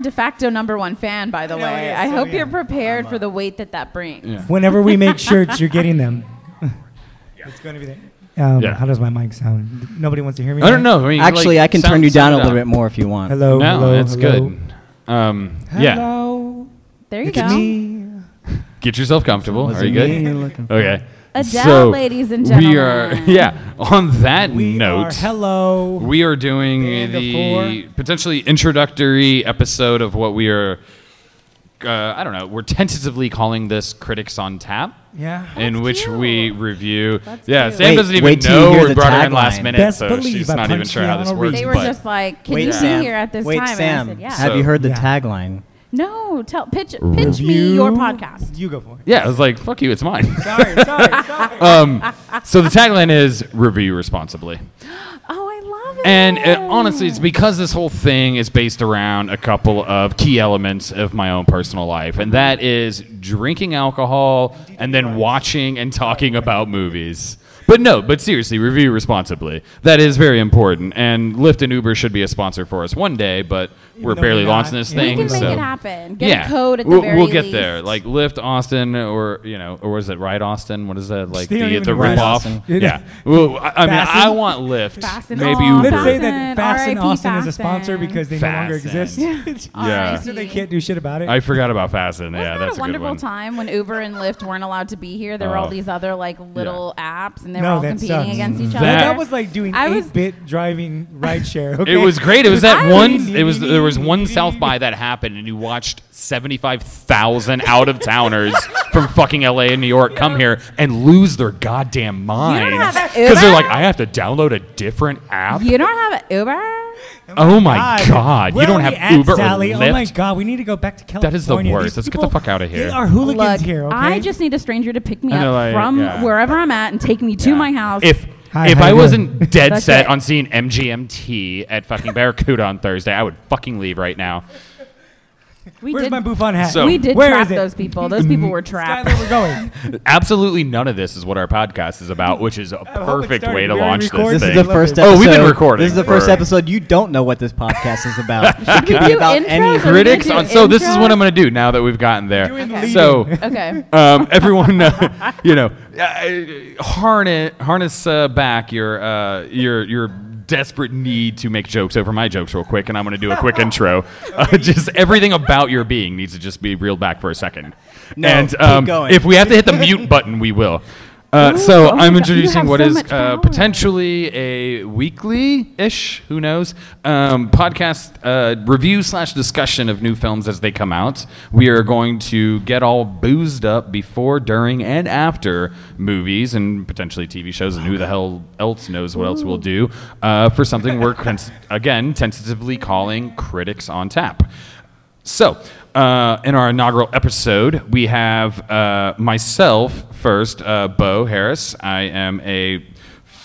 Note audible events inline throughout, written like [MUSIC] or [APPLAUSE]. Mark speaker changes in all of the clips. Speaker 1: de facto number one fan, by the
Speaker 2: Yeah,
Speaker 1: way.
Speaker 2: it is.
Speaker 1: I
Speaker 2: So,
Speaker 1: hope
Speaker 2: yeah.
Speaker 1: you're prepared
Speaker 2: I'm,
Speaker 1: for
Speaker 2: uh,
Speaker 1: the weight that that brings.
Speaker 3: Yeah.
Speaker 4: Whenever we make shirts, you're
Speaker 2: [LAUGHS]
Speaker 4: getting them.
Speaker 2: It's going to be there.
Speaker 4: Um,
Speaker 3: Yeah.
Speaker 4: How does my mic sound? Nobody wants to hear me.
Speaker 3: I don't
Speaker 4: now?
Speaker 3: know. I mean,
Speaker 5: Actually,
Speaker 3: like,
Speaker 5: I can
Speaker 3: sound-
Speaker 5: turn you down
Speaker 3: sound
Speaker 5: a
Speaker 3: it
Speaker 5: little bit
Speaker 3: up.
Speaker 5: more if you want.
Speaker 4: Hello.
Speaker 3: no,
Speaker 4: hello,
Speaker 3: it's
Speaker 4: hello.
Speaker 3: good. Um, yeah,
Speaker 4: Hello.
Speaker 1: There you
Speaker 4: It's
Speaker 1: go.
Speaker 4: me.
Speaker 3: get yourself comfortable.
Speaker 5: Was
Speaker 3: Are
Speaker 5: it
Speaker 3: you good?
Speaker 5: me you're looking for?
Speaker 3: Okay.
Speaker 1: Adele,
Speaker 3: so
Speaker 1: ladies and
Speaker 3: We are,
Speaker 1: gentlemen.
Speaker 3: [LAUGHS] yeah. On that
Speaker 4: We are
Speaker 3: note,
Speaker 4: hello.
Speaker 3: we are doing
Speaker 4: Band of
Speaker 3: the potentially introductory episode of what we are. Uh, I don't know. We're tentatively calling this "Critics on Tap,"
Speaker 4: Yeah.
Speaker 3: in
Speaker 1: That's
Speaker 3: which we
Speaker 1: cute.
Speaker 3: review.
Speaker 1: That's
Speaker 3: yeah,
Speaker 1: cute.
Speaker 3: Sam
Speaker 5: Wait-
Speaker 3: doesn't even
Speaker 5: wait till you
Speaker 3: know
Speaker 5: hear
Speaker 3: we
Speaker 5: the
Speaker 3: brought her in last
Speaker 5: tagline.
Speaker 3: minute,
Speaker 4: Best
Speaker 3: so
Speaker 4: believe
Speaker 3: she's
Speaker 4: I
Speaker 3: not even
Speaker 4: punched
Speaker 3: sure how this
Speaker 4: Keanu
Speaker 3: works.
Speaker 4: Reeves.
Speaker 1: They were
Speaker 3: but
Speaker 1: just like, "Can
Speaker 5: Wait,
Speaker 1: you
Speaker 5: Sam.
Speaker 1: be here at this
Speaker 5: Wait,
Speaker 1: time?"
Speaker 5: Sam.
Speaker 1: And I said, "Yeah."
Speaker 5: Have you heard the
Speaker 4: Yeah.
Speaker 5: tagline?
Speaker 1: no, tell pitch pitch me your podcast.
Speaker 4: You go for it.
Speaker 3: yeah, I was like, "Fuck you, it's mine."
Speaker 4: Sorry, sorry,
Speaker 3: [LAUGHS]
Speaker 4: sorry.
Speaker 3: Uh, so the tagline is "Review responsibly."
Speaker 1: Oh, I love it.
Speaker 3: And it, honestly, it's because this whole thing is based around a couple of key elements of my own personal life, and that is drinking alcohol and then watching and talking about movies. But no, but seriously, review responsibly. That is very important. And Lyft and Uber should be a sponsor for us one day, but we're
Speaker 4: though
Speaker 3: barely
Speaker 4: we're not,
Speaker 3: launching this
Speaker 4: yeah.
Speaker 1: we
Speaker 3: thing.
Speaker 1: can make
Speaker 3: so.
Speaker 1: it happen. Get a code at the
Speaker 3: we'll,
Speaker 1: very
Speaker 3: we'll get
Speaker 1: least.
Speaker 3: there. Like Lyft Austin, or you know, or was it Right Austin? What is that? Like
Speaker 4: They don't
Speaker 3: the
Speaker 4: even
Speaker 3: the
Speaker 4: know Ride
Speaker 3: rip off?
Speaker 5: Austin.
Speaker 3: [LAUGHS] Yeah. Well, I, I mean,
Speaker 4: Fasten?
Speaker 3: I want Lyft.
Speaker 1: Fasten.
Speaker 3: Maybe
Speaker 1: Aw,
Speaker 3: Uber.
Speaker 4: Let's say
Speaker 1: Fasten,
Speaker 4: that Fasten
Speaker 1: RIP
Speaker 4: Austin is a sponsor
Speaker 1: Fasten.
Speaker 4: because they no longer exist.
Speaker 3: Fasten.
Speaker 4: [LAUGHS]
Speaker 3: Yeah.
Speaker 4: so they can't do shit about it.
Speaker 3: I forgot about Fasten.
Speaker 1: Wasn't
Speaker 3: yeah,
Speaker 1: that
Speaker 3: that's
Speaker 1: a
Speaker 3: a, good
Speaker 1: wonderful
Speaker 3: one.
Speaker 1: time when Uber and Lyft weren't allowed to be here? There were all
Speaker 3: Oh.
Speaker 1: these other like little apps, and they
Speaker 4: No,
Speaker 1: were all
Speaker 4: that
Speaker 1: competing
Speaker 4: sucks.
Speaker 1: against each
Speaker 3: That-
Speaker 1: other.
Speaker 4: But that was like doing
Speaker 1: I was-
Speaker 4: eight-bit driving rideshare. Okay?
Speaker 3: It was great. It was that
Speaker 1: I-
Speaker 3: one. It was there was one South by that happened, and you watched seventy five thousand out of towners [LAUGHS] from fucking L.A. and New York come here and lose their goddamn minds
Speaker 1: have an
Speaker 3: because they're
Speaker 1: Uber?
Speaker 3: like, I have to download a different app.
Speaker 1: you don't have an Uber.
Speaker 3: Oh my god,
Speaker 4: Where
Speaker 3: you don't
Speaker 4: are we
Speaker 3: have
Speaker 4: at,
Speaker 3: Uber
Speaker 4: Sally?
Speaker 3: or
Speaker 4: Oh my
Speaker 3: Lyft.
Speaker 4: god, we need to go back to California.
Speaker 3: That is the worst.
Speaker 4: These
Speaker 3: Let's get
Speaker 4: people-
Speaker 3: the fuck outta here.
Speaker 4: They are
Speaker 1: Look,
Speaker 4: hooligans here. Okay.
Speaker 1: I just need a stranger to pick me
Speaker 3: I
Speaker 1: up
Speaker 3: know, like,
Speaker 1: from
Speaker 3: yeah.
Speaker 1: wherever I'm at and take me to
Speaker 3: Yeah.
Speaker 1: my house.
Speaker 3: If
Speaker 4: Hi,
Speaker 3: if
Speaker 4: how
Speaker 3: I
Speaker 4: you
Speaker 3: wasn't dead
Speaker 1: That's
Speaker 3: set
Speaker 1: it.
Speaker 3: on seeing MGMT at fucking Barracuda on Thursday, I would fucking leave right now.
Speaker 1: we
Speaker 4: Where's
Speaker 1: did,
Speaker 4: my Buffon hat?
Speaker 3: So-
Speaker 1: we did
Speaker 4: Where
Speaker 1: trap
Speaker 4: is it?
Speaker 1: those people. Those people were trapped. [LAUGHS]
Speaker 4: Skylar, we're going.
Speaker 3: Absolutely none of this is what our podcast is about, which is a
Speaker 4: hope it
Speaker 3: perfect
Speaker 4: started.
Speaker 3: way to
Speaker 4: We already
Speaker 3: launch
Speaker 4: recorded
Speaker 3: this
Speaker 5: This
Speaker 3: thing.
Speaker 5: is the first episode.
Speaker 3: Oh, we've been recording
Speaker 5: This is the first
Speaker 3: for-
Speaker 5: episode. You don't know what this podcast is
Speaker 1: [LAUGHS]
Speaker 5: about. It
Speaker 1: We
Speaker 5: could be
Speaker 1: do
Speaker 5: about
Speaker 1: intros
Speaker 5: any.
Speaker 1: and we
Speaker 3: Critics
Speaker 1: do
Speaker 3: on. So this is
Speaker 1: intros.
Speaker 3: what I'm going to do now that we've gotten there.
Speaker 4: Doing the
Speaker 1: [LAUGHS]
Speaker 3: So
Speaker 1: Okay.
Speaker 3: um, [LAUGHS]
Speaker 1: [LAUGHS]
Speaker 3: everyone, uh, you know, uh, harness harness uh, back your uh, your your desperate need to make jokes over my jokes real quick, and I'm going to do
Speaker 1: [LAUGHS]
Speaker 3: a quick intro. Uh, just everything about your being needs to just be reeled back for a second.
Speaker 5: No,
Speaker 3: and
Speaker 5: keep
Speaker 3: um,
Speaker 5: going.
Speaker 3: if we have to hit the mute button, we will. Uh,
Speaker 1: Ooh,
Speaker 3: so
Speaker 1: oh my God,
Speaker 3: I'm
Speaker 1: you
Speaker 3: introducing
Speaker 1: have
Speaker 3: what
Speaker 1: so
Speaker 3: is
Speaker 1: much
Speaker 3: uh,
Speaker 1: power.
Speaker 3: potentially a weekly-ish, who knows, um, podcast uh, review slash discussion of new films as they come out. We are going to get all boozed up before, during, and after movies and potentially TV shows, and who the hell else knows what else we'll do uh, for something we're cons- again tentatively calling critics on tap. So, uh, in our inaugural episode, we have uh, myself first, uh, Bo Harris. I am a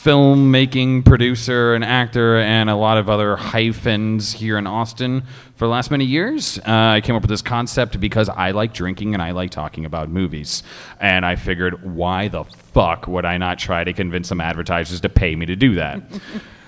Speaker 3: filmmaking producer, an actor, and a lot of other hyphens here in Austin for the last many years. Uh, I came up with this concept because I like drinking and I like talking about movies. And I figured, why the fuck would I not try to convince some advertisers to pay me to
Speaker 1: [LAUGHS]
Speaker 3: do that?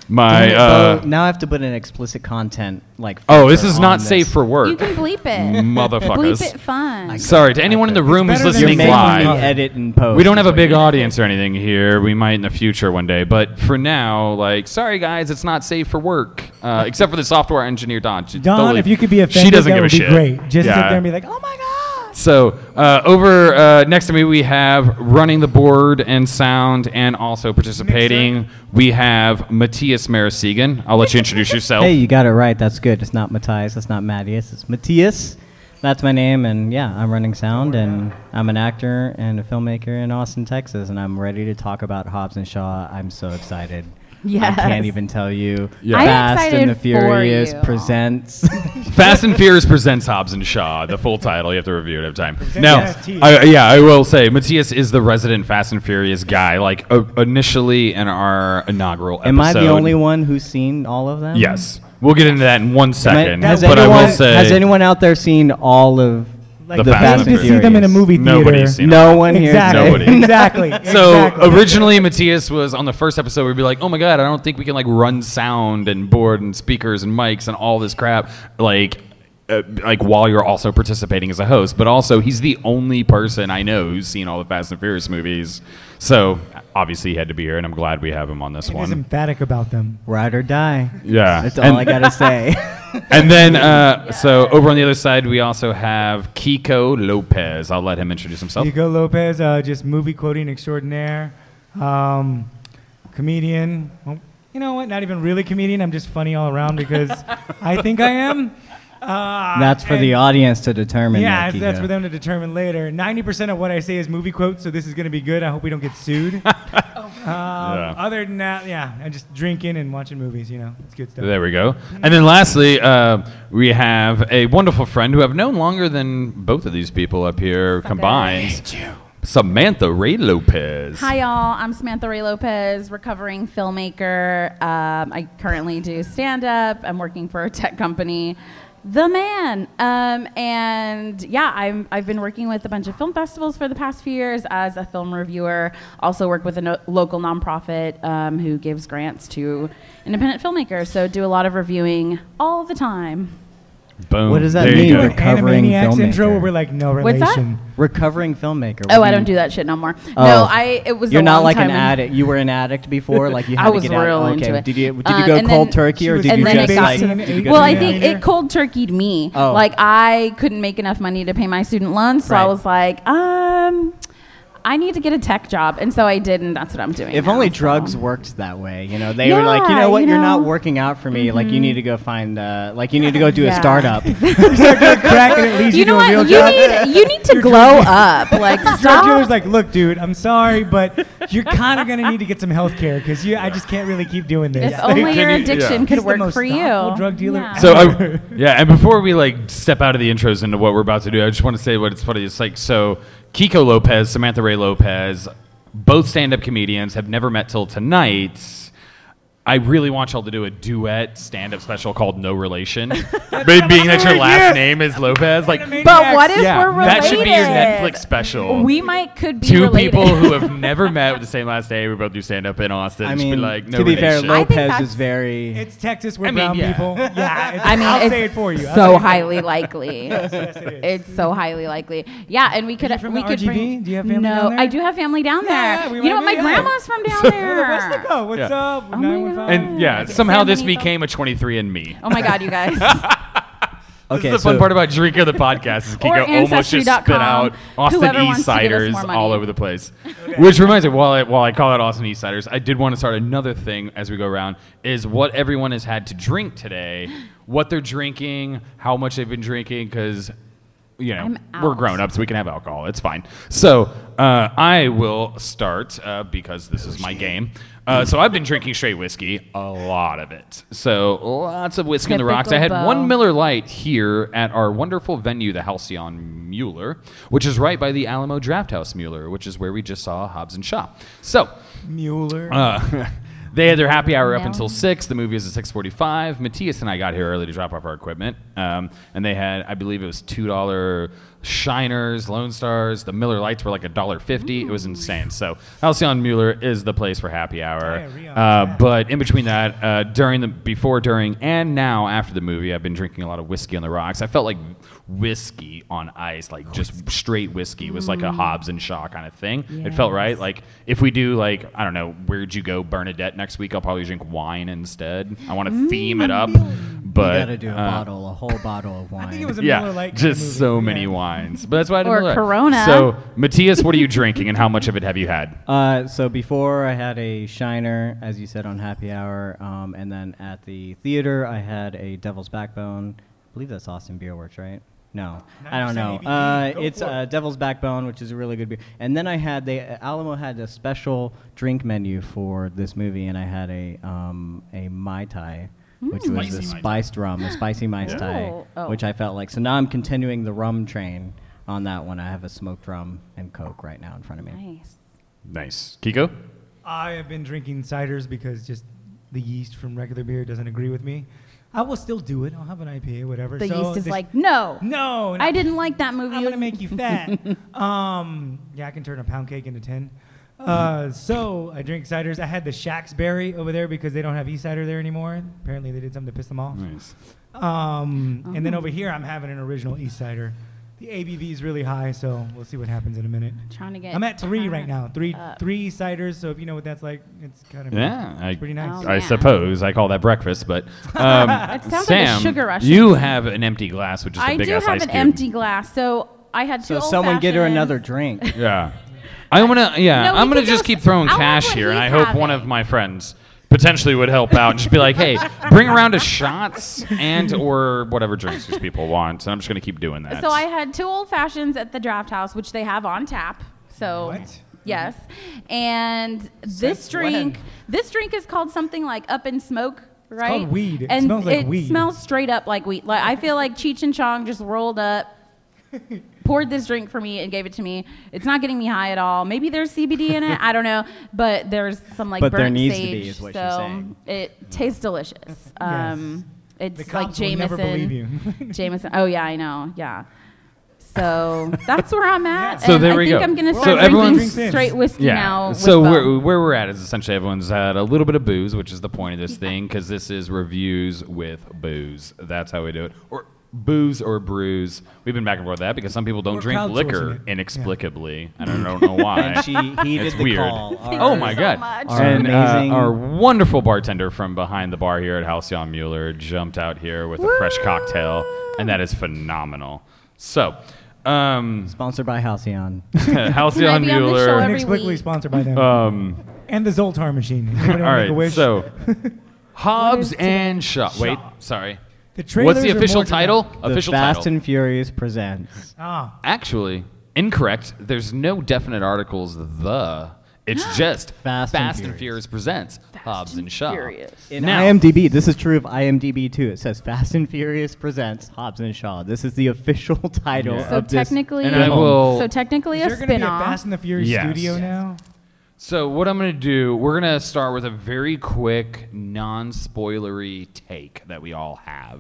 Speaker 3: My.
Speaker 5: So
Speaker 3: Uh,
Speaker 5: now I have to put an explicit content like.
Speaker 3: Oh, this
Speaker 5: filter
Speaker 3: is not
Speaker 5: on
Speaker 3: safe
Speaker 5: this.
Speaker 3: for work.
Speaker 1: You can bleep it.
Speaker 3: Motherfuckers.
Speaker 1: bleep it fun.
Speaker 3: Sorry to anyone in the room who's
Speaker 4: better than
Speaker 5: You're
Speaker 3: listening
Speaker 5: making me
Speaker 3: live.
Speaker 5: edit and post.
Speaker 3: We don't have
Speaker 5: is
Speaker 3: a
Speaker 5: what
Speaker 3: big
Speaker 5: you-
Speaker 3: audience or anything here. We might in the future one day, but for now, like, sorry guys, it's not safe for work, uh,
Speaker 4: [LAUGHS]
Speaker 3: except for the software engineer Don. She
Speaker 4: Don,
Speaker 3: totally-
Speaker 4: if you could be offended,
Speaker 3: she doesn't
Speaker 4: that would
Speaker 3: give a
Speaker 4: be
Speaker 3: shit.
Speaker 4: great. Just
Speaker 3: Yeah.
Speaker 4: sit there and be like, "Oh my god."
Speaker 3: So uh, over uh, next to me, we have running the board and sound, and also participating, we have Matthias Marasegan. I'll let you introduce yourself.
Speaker 5: Hey, you got it right. That's good. It's not Matthias. It's not Matthias. It's Matthias. That's my name, and yeah, I'm running sound, and I'm an actor and a filmmaker in Austin, Texas, and I'm ready to talk about Hobbs and Shaw. I'm so excited.
Speaker 1: Yes.
Speaker 5: I can't even tell you.
Speaker 3: Yeah. I'm
Speaker 5: Fast
Speaker 1: excited
Speaker 5: and the
Speaker 1: for
Speaker 5: Furious
Speaker 1: you.
Speaker 3: [LAUGHS]
Speaker 5: presents.
Speaker 3: Fast and Furious presents Hobbs and Shaw. The full title you have to review it every time. Now,
Speaker 4: FT.
Speaker 3: I, yeah, I will say Matthias is the resident Fast and Furious guy. Like uh, initially in our inaugural episode.
Speaker 5: Am I the only one who's seen all of them?
Speaker 3: Yes, we'll get into that in one
Speaker 5: Am I-
Speaker 3: second.
Speaker 5: has,
Speaker 3: but
Speaker 5: anyone,
Speaker 3: I will say
Speaker 5: has anyone out there seen all of
Speaker 4: Like
Speaker 3: The
Speaker 5: the
Speaker 3: Fast
Speaker 5: Fast
Speaker 3: and
Speaker 4: to
Speaker 5: and
Speaker 4: see them in a
Speaker 5: Furious?
Speaker 4: movie theater.
Speaker 3: Nobody's seen
Speaker 5: No one here.
Speaker 4: Exactly.
Speaker 3: Nobody.
Speaker 4: [LAUGHS] Exactly.
Speaker 3: [LAUGHS] So
Speaker 4: exactly.
Speaker 3: originally, Matthias was on the first episode. We'd be like, "Oh my god, I don't think we can like run sound and board and speakers and mics and all this crap." Like, uh, like while you're also participating as a host, but also he's the only person I know who's seen all the Fast and Furious movies. So obviously he had to be here, and I'm glad we have him on this
Speaker 4: He's
Speaker 3: one.
Speaker 4: emphatic about them.
Speaker 5: Ride or die.
Speaker 3: Yeah.
Speaker 5: That's all
Speaker 3: And-
Speaker 5: I gotta say.
Speaker 3: [LAUGHS] And then, uh, so over on the other side, we also have Kiko Lopez. I'll let him introduce himself.
Speaker 4: Hugo Lopez, uh, just movie quoting extraordinaire, um, comedian. Well, you know what? Not even really comedian. I'm just funny all around
Speaker 3: [LAUGHS]
Speaker 4: because I think I am. Uh,
Speaker 5: That's for the
Speaker 4: and-
Speaker 5: audience to determine.
Speaker 4: Yeah,
Speaker 5: Nike,
Speaker 4: that's, that's
Speaker 5: though.
Speaker 4: for them to determine later. 90% of what I say is movie quotes, so this is going to be good. I hope we don't get
Speaker 3: [LAUGHS]
Speaker 4: sued. um,
Speaker 1: Oh.
Speaker 4: Other than that, yeah, I'm just drinking and watching movies, you know. It's good stuff.
Speaker 3: There we go. And then lastly, uh, we have a wonderful friend who I've known longer than both of these people up here combined. Samantha Ray Lopez.
Speaker 1: Hi, y'all. I'm Samantha Ray Lopez, recovering filmmaker. Um, I currently do stand up. I'm working for a tech company, The Man. Um, and yeah, I'm, I've been working with a bunch of film festivals for the past few years as a film reviewer. Also, work with a no- local nonprofit um, who gives grants to independent filmmakers. So, do a lot of reviewing all the time.
Speaker 3: Boom.
Speaker 5: What does that
Speaker 3: There you
Speaker 5: mean?
Speaker 3: go.
Speaker 4: An
Speaker 5: Recovering
Speaker 4: Animaniacs intro
Speaker 5: filmmaker.
Speaker 4: where we're like, no
Speaker 1: What's
Speaker 4: relation.
Speaker 1: that? [LAUGHS]
Speaker 5: Recovering filmmaker.
Speaker 1: Oh, I don't do that shit no more. No, I it was. a
Speaker 5: Mm-hmm. Oh. You're not
Speaker 1: long
Speaker 5: like
Speaker 1: time
Speaker 5: an
Speaker 1: in-
Speaker 5: addict. You were an addict before. Like you
Speaker 1: [LAUGHS] I
Speaker 5: had
Speaker 1: was
Speaker 5: to get
Speaker 1: real
Speaker 5: out. Oh,
Speaker 1: into it.
Speaker 5: Did you did
Speaker 1: Uh,
Speaker 5: you go
Speaker 1: and
Speaker 5: cold
Speaker 1: then-
Speaker 5: turkey or
Speaker 4: She
Speaker 5: did
Speaker 4: was
Speaker 5: you
Speaker 1: in
Speaker 5: just
Speaker 1: the
Speaker 5: like?
Speaker 1: basement.
Speaker 5: did you go
Speaker 1: Well,
Speaker 5: to
Speaker 1: I
Speaker 5: the-
Speaker 1: think
Speaker 4: Later.
Speaker 1: it cold turkeyed me.
Speaker 5: Oh.
Speaker 1: Like I couldn't make enough money to pay my student loans, so I
Speaker 5: Right.
Speaker 1: was like, um, I need to get a tech job, and so I did, and that's what I'm doing.
Speaker 5: If
Speaker 1: now,
Speaker 5: only
Speaker 1: so.
Speaker 5: drugs worked that way, you know, they were like, you
Speaker 1: Yeah,
Speaker 5: know what,
Speaker 1: you
Speaker 5: you are not
Speaker 1: know. Mm-hmm.
Speaker 5: working out for me. Like, you need to go find, uh, like, you need to go do
Speaker 1: Yeah.
Speaker 5: a
Speaker 1: [LAUGHS]
Speaker 5: startup.
Speaker 4: Crack and it leads you,
Speaker 1: You know
Speaker 4: to a
Speaker 1: what?
Speaker 4: real
Speaker 1: You
Speaker 4: job.
Speaker 1: need you need
Speaker 5: [LAUGHS]
Speaker 1: to glow up. Like
Speaker 4: drug
Speaker 1: stop.
Speaker 4: dealer's like, look, dude, I'm sorry, but you're kind of gonna need to get some health care because you, I just can't really keep doing this.
Speaker 1: If
Speaker 4: [LAUGHS]
Speaker 1: only
Speaker 3: Can
Speaker 1: your
Speaker 3: you- yeah.
Speaker 1: addiction
Speaker 3: He's
Speaker 1: could
Speaker 4: the
Speaker 1: work
Speaker 4: most
Speaker 1: for you.
Speaker 4: thoughtful drug dealer
Speaker 1: Yeah.
Speaker 3: So, I, yeah, and before we like step out of the intros into what we're about to do, I just want to say what it's funny. It's like so, Kiko Lopez, Samantha Ray Lopez, both stand-up comedians, have never met till tonight. I really want y'all to do a duet stand-up special called No Relation, Be- being that your last name is Lopez. Like,
Speaker 1: but what if
Speaker 3: yeah,
Speaker 1: we're related?
Speaker 3: that should be your Netflix special.
Speaker 1: We might could be
Speaker 3: Two
Speaker 1: related. [LAUGHS]
Speaker 3: people who have never met with the same last name. We both do stand up in Austin.
Speaker 5: I
Speaker 3: just be
Speaker 5: mean,
Speaker 3: like, no
Speaker 5: to be fair,
Speaker 3: relation.
Speaker 1: I think
Speaker 5: Lopez
Speaker 1: that's-
Speaker 5: is very.
Speaker 4: It's Texas, we're
Speaker 3: I mean,
Speaker 4: brown
Speaker 3: yeah. [LAUGHS]
Speaker 4: people. Yeah, it's,
Speaker 1: I mean,
Speaker 4: I'll
Speaker 1: it's
Speaker 4: say it for you. I'll
Speaker 1: so
Speaker 5: [LAUGHS]
Speaker 4: say it
Speaker 1: highly likely.
Speaker 4: for you. Yes, it is.
Speaker 1: It's so highly likely. Yeah, and we could
Speaker 4: you from
Speaker 1: we
Speaker 4: the
Speaker 1: could
Speaker 4: RGV?
Speaker 1: bring.
Speaker 4: Do you have family
Speaker 1: no,
Speaker 4: down there?
Speaker 1: I do have family down
Speaker 4: Yeah,
Speaker 1: there.
Speaker 4: we
Speaker 1: you know
Speaker 4: wanna
Speaker 1: what? My
Speaker 4: be there.
Speaker 1: grandma's
Speaker 4: [LAUGHS]
Speaker 1: from [LAUGHS] down there.
Speaker 4: Westico, what's
Speaker 3: Yeah.
Speaker 4: up?
Speaker 1: Oh my
Speaker 4: 915.
Speaker 3: and yeah,
Speaker 1: Okay,
Speaker 3: somehow
Speaker 1: Sam,
Speaker 3: this
Speaker 1: any thoughts?
Speaker 3: became a 23 and me.
Speaker 1: Oh my god, you
Speaker 4: [LAUGHS]
Speaker 1: guys!
Speaker 5: Okay,
Speaker 3: this is the
Speaker 5: so
Speaker 3: fun part about drinking the podcast
Speaker 1: [LAUGHS]
Speaker 3: is
Speaker 1: Or
Speaker 3: Kiko almost just spit
Speaker 1: Ancestry.com.
Speaker 3: out Austin
Speaker 1: Whoever wants
Speaker 3: East
Speaker 1: to give us
Speaker 3: Siders
Speaker 1: more money.
Speaker 3: all over
Speaker 1: [LAUGHS]
Speaker 3: the place. Which reminds me, while I, while I call out Austin East Siders, I did want to start another thing as we go around is what everyone has had to
Speaker 1: [GASPS]
Speaker 3: drink today, what they're drinking, how much they've been drinking, because, you know,
Speaker 1: I'm
Speaker 3: we're
Speaker 1: out.
Speaker 3: grown ups. We can have alcohol. It's fine. So uh, I will start uh, because this is my game. Uh, so I've been drinking straight whiskey, a lot of it. So lots of whiskey in the rocks. I had
Speaker 1: Typical
Speaker 3: one
Speaker 1: Beau.
Speaker 3: Miller Lite here at our wonderful venue, the Halcyon Mueller, which is right by the Alamo Drafthouse Mueller, which is where we just saw Hobbs and Shaw. So
Speaker 4: Mueller.
Speaker 3: uh, [LAUGHS] they had their happy hour up
Speaker 1: Yeah.
Speaker 3: until six. The movie is at six forty-five. Matthias and I got here early to drop off our equipment, um, and they had, I believe, it was two-dollar Shiners, Lone Stars. The Miller Lights were like a dollar fifty. It was insane. So Halcyon Mueller is the place for happy hour.
Speaker 4: Diarrhea on
Speaker 3: Uh,
Speaker 4: tap.
Speaker 3: but in between that, uh, during the before, during, and now after the movie, I've been drinking a lot of whiskey on the rocks. I felt like whiskey on ice, like just straight whiskey, was like a Hobbs and Shaw kind of thing. It felt right. Like if we do like I don't know, where'd you go, Bernadette next week? I'll probably drink wine instead. I want to theme it up,
Speaker 5: you
Speaker 3: but
Speaker 5: gotta do a
Speaker 3: uh,
Speaker 5: bottle, a whole bottle of wine.
Speaker 4: I think it was a
Speaker 3: Yeah,
Speaker 4: Miller Lite kind of
Speaker 3: just
Speaker 4: movie.
Speaker 3: so many
Speaker 4: Yeah.
Speaker 3: wines. But that's why I didn't
Speaker 1: Or
Speaker 3: know that.
Speaker 1: Corona.
Speaker 3: So, Matthias, what are you drinking, and how much of it have you had?
Speaker 5: Uh, so before I had a Shiner, as you said, on Happy Hour, um, and then at the theater I had a Devil's Backbone. I believe that's Austin Beer Works, right? No, I don't
Speaker 4: 9% ABV.
Speaker 5: know. Uh,
Speaker 4: Go
Speaker 5: it's
Speaker 4: for it.
Speaker 5: uh, Devil's Backbone, which is a really good beer. And then I had they uh, Alamo had a special drink menu for this movie, and I had a um, a mai tai. Which was
Speaker 3: Spicy
Speaker 5: the
Speaker 3: Mai Tai.
Speaker 5: spiced rum, the
Speaker 1: [GASPS]
Speaker 5: spicy mai tai,
Speaker 1: Mm. Oh, oh.
Speaker 5: which I felt like. So now I'm continuing the rum train on that one. I have a smoked rum and coke right now in front of me.
Speaker 1: nice.
Speaker 3: Nice, Kiko.
Speaker 4: I have been drinking ciders because just the yeast from regular beer doesn't agree with me. I will still do it. I'll have an IPA, whatever.
Speaker 1: The
Speaker 4: So
Speaker 1: yeast is
Speaker 4: this-
Speaker 1: like, no,
Speaker 4: no,
Speaker 1: I didn't like that movie. [LAUGHS]
Speaker 4: I'm gonna make you fat. um, yeah, I can turn a pound cake into ten. Uh, so I drink ciders. I had the Shaxberry over there because they don't have e cider there anymore. Apparently they did something to piss them off.
Speaker 3: Nice.
Speaker 4: Um, And then
Speaker 1: Oh.
Speaker 4: over here I'm having an original e cider. The ABV is really high, so we'll see what happens in a minute.
Speaker 1: Trying to get.
Speaker 4: I'm at three
Speaker 1: [LAUGHS]
Speaker 4: right
Speaker 1: turned
Speaker 4: now. Three
Speaker 1: up.
Speaker 4: three ciders. So if you know what that's like, it's kind of
Speaker 3: Yeah, I-
Speaker 4: it's pretty nice.
Speaker 1: Oh,
Speaker 3: I
Speaker 1: yeah.
Speaker 3: suppose I call that breakfast, but
Speaker 1: [LAUGHS] sounds
Speaker 3: um,
Speaker 1: like a
Speaker 3: Sam,
Speaker 1: sugar rush.
Speaker 3: you have an empty glass, which is a
Speaker 1: I
Speaker 3: big
Speaker 1: do
Speaker 3: ass
Speaker 1: have
Speaker 3: ice
Speaker 1: an
Speaker 3: cube.
Speaker 1: empty glass, so I had two.
Speaker 5: So someone get her
Speaker 1: old-fashioneds.
Speaker 3: [LAUGHS]
Speaker 5: another drink.
Speaker 3: Yeah, I'm gonna. Yeah,
Speaker 1: No, we
Speaker 3: I'm gonna
Speaker 1: can
Speaker 3: just
Speaker 1: go-
Speaker 3: keep throwing
Speaker 1: I'll have
Speaker 3: cash
Speaker 1: what
Speaker 3: here, and I
Speaker 1: he's
Speaker 3: hope one
Speaker 1: having.
Speaker 3: of my friends potentially would help out and just be
Speaker 1: [LAUGHS]
Speaker 3: like, "Hey, bring around a shots and or whatever drinks these people want." And I'm just gonna keep doing that.
Speaker 1: So I had two old fashions at the draft house, which they have on tap. So
Speaker 4: What?
Speaker 1: yes, and this
Speaker 4: Since
Speaker 1: drink,
Speaker 4: when?
Speaker 1: this drink is called something like Up in Smoke. Right?
Speaker 4: called weed. It
Speaker 1: and
Speaker 4: smells like
Speaker 1: it
Speaker 4: weed.
Speaker 1: smells straight up like weed. Like I feel like Cheech and Chong just rolled
Speaker 4: [LAUGHS]
Speaker 1: up, poured this drink for me and gave it to me. It's not getting me high at all. Maybe there's CBD in it. I don't know, but there's some like
Speaker 5: But there
Speaker 1: burnt
Speaker 5: needs to
Speaker 1: sage.
Speaker 5: be, is what
Speaker 1: so
Speaker 5: you're saying.
Speaker 1: it tastes delicious. Um, It's
Speaker 4: The
Speaker 1: like
Speaker 4: cops will
Speaker 1: Jameson.
Speaker 4: never believe you. [LAUGHS]
Speaker 1: Jameson. Oh yeah, I know. Yeah. So that's where I'm at.
Speaker 3: So
Speaker 1: and
Speaker 3: there
Speaker 1: I
Speaker 3: we
Speaker 1: think
Speaker 3: go.
Speaker 1: I'm gonna
Speaker 3: So
Speaker 1: start
Speaker 3: everyone's-
Speaker 1: drinking straight whiskey
Speaker 3: yeah.
Speaker 1: now. with
Speaker 3: So where,
Speaker 1: Bo.
Speaker 3: where we're at is essentially everyone's had a little bit of booze, which is the point of this thing, because this is reviews with booze. That's how we do it. Or booze or brews. We've been back and forth with that because some people don't
Speaker 4: We're
Speaker 3: drink
Speaker 4: crowdsourcing
Speaker 3: liquor
Speaker 4: it. Yeah.
Speaker 3: inexplicably. I don't, I don't know why.
Speaker 5: And she heeded
Speaker 3: it's
Speaker 5: the
Speaker 3: weird. [LAUGHS]
Speaker 5: call.
Speaker 3: Oh my
Speaker 1: so
Speaker 3: god!
Speaker 1: much.
Speaker 5: Our
Speaker 3: and uh,
Speaker 5: amazing-
Speaker 3: our wonderful bartender from behind the bar here at Halcyon Mueller jumped out here with a fresh cocktail, and that is phenomenal. So, um, [LAUGHS]
Speaker 5: Sponsored by Halcyon.
Speaker 3: Halcyon
Speaker 1: Maybe on the
Speaker 3: Mueller.
Speaker 1: show every
Speaker 4: Inexplicably
Speaker 1: week.
Speaker 4: sponsored by them.
Speaker 3: Um,
Speaker 4: and the Zoltar
Speaker 3: [LAUGHS]
Speaker 4: machine. Anybody wanna
Speaker 3: all
Speaker 4: make a
Speaker 3: right,
Speaker 4: wish?
Speaker 3: so Hobbs and Shaw. Wait,
Speaker 4: Shaw.
Speaker 3: sorry.
Speaker 4: The trailers
Speaker 3: What's the
Speaker 4: are
Speaker 3: official
Speaker 4: more than-
Speaker 3: title? official
Speaker 5: the Fast
Speaker 3: title.
Speaker 5: and Furious presents.
Speaker 4: Ah,
Speaker 3: Actually, incorrect. There's no definite articles. The it's just
Speaker 5: Fast and
Speaker 3: and
Speaker 5: Furious.
Speaker 3: Furious presents Hobbs and Shaw.
Speaker 1: Furious.
Speaker 5: In
Speaker 3: Now-
Speaker 5: IMDb, this is true of IMDb too. It says Fast and Furious presents Hobbs and Shaw. This is the official [LAUGHS] title
Speaker 3: Yeah.
Speaker 1: So
Speaker 5: of this.
Speaker 1: technically,
Speaker 3: And I will-
Speaker 1: so technically
Speaker 4: is
Speaker 1: a
Speaker 4: there going to be a
Speaker 1: spin-off.
Speaker 4: Fast and the Furious
Speaker 3: Yes.
Speaker 4: studio
Speaker 3: Yes.
Speaker 4: now?
Speaker 3: So what I'm gonna do, we're gonna start with a very quick, non-spoilery take that we all have.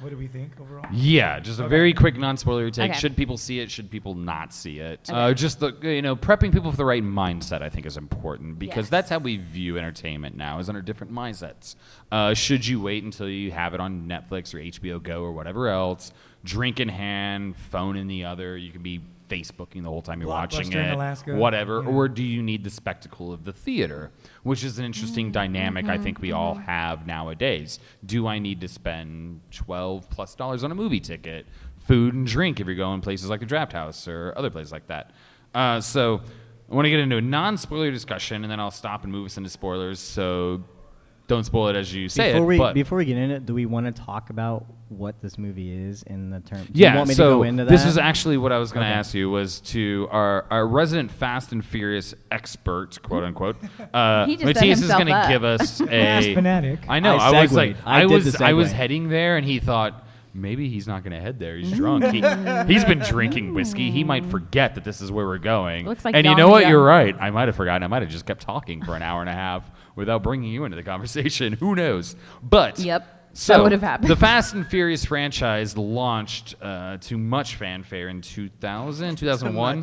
Speaker 4: What do we think overall?
Speaker 3: yeah, just a very quick, non-spoilery take.
Speaker 1: Okay.
Speaker 3: Should people see it? Should people not see it? Uh, just the you know, prepping people for the right mindset, I think, is important because
Speaker 1: Yes.
Speaker 3: that's how we view entertainment now, is under different mindsets. Uh, should you wait until you have it on Netflix or HBO Go or whatever else? Drink in hand, phone in the other. You can be Facebooking the whole time you're watching
Speaker 4: Blockbuster
Speaker 3: it,
Speaker 4: in Alaska,
Speaker 3: whatever,
Speaker 4: yeah.
Speaker 3: or or do you need the spectacle of the theater? Which is an interesting dynamic I think we all have nowadays. Do I need to spend twelve plus dollars on a movie ticket, food and drink if you're going places like the Draft House or other places like that? Uh, so I want to get into a non-spoiler discussion, and then I'll stop and move us into spoilers. So don't spoil it as you say
Speaker 5: before
Speaker 3: it.
Speaker 5: we
Speaker 3: but
Speaker 5: before we get into it, do we want to talk about what this movie is in the term? Do you
Speaker 3: yeah,
Speaker 5: want me
Speaker 3: so
Speaker 5: to go into that?
Speaker 3: this is
Speaker 5: [LAUGHS]
Speaker 3: actually what I was going to
Speaker 5: Okay.
Speaker 3: ask you was to our, our resident Fast and Furious expert, quote
Speaker 5: [LAUGHS]
Speaker 3: unquote. Uh,
Speaker 1: He just set
Speaker 3: Matias is
Speaker 1: himself
Speaker 3: going to
Speaker 1: up. [LAUGHS]
Speaker 3: give us a
Speaker 4: Fast fanatic.
Speaker 3: I know. I,
Speaker 5: I
Speaker 3: was like,
Speaker 5: segued. I
Speaker 3: I,
Speaker 5: did
Speaker 3: was
Speaker 5: the
Speaker 3: I was
Speaker 5: segue.
Speaker 3: heading there, and he thought maybe he's not going to head there. He's
Speaker 1: [LAUGHS]
Speaker 3: drunk. He, he's been drinking whiskey. He might forget that this is where we're going.
Speaker 1: Mm. Looks like
Speaker 3: and you
Speaker 1: Dom
Speaker 3: know what?
Speaker 1: Young.
Speaker 3: You're right. I might have forgotten. I might have just kept talking for an hour and a half without bringing you into the conversation. [LAUGHS] Who knows? But
Speaker 1: Yep.
Speaker 3: So
Speaker 1: That would have happened.
Speaker 3: The Fast and Furious franchise launched uh, to much fanfare in 2000, 2001,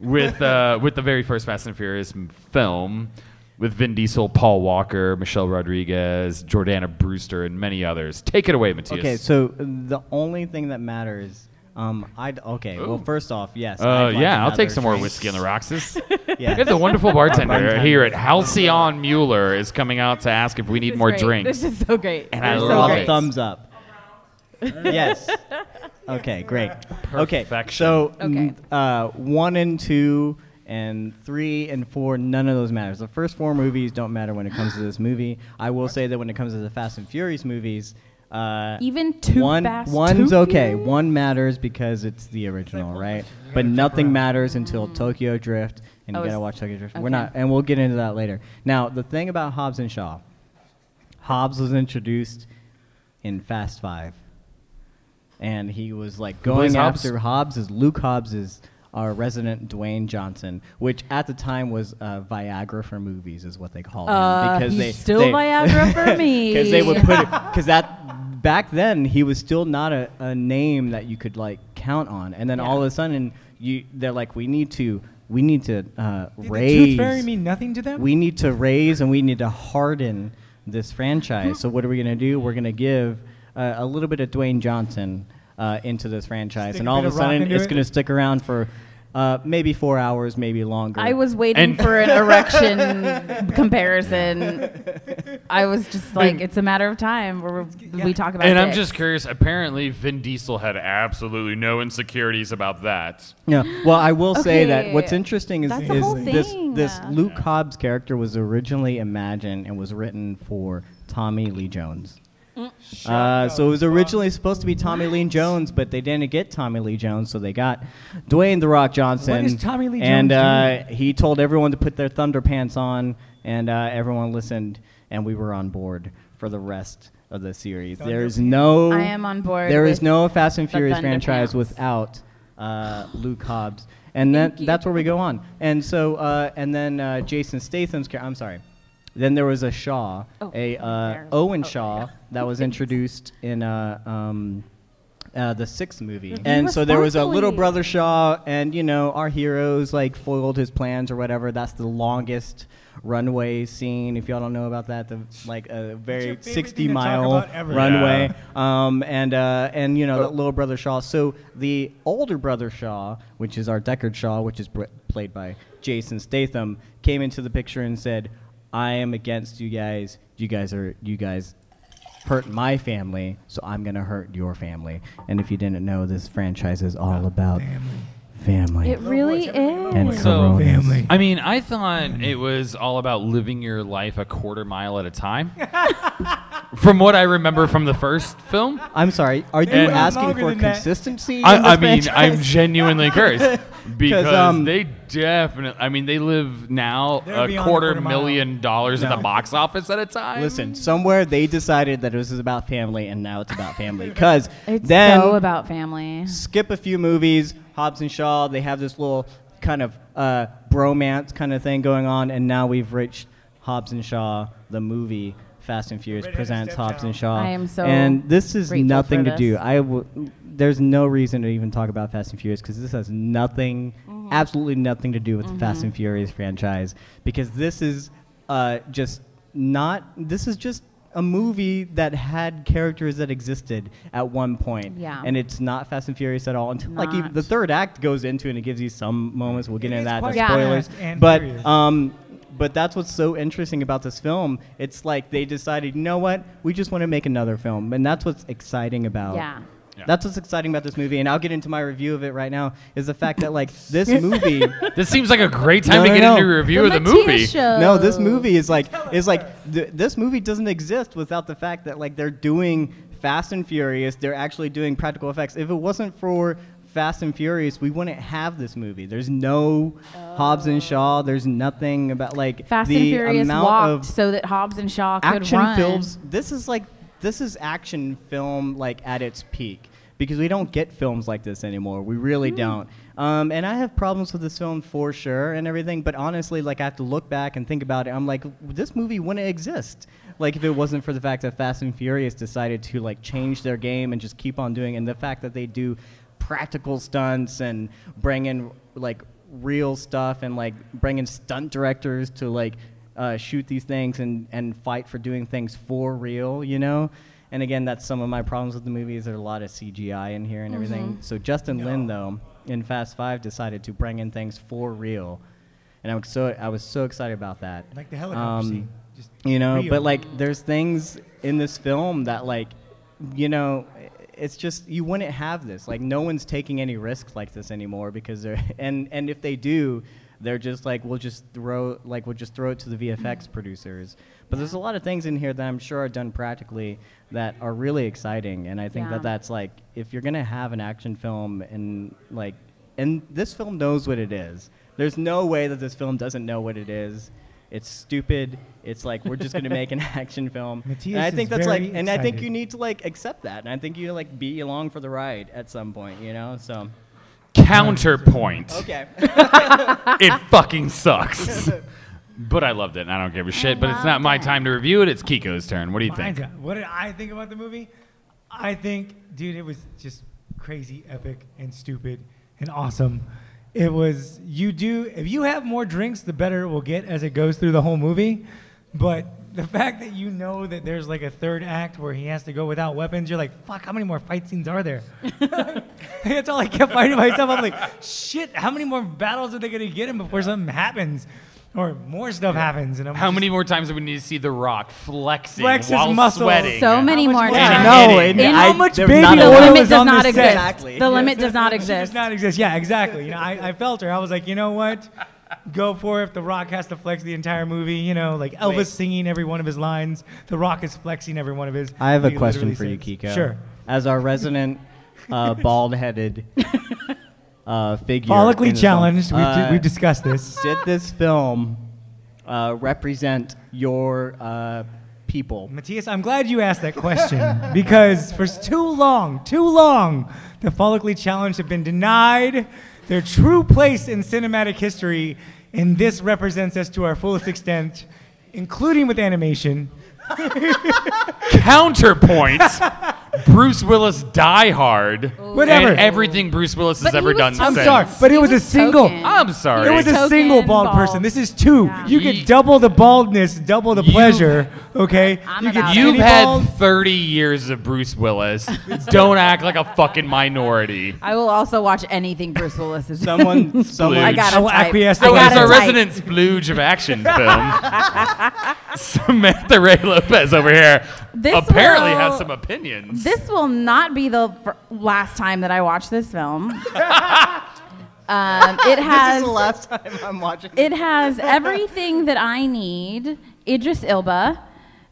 Speaker 3: with uh, with the very first Fast and Furious m- film, with Vin Diesel, Paul Walker, Michelle Rodriguez, Jordana Brewster, and many others. Take it away, Matthias.
Speaker 5: Okay, so the only thing that matters. Um, I'd okay. Well,
Speaker 3: Ooh.
Speaker 5: first off, yes.
Speaker 3: uh,
Speaker 5: I'd like
Speaker 3: yeah, I'll
Speaker 5: another
Speaker 3: take some more
Speaker 5: drink.
Speaker 3: whiskey on the Roxas.
Speaker 5: [LAUGHS] Yeah.
Speaker 3: We have the wonderful bartender
Speaker 5: Bartender.
Speaker 3: here at Halcyon Mueller is coming out to ask if we need
Speaker 1: This is
Speaker 3: more
Speaker 1: great.
Speaker 3: drinks.
Speaker 1: This is so great.
Speaker 3: And
Speaker 1: They're
Speaker 3: I
Speaker 1: so
Speaker 3: love
Speaker 1: great.
Speaker 3: it.
Speaker 5: thumbs up. yes. Okay, great. Okay.
Speaker 3: Perfection.
Speaker 5: So
Speaker 1: Okay.
Speaker 5: n- Uh, one and two and three and four, none of those matters. The first four movies don't matter when it comes to this movie. I will say that when it comes to the Fast and Furious movies, uh,
Speaker 1: Even too
Speaker 5: one
Speaker 1: fast.
Speaker 5: one's
Speaker 1: too
Speaker 5: okay.
Speaker 1: furious?
Speaker 5: One matters because it's the original, right? But nothing matters until Tokyo Drift, and
Speaker 1: Oh,
Speaker 5: you gotta
Speaker 1: it's-
Speaker 5: watch Tokyo Drift. We're
Speaker 1: okay.
Speaker 5: not, and we'll get into that later. Now, the thing about Hobbs and Shaw, Hobbs was introduced in Fast Five, and he was like
Speaker 3: plays
Speaker 5: going
Speaker 3: Hobbs?
Speaker 5: after Hobbs is Luke Hobbs is our resident Dwayne Johnson, which at the time was uh, Viagra for movies, is what they called
Speaker 1: Uh,
Speaker 5: him because
Speaker 1: he's
Speaker 5: they
Speaker 1: still
Speaker 5: they-
Speaker 1: Viagra
Speaker 5: [LAUGHS]
Speaker 1: for me.
Speaker 5: because they would put it because that back then he was still not a, a name that you could like count on and then all of a sudden you they're like we need to we need to uh,
Speaker 4: Did the
Speaker 5: raise.
Speaker 4: tooth fairy mean nothing to them?
Speaker 5: we need to raise and we need to harden this franchise. So what are we going to do? We're going to give uh, a little bit of Dwayne Johnson uh, into this franchise,
Speaker 4: Stick
Speaker 5: and
Speaker 4: a
Speaker 5: all
Speaker 4: bit
Speaker 5: of a
Speaker 4: of rock
Speaker 5: sudden
Speaker 4: into
Speaker 5: it's
Speaker 4: it?
Speaker 5: going to stick around for uh, maybe four hours, maybe longer.
Speaker 1: I was waiting
Speaker 3: And- [LAUGHS]
Speaker 1: for an erection comparison. I was just like, it's a matter of time where we talk about.
Speaker 3: And I'm
Speaker 1: dicks.
Speaker 3: just curious. Apparently, Vin Diesel had absolutely no insecurities about that.
Speaker 5: Yeah. Well, I will say that
Speaker 1: Okay,
Speaker 5: what's interesting is,
Speaker 1: that's
Speaker 4: the whole
Speaker 5: is this
Speaker 1: thing.
Speaker 5: this Luke Hobbs character was originally imagined and was written for Tommy Lee Jones. Uh, so it was originally supposed to be Tommy Lee Jones, but they didn't get Tommy Lee Jones, so they got Dwayne the Rock Johnson.
Speaker 4: What is Tommy Lee
Speaker 5: And uh,
Speaker 4: Jones
Speaker 5: he told everyone to put their thunder pants on, and uh, everyone listened, and we were on board for the rest of the series. there is no.
Speaker 1: I am on board
Speaker 5: There
Speaker 1: with
Speaker 5: is no Fast and
Speaker 1: the
Speaker 5: Furious
Speaker 1: thunder pants.
Speaker 5: franchise without uh, Luke Hobbs, and then
Speaker 1: you.
Speaker 5: that's where we go on. And so, uh, and then uh, Jason Statham's character. I'm sorry. Then there was a Shaw,
Speaker 1: Oh,
Speaker 5: a uh,
Speaker 1: there.
Speaker 5: Owen
Speaker 1: Oh,
Speaker 5: Shaw
Speaker 1: [LAUGHS]
Speaker 5: that was introduced in uh, um, uh, the sixth movie.
Speaker 1: Review
Speaker 5: And so there was a little
Speaker 1: responsibly.
Speaker 5: brother Shaw, and you know our heroes like foiled his plans or whatever. That's the longest runway scene. If y'all don't know about that, the like a very
Speaker 4: favorite thing to talk
Speaker 5: 60 mile
Speaker 4: about ever.
Speaker 5: runway.
Speaker 3: Yeah.
Speaker 5: Um, and uh, and you know
Speaker 3: Oh.
Speaker 5: that little brother Shaw. So the older brother Shaw, which is our Deckard Shaw, which is br- played by Jason Statham, came into the picture and said, "I am against you guys. You guys are you guys." Hurt my family, so I'm gonna hurt your family. And if you didn't know, this franchise is all about family,
Speaker 1: It really
Speaker 5: and
Speaker 1: is.
Speaker 3: So-
Speaker 5: coronas.
Speaker 4: Family.
Speaker 3: I mean, I thought it was all about living your life a quarter mile at a
Speaker 5: [LAUGHS]
Speaker 3: time. from what I remember from the first film,
Speaker 5: I'm sorry. Are you
Speaker 3: And-
Speaker 5: asking
Speaker 4: Longer
Speaker 5: for
Speaker 4: than that.
Speaker 5: consistency? in this
Speaker 3: I, I mean,
Speaker 5: franchise?
Speaker 3: I'm genuinely
Speaker 5: [LAUGHS]
Speaker 3: cursed because
Speaker 5: um,
Speaker 3: they definitely. I mean, they live now
Speaker 4: They're
Speaker 3: a
Speaker 4: beyond a
Speaker 3: quarter
Speaker 4: quarter mile.
Speaker 3: million dollars at
Speaker 5: No.
Speaker 3: the box office at a time.
Speaker 5: Listen, somewhere they decided that this is about family, and now it's
Speaker 1: [LAUGHS]
Speaker 5: about family. Because
Speaker 1: It's
Speaker 5: then
Speaker 1: so about family.
Speaker 5: skip a few movies, Hobbs and Shaw, they have this little kind of uh, bromance kind of thing going on, and now we've reached Hobbs and Shaw, the movie. Fast and Furious
Speaker 4: Ready to
Speaker 5: presents
Speaker 4: step
Speaker 5: Hobbs
Speaker 4: down.
Speaker 5: and Shaw.
Speaker 1: I am so
Speaker 5: And this is
Speaker 1: grateful
Speaker 5: nothing
Speaker 1: for
Speaker 5: to do.
Speaker 1: this.
Speaker 5: I w- there's no reason to even talk about Fast and Furious because this has nothing,
Speaker 1: Mm-hmm.
Speaker 5: absolutely nothing to do with the Fast and Furious franchise. Because this is uh, just not. This is just a movie that had characters that existed at one point.
Speaker 1: Yeah.
Speaker 5: And it's not Fast and Furious at all. Until, like even
Speaker 1: Not.
Speaker 5: the third act goes into and it gives you some moments. We'll get
Speaker 4: It
Speaker 5: into
Speaker 4: is
Speaker 5: that.
Speaker 4: quite
Speaker 5: that's
Speaker 1: Yeah.
Speaker 5: spoilers.
Speaker 4: fast and
Speaker 5: but
Speaker 4: furious.
Speaker 5: um, but that's what's so interesting about this film. It's like they decided, you know what? We just want to make another film, and that's what's exciting about.
Speaker 1: Yeah.
Speaker 3: Yeah.
Speaker 5: That's what's exciting about this movie, and I'll get into my review of it right now. Is the fact that like
Speaker 1: [LAUGHS]
Speaker 5: this movie,
Speaker 3: this seems like a great time
Speaker 5: No,
Speaker 3: to
Speaker 5: no,
Speaker 3: get
Speaker 5: no.
Speaker 3: into a review of the
Speaker 1: Matia
Speaker 3: movie.
Speaker 1: Show.
Speaker 5: no, this movie is like is like th- this movie doesn't exist without the fact that like they're doing Fast and Furious. They're actually doing practical effects. If it wasn't for Fast and Furious, we wouldn't have this movie. There's no Hobbs and Shaw. There's nothing about like
Speaker 1: Oh. Fast
Speaker 5: the
Speaker 1: and Furious
Speaker 5: amount
Speaker 1: walked
Speaker 5: of
Speaker 1: so that Hobbs and Shaw could
Speaker 5: action
Speaker 1: run.
Speaker 5: films. This is like this is action film like at its peak because we don't get films like this anymore. We
Speaker 1: Hmm.
Speaker 5: really don't. Um, and I have problems with this film for sure and everything. But honestly, like I have to look back and think about it. I'm like, this movie wouldn't exist. Like if it wasn't for the fact that Fast and Furious decided to like change their game and just keep on doing, and the fact that they do practical stunts and bring in like real stuff and like bringing stunt directors to like uh, shoot these things and, and fight for doing things for real, you know? And again, that's some of my problems with the movie is there's a lot of CGI in here and everything. So Justin Lin, though, in Fast Five decided to bring in things for real. And I'm so I was so excited about that. Um,
Speaker 4: Like the helicopter scene. Just
Speaker 5: You know,
Speaker 4: real.
Speaker 5: but like there's things in this film that like you know it's just you wouldn't have this. Like no one's taking any risks like this anymore because they're [LAUGHS] and and if they do, they're just like we'll just throw like we'll just throw it to the VFX producers. But there's a lot of things in here that I'm sure are done practically that are really exciting and I think
Speaker 1: Yeah.
Speaker 5: that that's like if you're going to have an action film and like and this film knows what it is. There's no way that this film doesn't know what it is. It's stupid. It's like we're just gonna make an [LAUGHS] action film.
Speaker 4: Matthias
Speaker 5: and I think
Speaker 4: is
Speaker 5: that's like,
Speaker 4: very
Speaker 5: and I think
Speaker 4: excited.
Speaker 5: you need to like accept that, and I think you like be along for the ride at some point, you know. So
Speaker 3: Counterpoint.
Speaker 1: [LAUGHS]
Speaker 5: okay,
Speaker 3: it fucking sucks. [LAUGHS] But I loved it, and I don't give a shit. But it's not my time to review it. It's Kiko's turn. What do you
Speaker 4: Mine's
Speaker 3: think?
Speaker 4: out. What did I think about the movie? I think, dude, it was just crazy, epic, and stupid, and awesome. It was you do if you have more drinks, the better it will get as it goes through the whole movie. But the fact that you know that there's like a third act where he has to go without weapons, you're like, fuck, how many more fight scenes are
Speaker 3: [LAUGHS]
Speaker 4: there? [LAUGHS] That's all I kept fighting myself. I'm like, shit, how many more battles are they gonna get in before something happens? Or more stuff happens and I'm
Speaker 3: How
Speaker 4: just-
Speaker 3: many more times do we need to see The Rock flexing
Speaker 4: Flex his
Speaker 3: while
Speaker 4: muscles.
Speaker 3: sweating?
Speaker 1: So many
Speaker 4: much
Speaker 1: more
Speaker 4: more?
Speaker 5: [LAUGHS]
Speaker 1: times.
Speaker 3: Yeah, no,
Speaker 1: it- And how I-
Speaker 4: much
Speaker 5: there's
Speaker 4: baby
Speaker 5: not a
Speaker 1: The
Speaker 4: oil
Speaker 5: lot-
Speaker 4: Oil
Speaker 1: limit
Speaker 4: was
Speaker 1: does
Speaker 4: on
Speaker 1: not
Speaker 4: the
Speaker 1: exist.
Speaker 4: set.
Speaker 5: Exactly.
Speaker 1: The limit does not
Speaker 4: She does
Speaker 1: exist.
Speaker 4: not exist. Yeah, exactly. You know, I, I felt her. I was like, you know what? Go for it. If The Rock has to flex the entire movie, you know, like Elvis
Speaker 5: Wait.
Speaker 4: singing every one of his lines. The Rock is flexing every one of his.
Speaker 5: I have a
Speaker 4: he
Speaker 5: question for
Speaker 4: literally
Speaker 5: you,
Speaker 4: says-
Speaker 5: Kiko.
Speaker 4: Sure.
Speaker 5: As our [LAUGHS] resident uh, bald-headed uh, figure, in
Speaker 4: Follically
Speaker 5: the film,
Speaker 4: challenged. We've,
Speaker 5: uh,
Speaker 4: we've discussed this.
Speaker 5: did this film uh, represent your uh, people?
Speaker 4: Matthias, I'm glad you asked that question because for too long, too long, the follically challenged have been denied their true place in cinematic history, and this represents us to our fullest extent, including with animation.
Speaker 3: Counterpoint:
Speaker 4: [LAUGHS]
Speaker 3: Bruce Willis Die Hard.
Speaker 4: Whatever.
Speaker 3: And everything Bruce Willis has
Speaker 1: But he
Speaker 3: ever
Speaker 1: was
Speaker 3: done
Speaker 1: token.
Speaker 4: I'm
Speaker 3: since.
Speaker 4: sorry, but it
Speaker 1: He
Speaker 4: was a
Speaker 1: was
Speaker 4: single.
Speaker 1: token.
Speaker 3: I'm sorry.
Speaker 4: It was a
Speaker 1: Token
Speaker 4: single bald
Speaker 1: bald.
Speaker 4: person. This is two.
Speaker 1: Yeah.
Speaker 4: You get
Speaker 3: Ye-
Speaker 4: double the baldness, double the
Speaker 3: You-
Speaker 4: pleasure. Okay.
Speaker 1: I'm
Speaker 4: you
Speaker 1: about
Speaker 4: get
Speaker 1: it.
Speaker 3: You've
Speaker 4: skinny
Speaker 3: had
Speaker 4: bald.
Speaker 3: 30 years of Bruce
Speaker 4: [LAUGHS]
Speaker 3: Willis. Don't act like a fucking minority.
Speaker 1: I will also watch anything Bruce Willis is in.
Speaker 5: [LAUGHS] Someone, someone.
Speaker 1: I got
Speaker 4: I will
Speaker 1: it.
Speaker 4: acquiesce to
Speaker 1: I
Speaker 3: So
Speaker 4: what
Speaker 1: got
Speaker 3: as
Speaker 1: a
Speaker 4: you
Speaker 3: our
Speaker 4: said.
Speaker 1: type.
Speaker 3: resident splooge of action film,
Speaker 4: [LAUGHS]
Speaker 3: Samantha Ray Lopez over here
Speaker 1: This
Speaker 3: apparently
Speaker 1: will-
Speaker 3: has some opinions.
Speaker 1: This will not be the fir- last time that I watch this
Speaker 4: [LAUGHS]
Speaker 1: film. um, it
Speaker 5: This is
Speaker 1: has
Speaker 5: the last time I'm watching.
Speaker 1: it has everything that I need. Idris Ilba,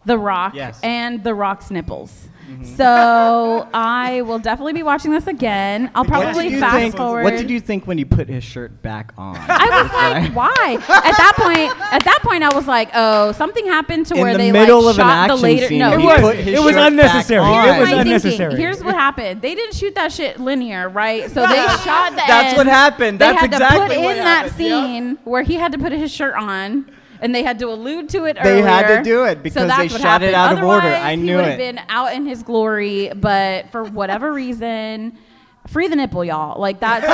Speaker 1: The Rock,
Speaker 5: Yes. Mm-hmm.
Speaker 1: and The Rock's nipples. So I will definitely be watching this again. I'll probably fast
Speaker 5: think,
Speaker 1: forward.
Speaker 5: What did you think when he put his shirt back
Speaker 1: [LAUGHS]
Speaker 5: on?
Speaker 1: I
Speaker 5: [LAUGHS]
Speaker 1: was like, why? At that point, at that point, I was like, oh, something happened to
Speaker 5: In
Speaker 1: where
Speaker 5: the
Speaker 1: they
Speaker 5: middle
Speaker 1: like
Speaker 5: of an
Speaker 1: shot the
Speaker 5: action
Speaker 1: later.
Speaker 5: scene,
Speaker 1: no, it
Speaker 5: he
Speaker 1: was-
Speaker 5: put his
Speaker 4: it was
Speaker 5: shirt back
Speaker 4: unnecessary. It
Speaker 5: on.
Speaker 4: was
Speaker 1: my thinking.
Speaker 4: unnecessary.
Speaker 1: Here's what happened. They didn't shoot that shit linear, right? So
Speaker 5: [LAUGHS]
Speaker 1: they shot the
Speaker 5: That's
Speaker 1: end.
Speaker 5: what happened.
Speaker 1: They
Speaker 5: That's
Speaker 1: had to put
Speaker 5: exactly
Speaker 1: in
Speaker 5: what
Speaker 1: that
Speaker 5: happened. Yep.
Speaker 1: scene where he had to put his shirt on. And they had to allude to it
Speaker 5: They
Speaker 1: earlier.
Speaker 5: had to do it
Speaker 1: So
Speaker 5: because
Speaker 1: that's
Speaker 5: they
Speaker 1: what
Speaker 5: shot it
Speaker 1: happened.
Speaker 5: out of order.
Speaker 1: Otherwise,
Speaker 5: I
Speaker 1: he
Speaker 5: knew
Speaker 1: would
Speaker 5: it.
Speaker 1: have been out in his glory, but for whatever [LAUGHS] reason, free the nipple, y'all. Like
Speaker 5: [LAUGHS]
Speaker 1: that's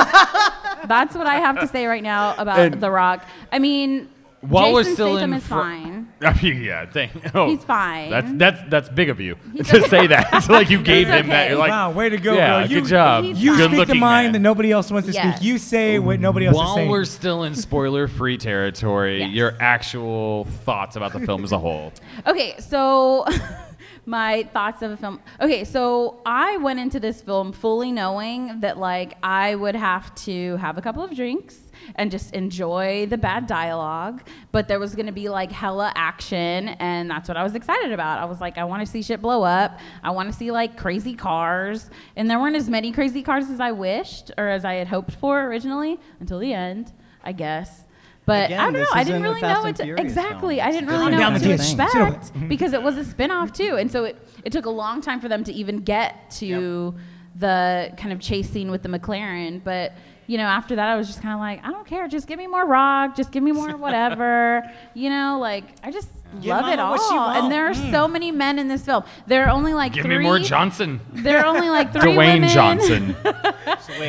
Speaker 1: that's what I have to say right now about
Speaker 3: And-
Speaker 1: The Rock. I mean,
Speaker 3: While
Speaker 1: Jason
Speaker 3: we're still
Speaker 1: Statham
Speaker 3: in
Speaker 1: is
Speaker 3: fr-
Speaker 1: fine.
Speaker 3: I mean, yeah, [LAUGHS] thank, oh,
Speaker 1: He's fine.
Speaker 3: That's that's that's big of you [LAUGHS] to say
Speaker 1: [LAUGHS]
Speaker 3: that. It's like you gave him that.
Speaker 1: okay.
Speaker 3: You're like,
Speaker 4: Wow, way to go,
Speaker 3: yeah,
Speaker 4: girl. You-
Speaker 3: good job.
Speaker 1: he's
Speaker 4: You
Speaker 1: Good
Speaker 4: speak the
Speaker 3: looking
Speaker 4: mind that
Speaker 3: man.
Speaker 4: nobody else wants to
Speaker 1: Yes.
Speaker 4: speak. You say what nobody else is
Speaker 3: While
Speaker 4: saying.
Speaker 3: we're still in spoiler-free territory,
Speaker 1: Yes.
Speaker 3: your actual thoughts about the film as a whole.
Speaker 1: Okay, so [LAUGHS] my thoughts of a film. Okay, so I went into this film fully knowing that like I would have to have a couple of drinks and just enjoy the bad dialogue, but there was going to be like hella action and that's what I was excited about. I was like I want to see shit blow up. I want to see like crazy cars. And there weren't as many crazy cars as I wished or as I had hoped for originally until the end, I guess. But
Speaker 5: Again,
Speaker 1: I don't know.
Speaker 5: this
Speaker 1: I
Speaker 5: isn't
Speaker 1: didn't
Speaker 5: a
Speaker 1: really
Speaker 5: Fast
Speaker 1: know
Speaker 5: and
Speaker 1: what to,
Speaker 5: Furious
Speaker 1: exactly.
Speaker 5: film.
Speaker 1: I didn't really
Speaker 4: Calm
Speaker 1: know
Speaker 4: down,
Speaker 1: what to
Speaker 4: Matthias. Sit
Speaker 1: expect
Speaker 4: down.
Speaker 1: because it was a spin-off too and so it, it took a long time for them to even get to the kind of chase scene with the mclaren but you know after that i was just kind of like i don't care just give me more rock just give me
Speaker 4: [LAUGHS]
Speaker 1: more whatever you know like i just love it
Speaker 4: Mama what she Mm.
Speaker 1: all
Speaker 4: want.
Speaker 1: and there are so many men in this film there are only like
Speaker 3: Give
Speaker 1: three
Speaker 3: me more Johnson.
Speaker 1: there are only like three
Speaker 3: [LAUGHS] Dwayne
Speaker 1: women. [LAUGHS]
Speaker 3: Johnson.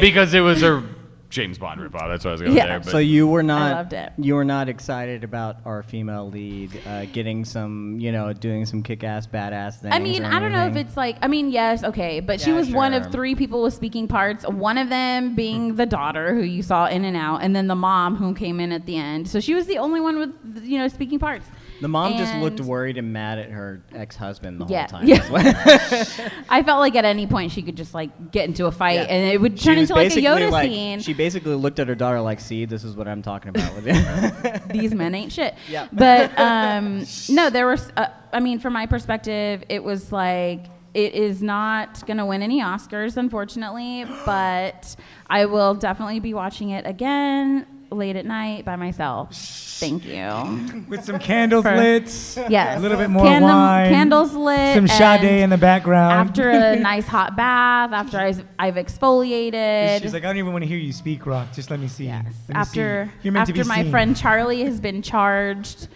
Speaker 3: because it was a James Bond ripoff. That's what I was going
Speaker 1: Yeah.
Speaker 3: there. But
Speaker 5: So you were not.
Speaker 1: loved it.
Speaker 5: You were not excited about our female lead uh, getting some, you know, doing some kick-ass, badass things.
Speaker 1: I mean,
Speaker 5: or
Speaker 1: I don't know if
Speaker 5: anything?
Speaker 1: it's like. I mean, yes, okay, but she
Speaker 5: Yeah,
Speaker 1: was one
Speaker 5: sure.
Speaker 1: of three people with speaking parts. One of them being the daughter who you saw in and out, and then the mom who came in at the end. So she was the only one with you know speaking parts.
Speaker 5: The mom just looked
Speaker 1: And-
Speaker 5: worried and mad at her ex-husband the
Speaker 1: Yeah,
Speaker 5: whole time.
Speaker 1: yeah. [LAUGHS]
Speaker 5: That's what-
Speaker 1: I felt like at any point she could just like get into a fight,
Speaker 5: Yeah.
Speaker 1: and it would
Speaker 5: She
Speaker 1: turn
Speaker 5: was
Speaker 1: into like a
Speaker 5: basically
Speaker 1: Yoda
Speaker 5: like-
Speaker 1: scene.
Speaker 5: She basically looked at her daughter like, "See, this is what I'm talking about
Speaker 1: [LAUGHS]
Speaker 5: with it."
Speaker 1: these men ain't shit.
Speaker 5: Yeah.
Speaker 1: But um, no, there was. Uh, I mean, from my perspective, it was like it is not going to win any Oscars, unfortunately. But I will definitely be watching it again late at night by myself. Thank
Speaker 4: [LAUGHS]
Speaker 1: you.
Speaker 4: with some candles
Speaker 1: For-
Speaker 4: lit,
Speaker 1: Yes.
Speaker 4: a little bit more
Speaker 1: Candle-
Speaker 4: wine,
Speaker 1: Candles lit.
Speaker 4: some Sade
Speaker 1: and
Speaker 4: in the background.
Speaker 1: After a nice hot bath, after I've, I've exfoliated.
Speaker 4: she's like, I don't even want to hear you speak, Rock. Just let me see.
Speaker 1: Yes.
Speaker 4: Let me
Speaker 1: After
Speaker 4: see. You're meant to
Speaker 1: after
Speaker 4: be
Speaker 1: my
Speaker 4: seen."
Speaker 1: friend Charlie has been charged,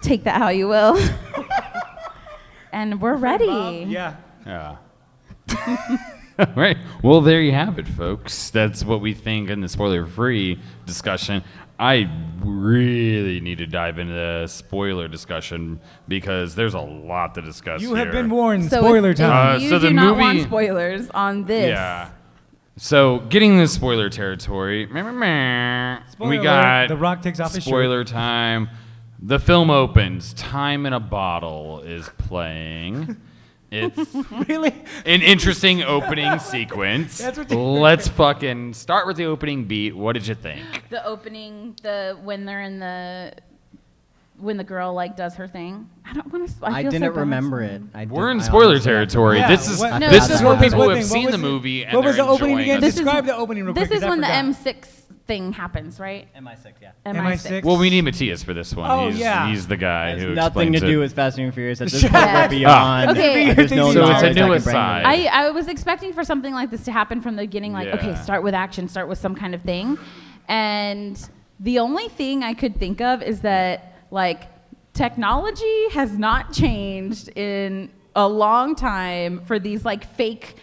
Speaker 1: take that how you will. and we're ready.
Speaker 4: Yeah.
Speaker 3: yeah. [LAUGHS] right. Well, there you have it, folks. That's what we think in the spoiler free discussion. I really need to dive into the spoiler discussion because there's a lot to discuss.
Speaker 4: You have
Speaker 3: here.
Speaker 4: been warned.
Speaker 1: So
Speaker 4: Spoiler
Speaker 1: if,
Speaker 4: time.
Speaker 3: Uh,
Speaker 1: If you
Speaker 3: so
Speaker 1: do
Speaker 3: the
Speaker 1: not want
Speaker 3: movie-
Speaker 1: spoilers on this.
Speaker 3: Yeah. So, getting into spoiler territory, meh, meh, meh, we
Speaker 4: Spoiler
Speaker 3: got
Speaker 4: alert, The Rock takes off his shirt.
Speaker 3: spoiler time. The film opens. Time in a Bottle is
Speaker 4: [LAUGHS]
Speaker 3: playing. It's
Speaker 4: really?
Speaker 3: an
Speaker 4: [LAUGHS]
Speaker 3: interesting opening sequence.
Speaker 4: That's what you-
Speaker 3: Let's fucking start with the opening beat. What did you think?
Speaker 1: The opening, the when they're in the when the girl like does her thing. I don't want to. I,
Speaker 5: I
Speaker 1: feel so
Speaker 5: didn't
Speaker 1: bad.
Speaker 5: remember it. I
Speaker 3: We're
Speaker 5: didn't-
Speaker 3: in
Speaker 5: I
Speaker 3: spoiler
Speaker 5: honestly-
Speaker 3: territory.
Speaker 4: Yeah,
Speaker 3: this is
Speaker 4: what-
Speaker 1: No,
Speaker 3: this
Speaker 1: no,
Speaker 3: is
Speaker 1: no,
Speaker 3: where
Speaker 1: no, no.
Speaker 3: people
Speaker 1: What
Speaker 3: have
Speaker 4: thing? What
Speaker 3: seen
Speaker 4: was
Speaker 3: the
Speaker 4: it?
Speaker 3: movie and
Speaker 4: What was
Speaker 3: they're
Speaker 4: the opening
Speaker 3: enjoying
Speaker 4: again?
Speaker 3: it.
Speaker 1: This
Speaker 4: Describe
Speaker 1: is,
Speaker 4: the opening real
Speaker 1: This
Speaker 4: quick,
Speaker 1: is
Speaker 4: 'cause I
Speaker 1: when
Speaker 4: forgot.
Speaker 1: the M6 thing happens, right?
Speaker 5: MI6, yeah.
Speaker 4: MI6.
Speaker 3: Well, we need Matthias for this one.
Speaker 4: Oh,
Speaker 3: he's,
Speaker 4: yeah.
Speaker 3: he's the guy
Speaker 5: It has
Speaker 3: who
Speaker 5: nothing to
Speaker 3: explains
Speaker 5: do
Speaker 3: it. Ah.
Speaker 5: with Fast and Furious at
Speaker 1: [LAUGHS]
Speaker 5: this
Speaker 4: Yes.
Speaker 5: point. We're beyond.
Speaker 1: Okay.
Speaker 5: There's no
Speaker 4: So it's a
Speaker 5: knowledge I can
Speaker 3: new
Speaker 5: bring to
Speaker 3: aside.
Speaker 5: this.
Speaker 1: I, I was expecting for something like this to happen from the beginning, like, okay,
Speaker 3: Yeah.
Speaker 1: start with action, start with some kind of thing. And the only thing I could think of is that, like, technology has not changed in a long time for these, like, fake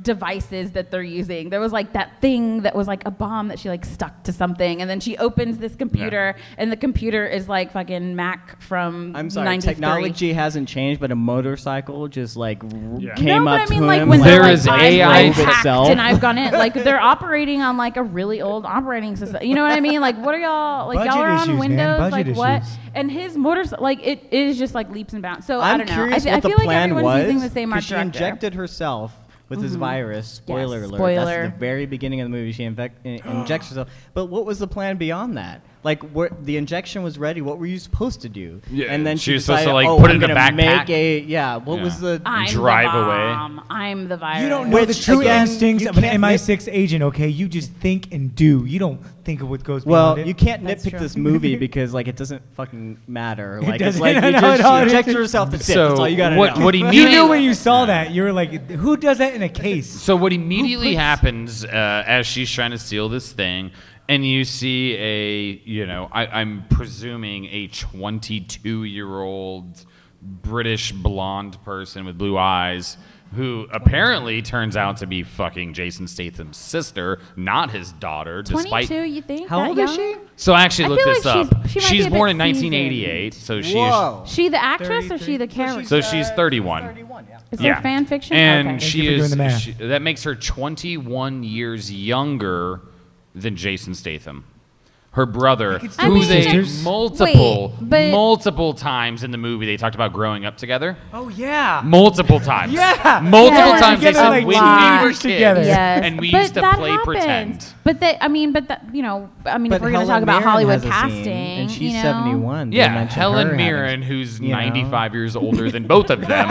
Speaker 1: devices that they're using. There was like that thing that was like a bomb that she like stuck to something and then she opens this computer and the computer is like fucking Mac from
Speaker 5: I'm sorry,
Speaker 1: 93.
Speaker 5: technology hasn't changed, but a motorcycle just like r-
Speaker 3: Yeah.
Speaker 5: came
Speaker 1: no, but I
Speaker 5: up
Speaker 1: mean,
Speaker 5: to
Speaker 1: like
Speaker 5: him.
Speaker 1: when
Speaker 3: There
Speaker 1: they're
Speaker 3: is
Speaker 1: like,
Speaker 3: AI
Speaker 1: I've, I've hacked
Speaker 5: itself.
Speaker 1: and I've gone in. Like they're operating on like a really old operating system. You know what I mean? Like what are y'all like? y'all
Speaker 4: Budget
Speaker 1: are on
Speaker 4: issues, man.
Speaker 1: Windows. like
Speaker 4: Budget
Speaker 1: what?
Speaker 4: issues.
Speaker 1: And his motorcycle, like it, it is just like leaps and bounds. So I
Speaker 5: I'm
Speaker 1: don't know. I,
Speaker 5: curious
Speaker 1: thi- I
Speaker 5: what the
Speaker 1: feel like
Speaker 5: plan
Speaker 1: everyone's
Speaker 5: was.
Speaker 1: using the same
Speaker 5: 'cause
Speaker 1: art
Speaker 5: she
Speaker 1: director.
Speaker 5: injected herself with this virus. Spoiler alert.
Speaker 1: spoiler.
Speaker 5: That's the very beginning of the movie. She infect, in- injects herself. But what was the plan beyond that? Like, where, the injection was ready. What were you supposed to do?
Speaker 3: Yeah,
Speaker 5: and then she,
Speaker 3: she was supposed to,
Speaker 5: decided,
Speaker 3: like,
Speaker 5: oh,
Speaker 3: put it
Speaker 5: I'm
Speaker 3: in a
Speaker 5: gonna
Speaker 3: backpack.
Speaker 5: Make a, yeah. What
Speaker 3: Yeah.
Speaker 5: was the?
Speaker 1: I'm
Speaker 3: drive
Speaker 1: the
Speaker 3: away.
Speaker 1: bomb. I'm the virus.
Speaker 4: You don't know the
Speaker 5: Which,
Speaker 4: true
Speaker 5: again,
Speaker 4: instincts
Speaker 5: you
Speaker 4: of an
Speaker 5: can't
Speaker 4: MI6 agent, okay? You just think and do. You don't think of what goes
Speaker 5: Well,
Speaker 4: behind it.
Speaker 5: you can't
Speaker 1: That's
Speaker 5: nitpick
Speaker 1: true.
Speaker 5: this movie because like it doesn't fucking matter. Like it's
Speaker 4: doesn't-
Speaker 5: like
Speaker 4: no,
Speaker 5: you
Speaker 4: no,
Speaker 5: just
Speaker 4: no,
Speaker 5: she
Speaker 4: it
Speaker 5: injected
Speaker 4: doesn't.
Speaker 5: herself. That's it.
Speaker 3: So
Speaker 5: That's all you gotta
Speaker 3: what-
Speaker 5: know.
Speaker 3: what he
Speaker 4: You
Speaker 3: Meaning-
Speaker 4: knew when you saw that. You were like, who does that in a case?
Speaker 3: So what immediately happens uh, as she's trying to steal this thing, and you see a you know I, I'm presuming a 22 year old British blonde person with blue eyes who apparently turns out to be fucking Jason Statham's sister, not his daughter, despite.
Speaker 1: 22. You think?
Speaker 5: How
Speaker 1: that
Speaker 5: old is
Speaker 1: young?
Speaker 5: she?
Speaker 3: So I actually
Speaker 1: I
Speaker 3: looked
Speaker 1: feel
Speaker 3: this
Speaker 1: like
Speaker 3: up.
Speaker 1: she's- she might be a
Speaker 3: born
Speaker 1: bit
Speaker 3: in 1988, so she's
Speaker 1: She the actress or she
Speaker 4: 33?
Speaker 1: the character?
Speaker 3: so she's 31.
Speaker 5: yeah.
Speaker 1: is
Speaker 3: yeah.
Speaker 1: there fan fiction?
Speaker 3: And
Speaker 1: okay.
Speaker 3: she
Speaker 4: you for doing
Speaker 3: is
Speaker 4: the math.
Speaker 3: she- that makes her 21 years younger than Jason Statham. Her brother,
Speaker 4: could
Speaker 1: still
Speaker 3: who
Speaker 1: be
Speaker 3: they
Speaker 4: sisters.
Speaker 3: multiple,
Speaker 1: Wait, but-
Speaker 3: multiple times in the movie they talked about growing up together.
Speaker 4: Oh, yeah.
Speaker 3: Multiple times.
Speaker 4: Yeah.
Speaker 3: Multiple
Speaker 1: Yeah.
Speaker 3: times they
Speaker 4: Together
Speaker 3: said
Speaker 4: like
Speaker 3: when we were
Speaker 4: teenagers
Speaker 3: kids
Speaker 4: together.
Speaker 1: Yes,
Speaker 3: and we
Speaker 1: but
Speaker 3: used to
Speaker 1: that
Speaker 3: play
Speaker 1: happens.
Speaker 3: pretend.
Speaker 1: But they, I mean, but that, you know, I mean, if
Speaker 5: But
Speaker 1: we're going to talk
Speaker 5: Helen
Speaker 1: about
Speaker 5: Mirren
Speaker 1: Hollywood
Speaker 5: has a
Speaker 1: casting,
Speaker 5: scene, and she's
Speaker 1: you know,
Speaker 5: 71. They
Speaker 3: Yeah,
Speaker 5: mentioned her
Speaker 3: Helen
Speaker 5: having-
Speaker 3: Mirren, who's
Speaker 5: you know?
Speaker 3: 95 years
Speaker 4: [LAUGHS]
Speaker 3: older than both of them,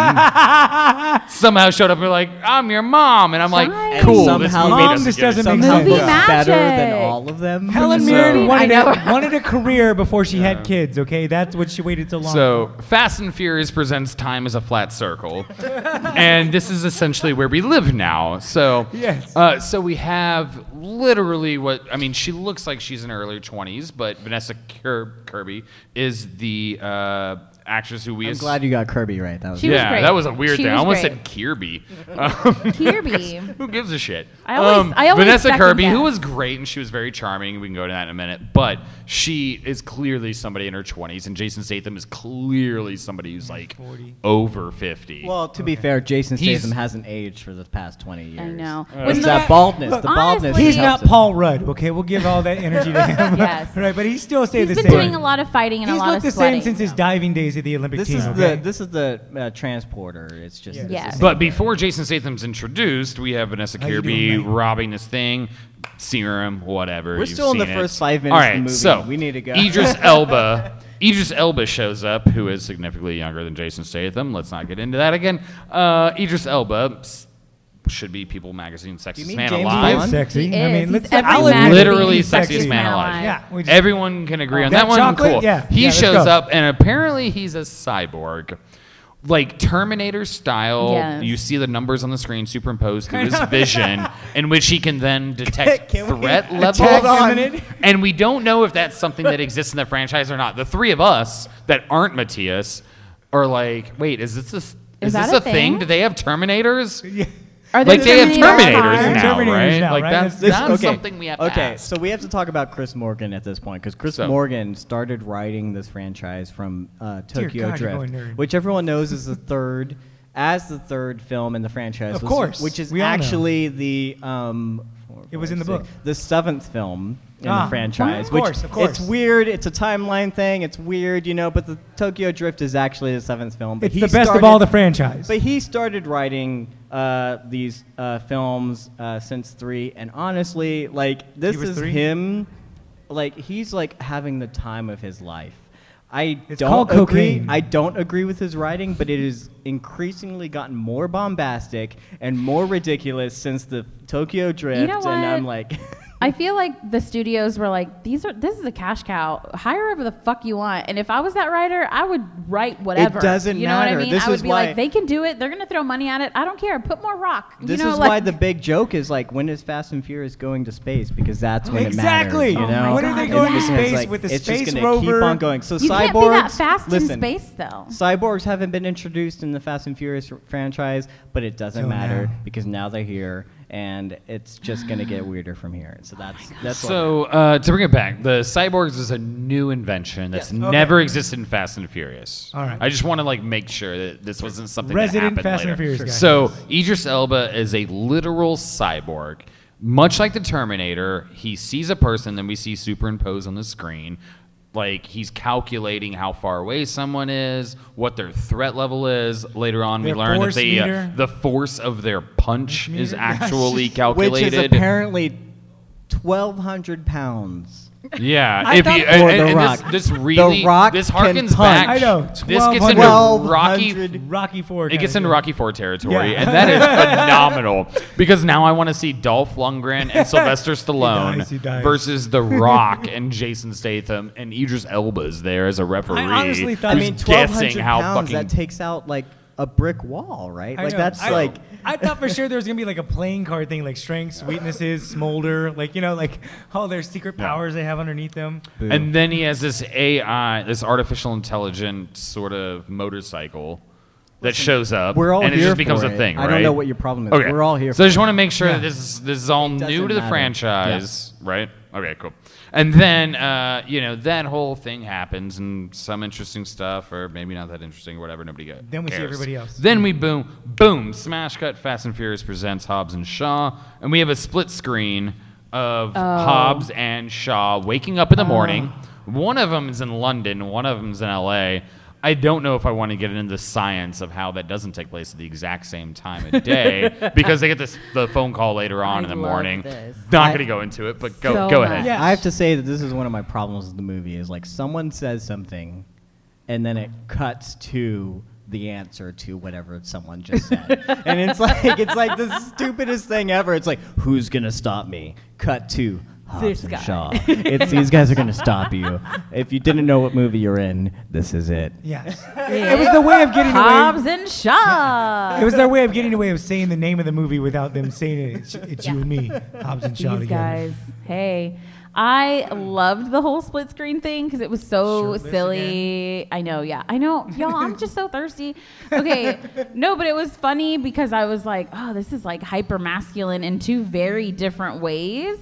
Speaker 3: somehow showed up and were like, I'm your mom. And I'm like,
Speaker 1: Hi.
Speaker 5: And
Speaker 3: cool.
Speaker 5: somehow
Speaker 3: this
Speaker 4: they-
Speaker 3: movie
Speaker 4: Mom, this doesn't
Speaker 3: get
Speaker 4: make
Speaker 5: somehow
Speaker 4: sense.
Speaker 5: looks
Speaker 1: Movie
Speaker 5: better than
Speaker 1: magic.
Speaker 5: all of them.
Speaker 4: Helen
Speaker 5: So-
Speaker 4: Mirren wanted,
Speaker 1: I know.
Speaker 4: a, [LAUGHS] wanted a career before she had kids, okay? That's what she waited so long
Speaker 3: So, Fast and Furious presents time as a flat circle, and this is essentially where we live now. So,
Speaker 4: Yes.
Speaker 3: uh, so we have literally what I mean. She looks like she's in her early twenties, but Vanessa Kirb, Kirby is the uh, actress who we.
Speaker 5: I'm
Speaker 3: as-
Speaker 5: glad you got Kirby right. That was
Speaker 1: She was
Speaker 3: yeah,
Speaker 1: great.
Speaker 3: that was a weird
Speaker 1: She
Speaker 3: thing. I
Speaker 1: was
Speaker 3: almost
Speaker 1: great.
Speaker 3: said Kirby.
Speaker 1: [LAUGHS] Kirby.
Speaker 3: Who gives a shit? Um,
Speaker 1: I always- I always
Speaker 3: Vanessa
Speaker 1: second
Speaker 3: Kirby,
Speaker 1: guess.
Speaker 3: who was great and she was very charming. We can go to that in a minute. But she is clearly somebody in her 20s, and Jason Statham is clearly somebody who's like
Speaker 4: 40.
Speaker 3: over 50.
Speaker 5: well, to be fair, Jason
Speaker 3: He's-
Speaker 5: Statham hasn't aged for the past 20 years.
Speaker 1: I know.
Speaker 5: It's
Speaker 1: When
Speaker 5: that
Speaker 1: the-
Speaker 5: baldness.
Speaker 1: Look,
Speaker 5: the baldness.
Speaker 1: honestly-
Speaker 4: He's
Speaker 1: He
Speaker 4: not
Speaker 5: helps it.
Speaker 4: Paul Rudd, okay? We'll give all that energy to him.
Speaker 1: Yes.
Speaker 4: right, but he still stayed
Speaker 1: He's
Speaker 4: the
Speaker 1: been
Speaker 4: same.
Speaker 1: doing a lot of fighting and
Speaker 4: He's
Speaker 1: a lot
Speaker 4: looked
Speaker 1: of
Speaker 4: the
Speaker 1: sweating.
Speaker 4: same since his diving days at the Olympic
Speaker 5: This
Speaker 4: team.
Speaker 5: is
Speaker 4: okay?
Speaker 5: the this is the uh, transporter. It's just
Speaker 4: Yeah.
Speaker 5: it's
Speaker 1: Yes.
Speaker 5: just-
Speaker 3: But before Jason Statham's introduced, we have Vanessa
Speaker 4: How you
Speaker 3: Kirby
Speaker 4: doing, mate?
Speaker 3: robbing this thing, serum, whatever.
Speaker 5: We're
Speaker 3: You've
Speaker 5: still in the
Speaker 3: seen
Speaker 5: first
Speaker 3: it.
Speaker 5: five minutes
Speaker 3: All
Speaker 5: of
Speaker 3: right,
Speaker 5: the movie.
Speaker 3: so
Speaker 5: We need to go. [LAUGHS]
Speaker 3: Idris Elba. Idris Elba shows up, who is significantly younger than Jason Statham. Let's not get into that again. Uh, Idris Elba s- should be People Magazine
Speaker 5: you
Speaker 3: Sexiest
Speaker 5: mean
Speaker 3: Man
Speaker 5: James
Speaker 3: Alive.
Speaker 5: Bond?
Speaker 4: sexy.
Speaker 1: He
Speaker 4: I
Speaker 1: is.
Speaker 4: mean,
Speaker 1: He's
Speaker 4: let's
Speaker 1: every
Speaker 4: I'll
Speaker 1: man.
Speaker 4: admit
Speaker 3: Literally
Speaker 4: he's
Speaker 3: sexiest, man, alive.
Speaker 4: Yeah, we just-
Speaker 3: Everyone can agree on
Speaker 4: That
Speaker 3: that, one.
Speaker 4: chocolate?
Speaker 3: Cool.
Speaker 4: Yeah.
Speaker 3: He
Speaker 4: Yeah, let's
Speaker 3: shows
Speaker 4: go.
Speaker 3: up, and apparently he's a cyborg. Like Terminator style,
Speaker 1: Yes.
Speaker 3: you see the numbers on the screen
Speaker 4: [LAUGHS]
Speaker 3: superimposed through his vision, in which he can then detect
Speaker 4: Can we
Speaker 3: threat levels.
Speaker 4: Hold on. a minute?
Speaker 3: And we don't know if that's something that exists in the franchise or not. The three of us that aren't Matthias are like, wait, is this a, is,
Speaker 1: Is that
Speaker 3: this
Speaker 1: a
Speaker 3: a thing?
Speaker 1: thing?
Speaker 3: Do they have Terminators?
Speaker 1: Are there
Speaker 3: like they have
Speaker 1: Terminator
Speaker 3: Terminators
Speaker 1: cars?
Speaker 3: now,
Speaker 4: Terminators
Speaker 3: right?
Speaker 4: now,
Speaker 3: like
Speaker 4: right?
Speaker 3: that's,
Speaker 4: This-
Speaker 3: that's something we have. to
Speaker 5: Okay,
Speaker 3: ask.
Speaker 5: so we have to talk about Chris Morgan at this point because Chris
Speaker 3: So-
Speaker 5: Morgan started writing this franchise from uh,
Speaker 4: Dear
Speaker 5: Tokyo
Speaker 4: God, you're
Speaker 5: Drift,
Speaker 4: going nerd.
Speaker 5: which everyone knows is the third, as the third film in the franchise.
Speaker 4: Of
Speaker 5: was-
Speaker 4: course,
Speaker 5: which is
Speaker 4: we all know.
Speaker 5: actually the um. four,
Speaker 4: It was
Speaker 5: five,
Speaker 4: in the
Speaker 5: six-
Speaker 4: book.
Speaker 5: The seventh film in
Speaker 4: Ah,
Speaker 5: the franchise.
Speaker 4: of
Speaker 5: which
Speaker 4: course, of course.
Speaker 5: It's weird. It's a timeline thing. It's weird, you know. But the Tokyo Drift is actually the seventh film. But
Speaker 4: It's
Speaker 5: he
Speaker 4: the best of
Speaker 5: started-
Speaker 4: all the franchise.
Speaker 5: but he started writing uh, these uh, films uh, since three, and honestly, like this
Speaker 4: was
Speaker 5: is
Speaker 4: three?
Speaker 5: him. Like he's like having the time of his life. I
Speaker 4: It's
Speaker 5: don't
Speaker 4: called
Speaker 5: agree.
Speaker 4: cocaine.
Speaker 5: I don't agree with his writing, but it has increasingly gotten more bombastic and more ridiculous since the Tokyo Drift,
Speaker 1: know
Speaker 5: and I'm
Speaker 1: what?
Speaker 5: like. [LAUGHS]
Speaker 1: I feel like the studios were like, "These are this is a cash cow. Hire whoever the fuck you want." And if I was that writer, I would write whatever.
Speaker 5: doesn't
Speaker 1: you know
Speaker 5: matter.
Speaker 1: What I mean,
Speaker 5: This
Speaker 1: I would
Speaker 5: is
Speaker 1: be
Speaker 5: why-
Speaker 1: like, "They can do it. They're gonna throw money at it. I don't care. Put more rock."
Speaker 5: This
Speaker 1: you know,
Speaker 5: is
Speaker 1: like,
Speaker 5: why the big joke is like, when is Fast and Furious going to space? Because that's when
Speaker 4: Exactly.
Speaker 5: it matters. You
Speaker 4: Oh
Speaker 5: know?
Speaker 1: my When are they going to
Speaker 5: It's because,
Speaker 4: space with the
Speaker 5: it's just
Speaker 4: space
Speaker 5: gonna Keep
Speaker 4: rover?
Speaker 5: on going. So
Speaker 1: you
Speaker 5: cyborgs.
Speaker 1: can't be that fast
Speaker 5: listen,
Speaker 1: in space, though.
Speaker 5: Cyborgs haven't been introduced in the Fast and Furious r- franchise, but it doesn't
Speaker 4: Till
Speaker 5: matter
Speaker 4: now.
Speaker 5: because now they're here, and it's just gonna get weirder from here. So that's that's What
Speaker 3: So uh, to bring it back, the cyborgs is a new invention that's
Speaker 4: Yes. Okay.
Speaker 3: never existed in Fast and Furious.
Speaker 4: All right.
Speaker 3: I just want to like make sure that this wasn't something
Speaker 4: Resident
Speaker 3: that happened
Speaker 4: Fast and
Speaker 3: later.
Speaker 4: Furious guy.
Speaker 3: So Idris Elba is a literal cyborg. Much like the Terminator, he sees a person, then we see superimposed on the screen. Like he's calculating how far away someone is, what their threat level is. Later on,
Speaker 4: Their
Speaker 3: we learn that
Speaker 4: force
Speaker 3: the uh,
Speaker 4: meter.
Speaker 3: the force of their punch
Speaker 4: [LAUGHS]
Speaker 3: is
Speaker 4: Meter, yeah.
Speaker 3: actually
Speaker 5: which
Speaker 3: calculated.
Speaker 5: is apparently 1,200 pounds.
Speaker 3: Yeah,
Speaker 4: I
Speaker 3: if you
Speaker 4: thought-
Speaker 3: and,
Speaker 5: Or
Speaker 3: and-
Speaker 5: The
Speaker 3: and
Speaker 5: Rock.
Speaker 3: This, this
Speaker 5: The
Speaker 3: really
Speaker 5: Rock
Speaker 3: this
Speaker 5: can
Speaker 3: harkens back.
Speaker 5: punch.
Speaker 4: I know,
Speaker 3: [LAUGHS] This gets into
Speaker 5: 1200.
Speaker 3: Rocky.
Speaker 4: Rocky Four.
Speaker 3: It gets into
Speaker 4: Rocky.
Speaker 3: Rocky Four territory,
Speaker 4: Yeah.
Speaker 3: and
Speaker 4: [LAUGHS]
Speaker 3: that is phenomenal because now I want to see Dolph Lundgren
Speaker 4: [LAUGHS]
Speaker 3: and Sylvester Stallone
Speaker 4: dies, he dies. [LAUGHS]
Speaker 3: versus The Rock and Jason Statham and Idris Elba's there as a referee.
Speaker 4: I honestly thought-
Speaker 5: I
Speaker 3: who's
Speaker 5: mean,
Speaker 3: guessing
Speaker 5: 1,200
Speaker 3: how
Speaker 5: pounds.
Speaker 3: fucking
Speaker 5: That takes out like a brick wall, right?
Speaker 4: I
Speaker 5: like
Speaker 4: know.
Speaker 5: that's
Speaker 4: I-
Speaker 5: like.
Speaker 4: I thought for sure there was gonna be like a playing card thing, like strengths, weaknesses, smolder, like you know, like all their secret
Speaker 3: Yeah.
Speaker 4: powers they have underneath them.
Speaker 3: And then he has this AI, this artificial intelligence sort of motorcycle that shows up.
Speaker 5: we're all
Speaker 3: and it
Speaker 5: here
Speaker 3: just becomes
Speaker 5: for
Speaker 3: a
Speaker 5: it.
Speaker 3: thing.
Speaker 5: I don't
Speaker 3: right?
Speaker 5: know what your problem is. We're all here
Speaker 3: So
Speaker 5: for
Speaker 3: I just want to make sure that
Speaker 4: Yeah.
Speaker 3: this is this is all
Speaker 5: It
Speaker 3: new to
Speaker 5: doesn't
Speaker 3: the
Speaker 5: matter.
Speaker 3: franchise, right? Okay, cool. And then uh, you know that whole thing happens, and some interesting stuff, or maybe not that interesting, or whatever. Nobody goes.
Speaker 4: Then we see everybody else.
Speaker 3: Then we boom, boom, smash cut. Fast and Furious presents Hobbs and Shaw, and we have a split screen
Speaker 1: Oh.
Speaker 3: of Hobbs and Shaw waking up in the morning. One of them is in London, one of them's in L.A. I don't know if I want to get into the science of how that doesn't take place at the exact same time of
Speaker 1: [LAUGHS]
Speaker 3: day because they get this the phone call later
Speaker 1: I
Speaker 3: on in the
Speaker 1: love
Speaker 3: morning.
Speaker 1: this.
Speaker 3: Not
Speaker 5: I-
Speaker 3: going to go into it, but go
Speaker 1: So
Speaker 3: go ahead.
Speaker 4: much. Yes.
Speaker 5: I have to say that this is one of my problems with the movie is like someone says something and then it cuts to the answer to whatever someone just
Speaker 4: [LAUGHS]
Speaker 5: said. and it's like it's like the stupidest thing ever. It's like who's going to stop me? Cut to
Speaker 1: This
Speaker 5: Hobbs and
Speaker 1: guy.
Speaker 4: [LAUGHS]
Speaker 5: Shaw. It's these guys are going to stop you. If you didn't know what movie you're in, this is it.
Speaker 4: Yes, it was the way of getting
Speaker 1: Hobbs
Speaker 4: away.
Speaker 1: and Shaw.
Speaker 4: It was their way of getting away of saying the name of the movie without them saying it. It's, it's you and me, Hobbs and Shaw
Speaker 1: These
Speaker 4: together.
Speaker 1: guys. Hey. I loved the whole split screen thing because it was so
Speaker 4: Shirtless
Speaker 1: silly. I know, yeah. I know. Y'all, I'm just so thirsty. Okay. No, but it was funny because I was like, oh, this is like hyper masculine in two very different ways.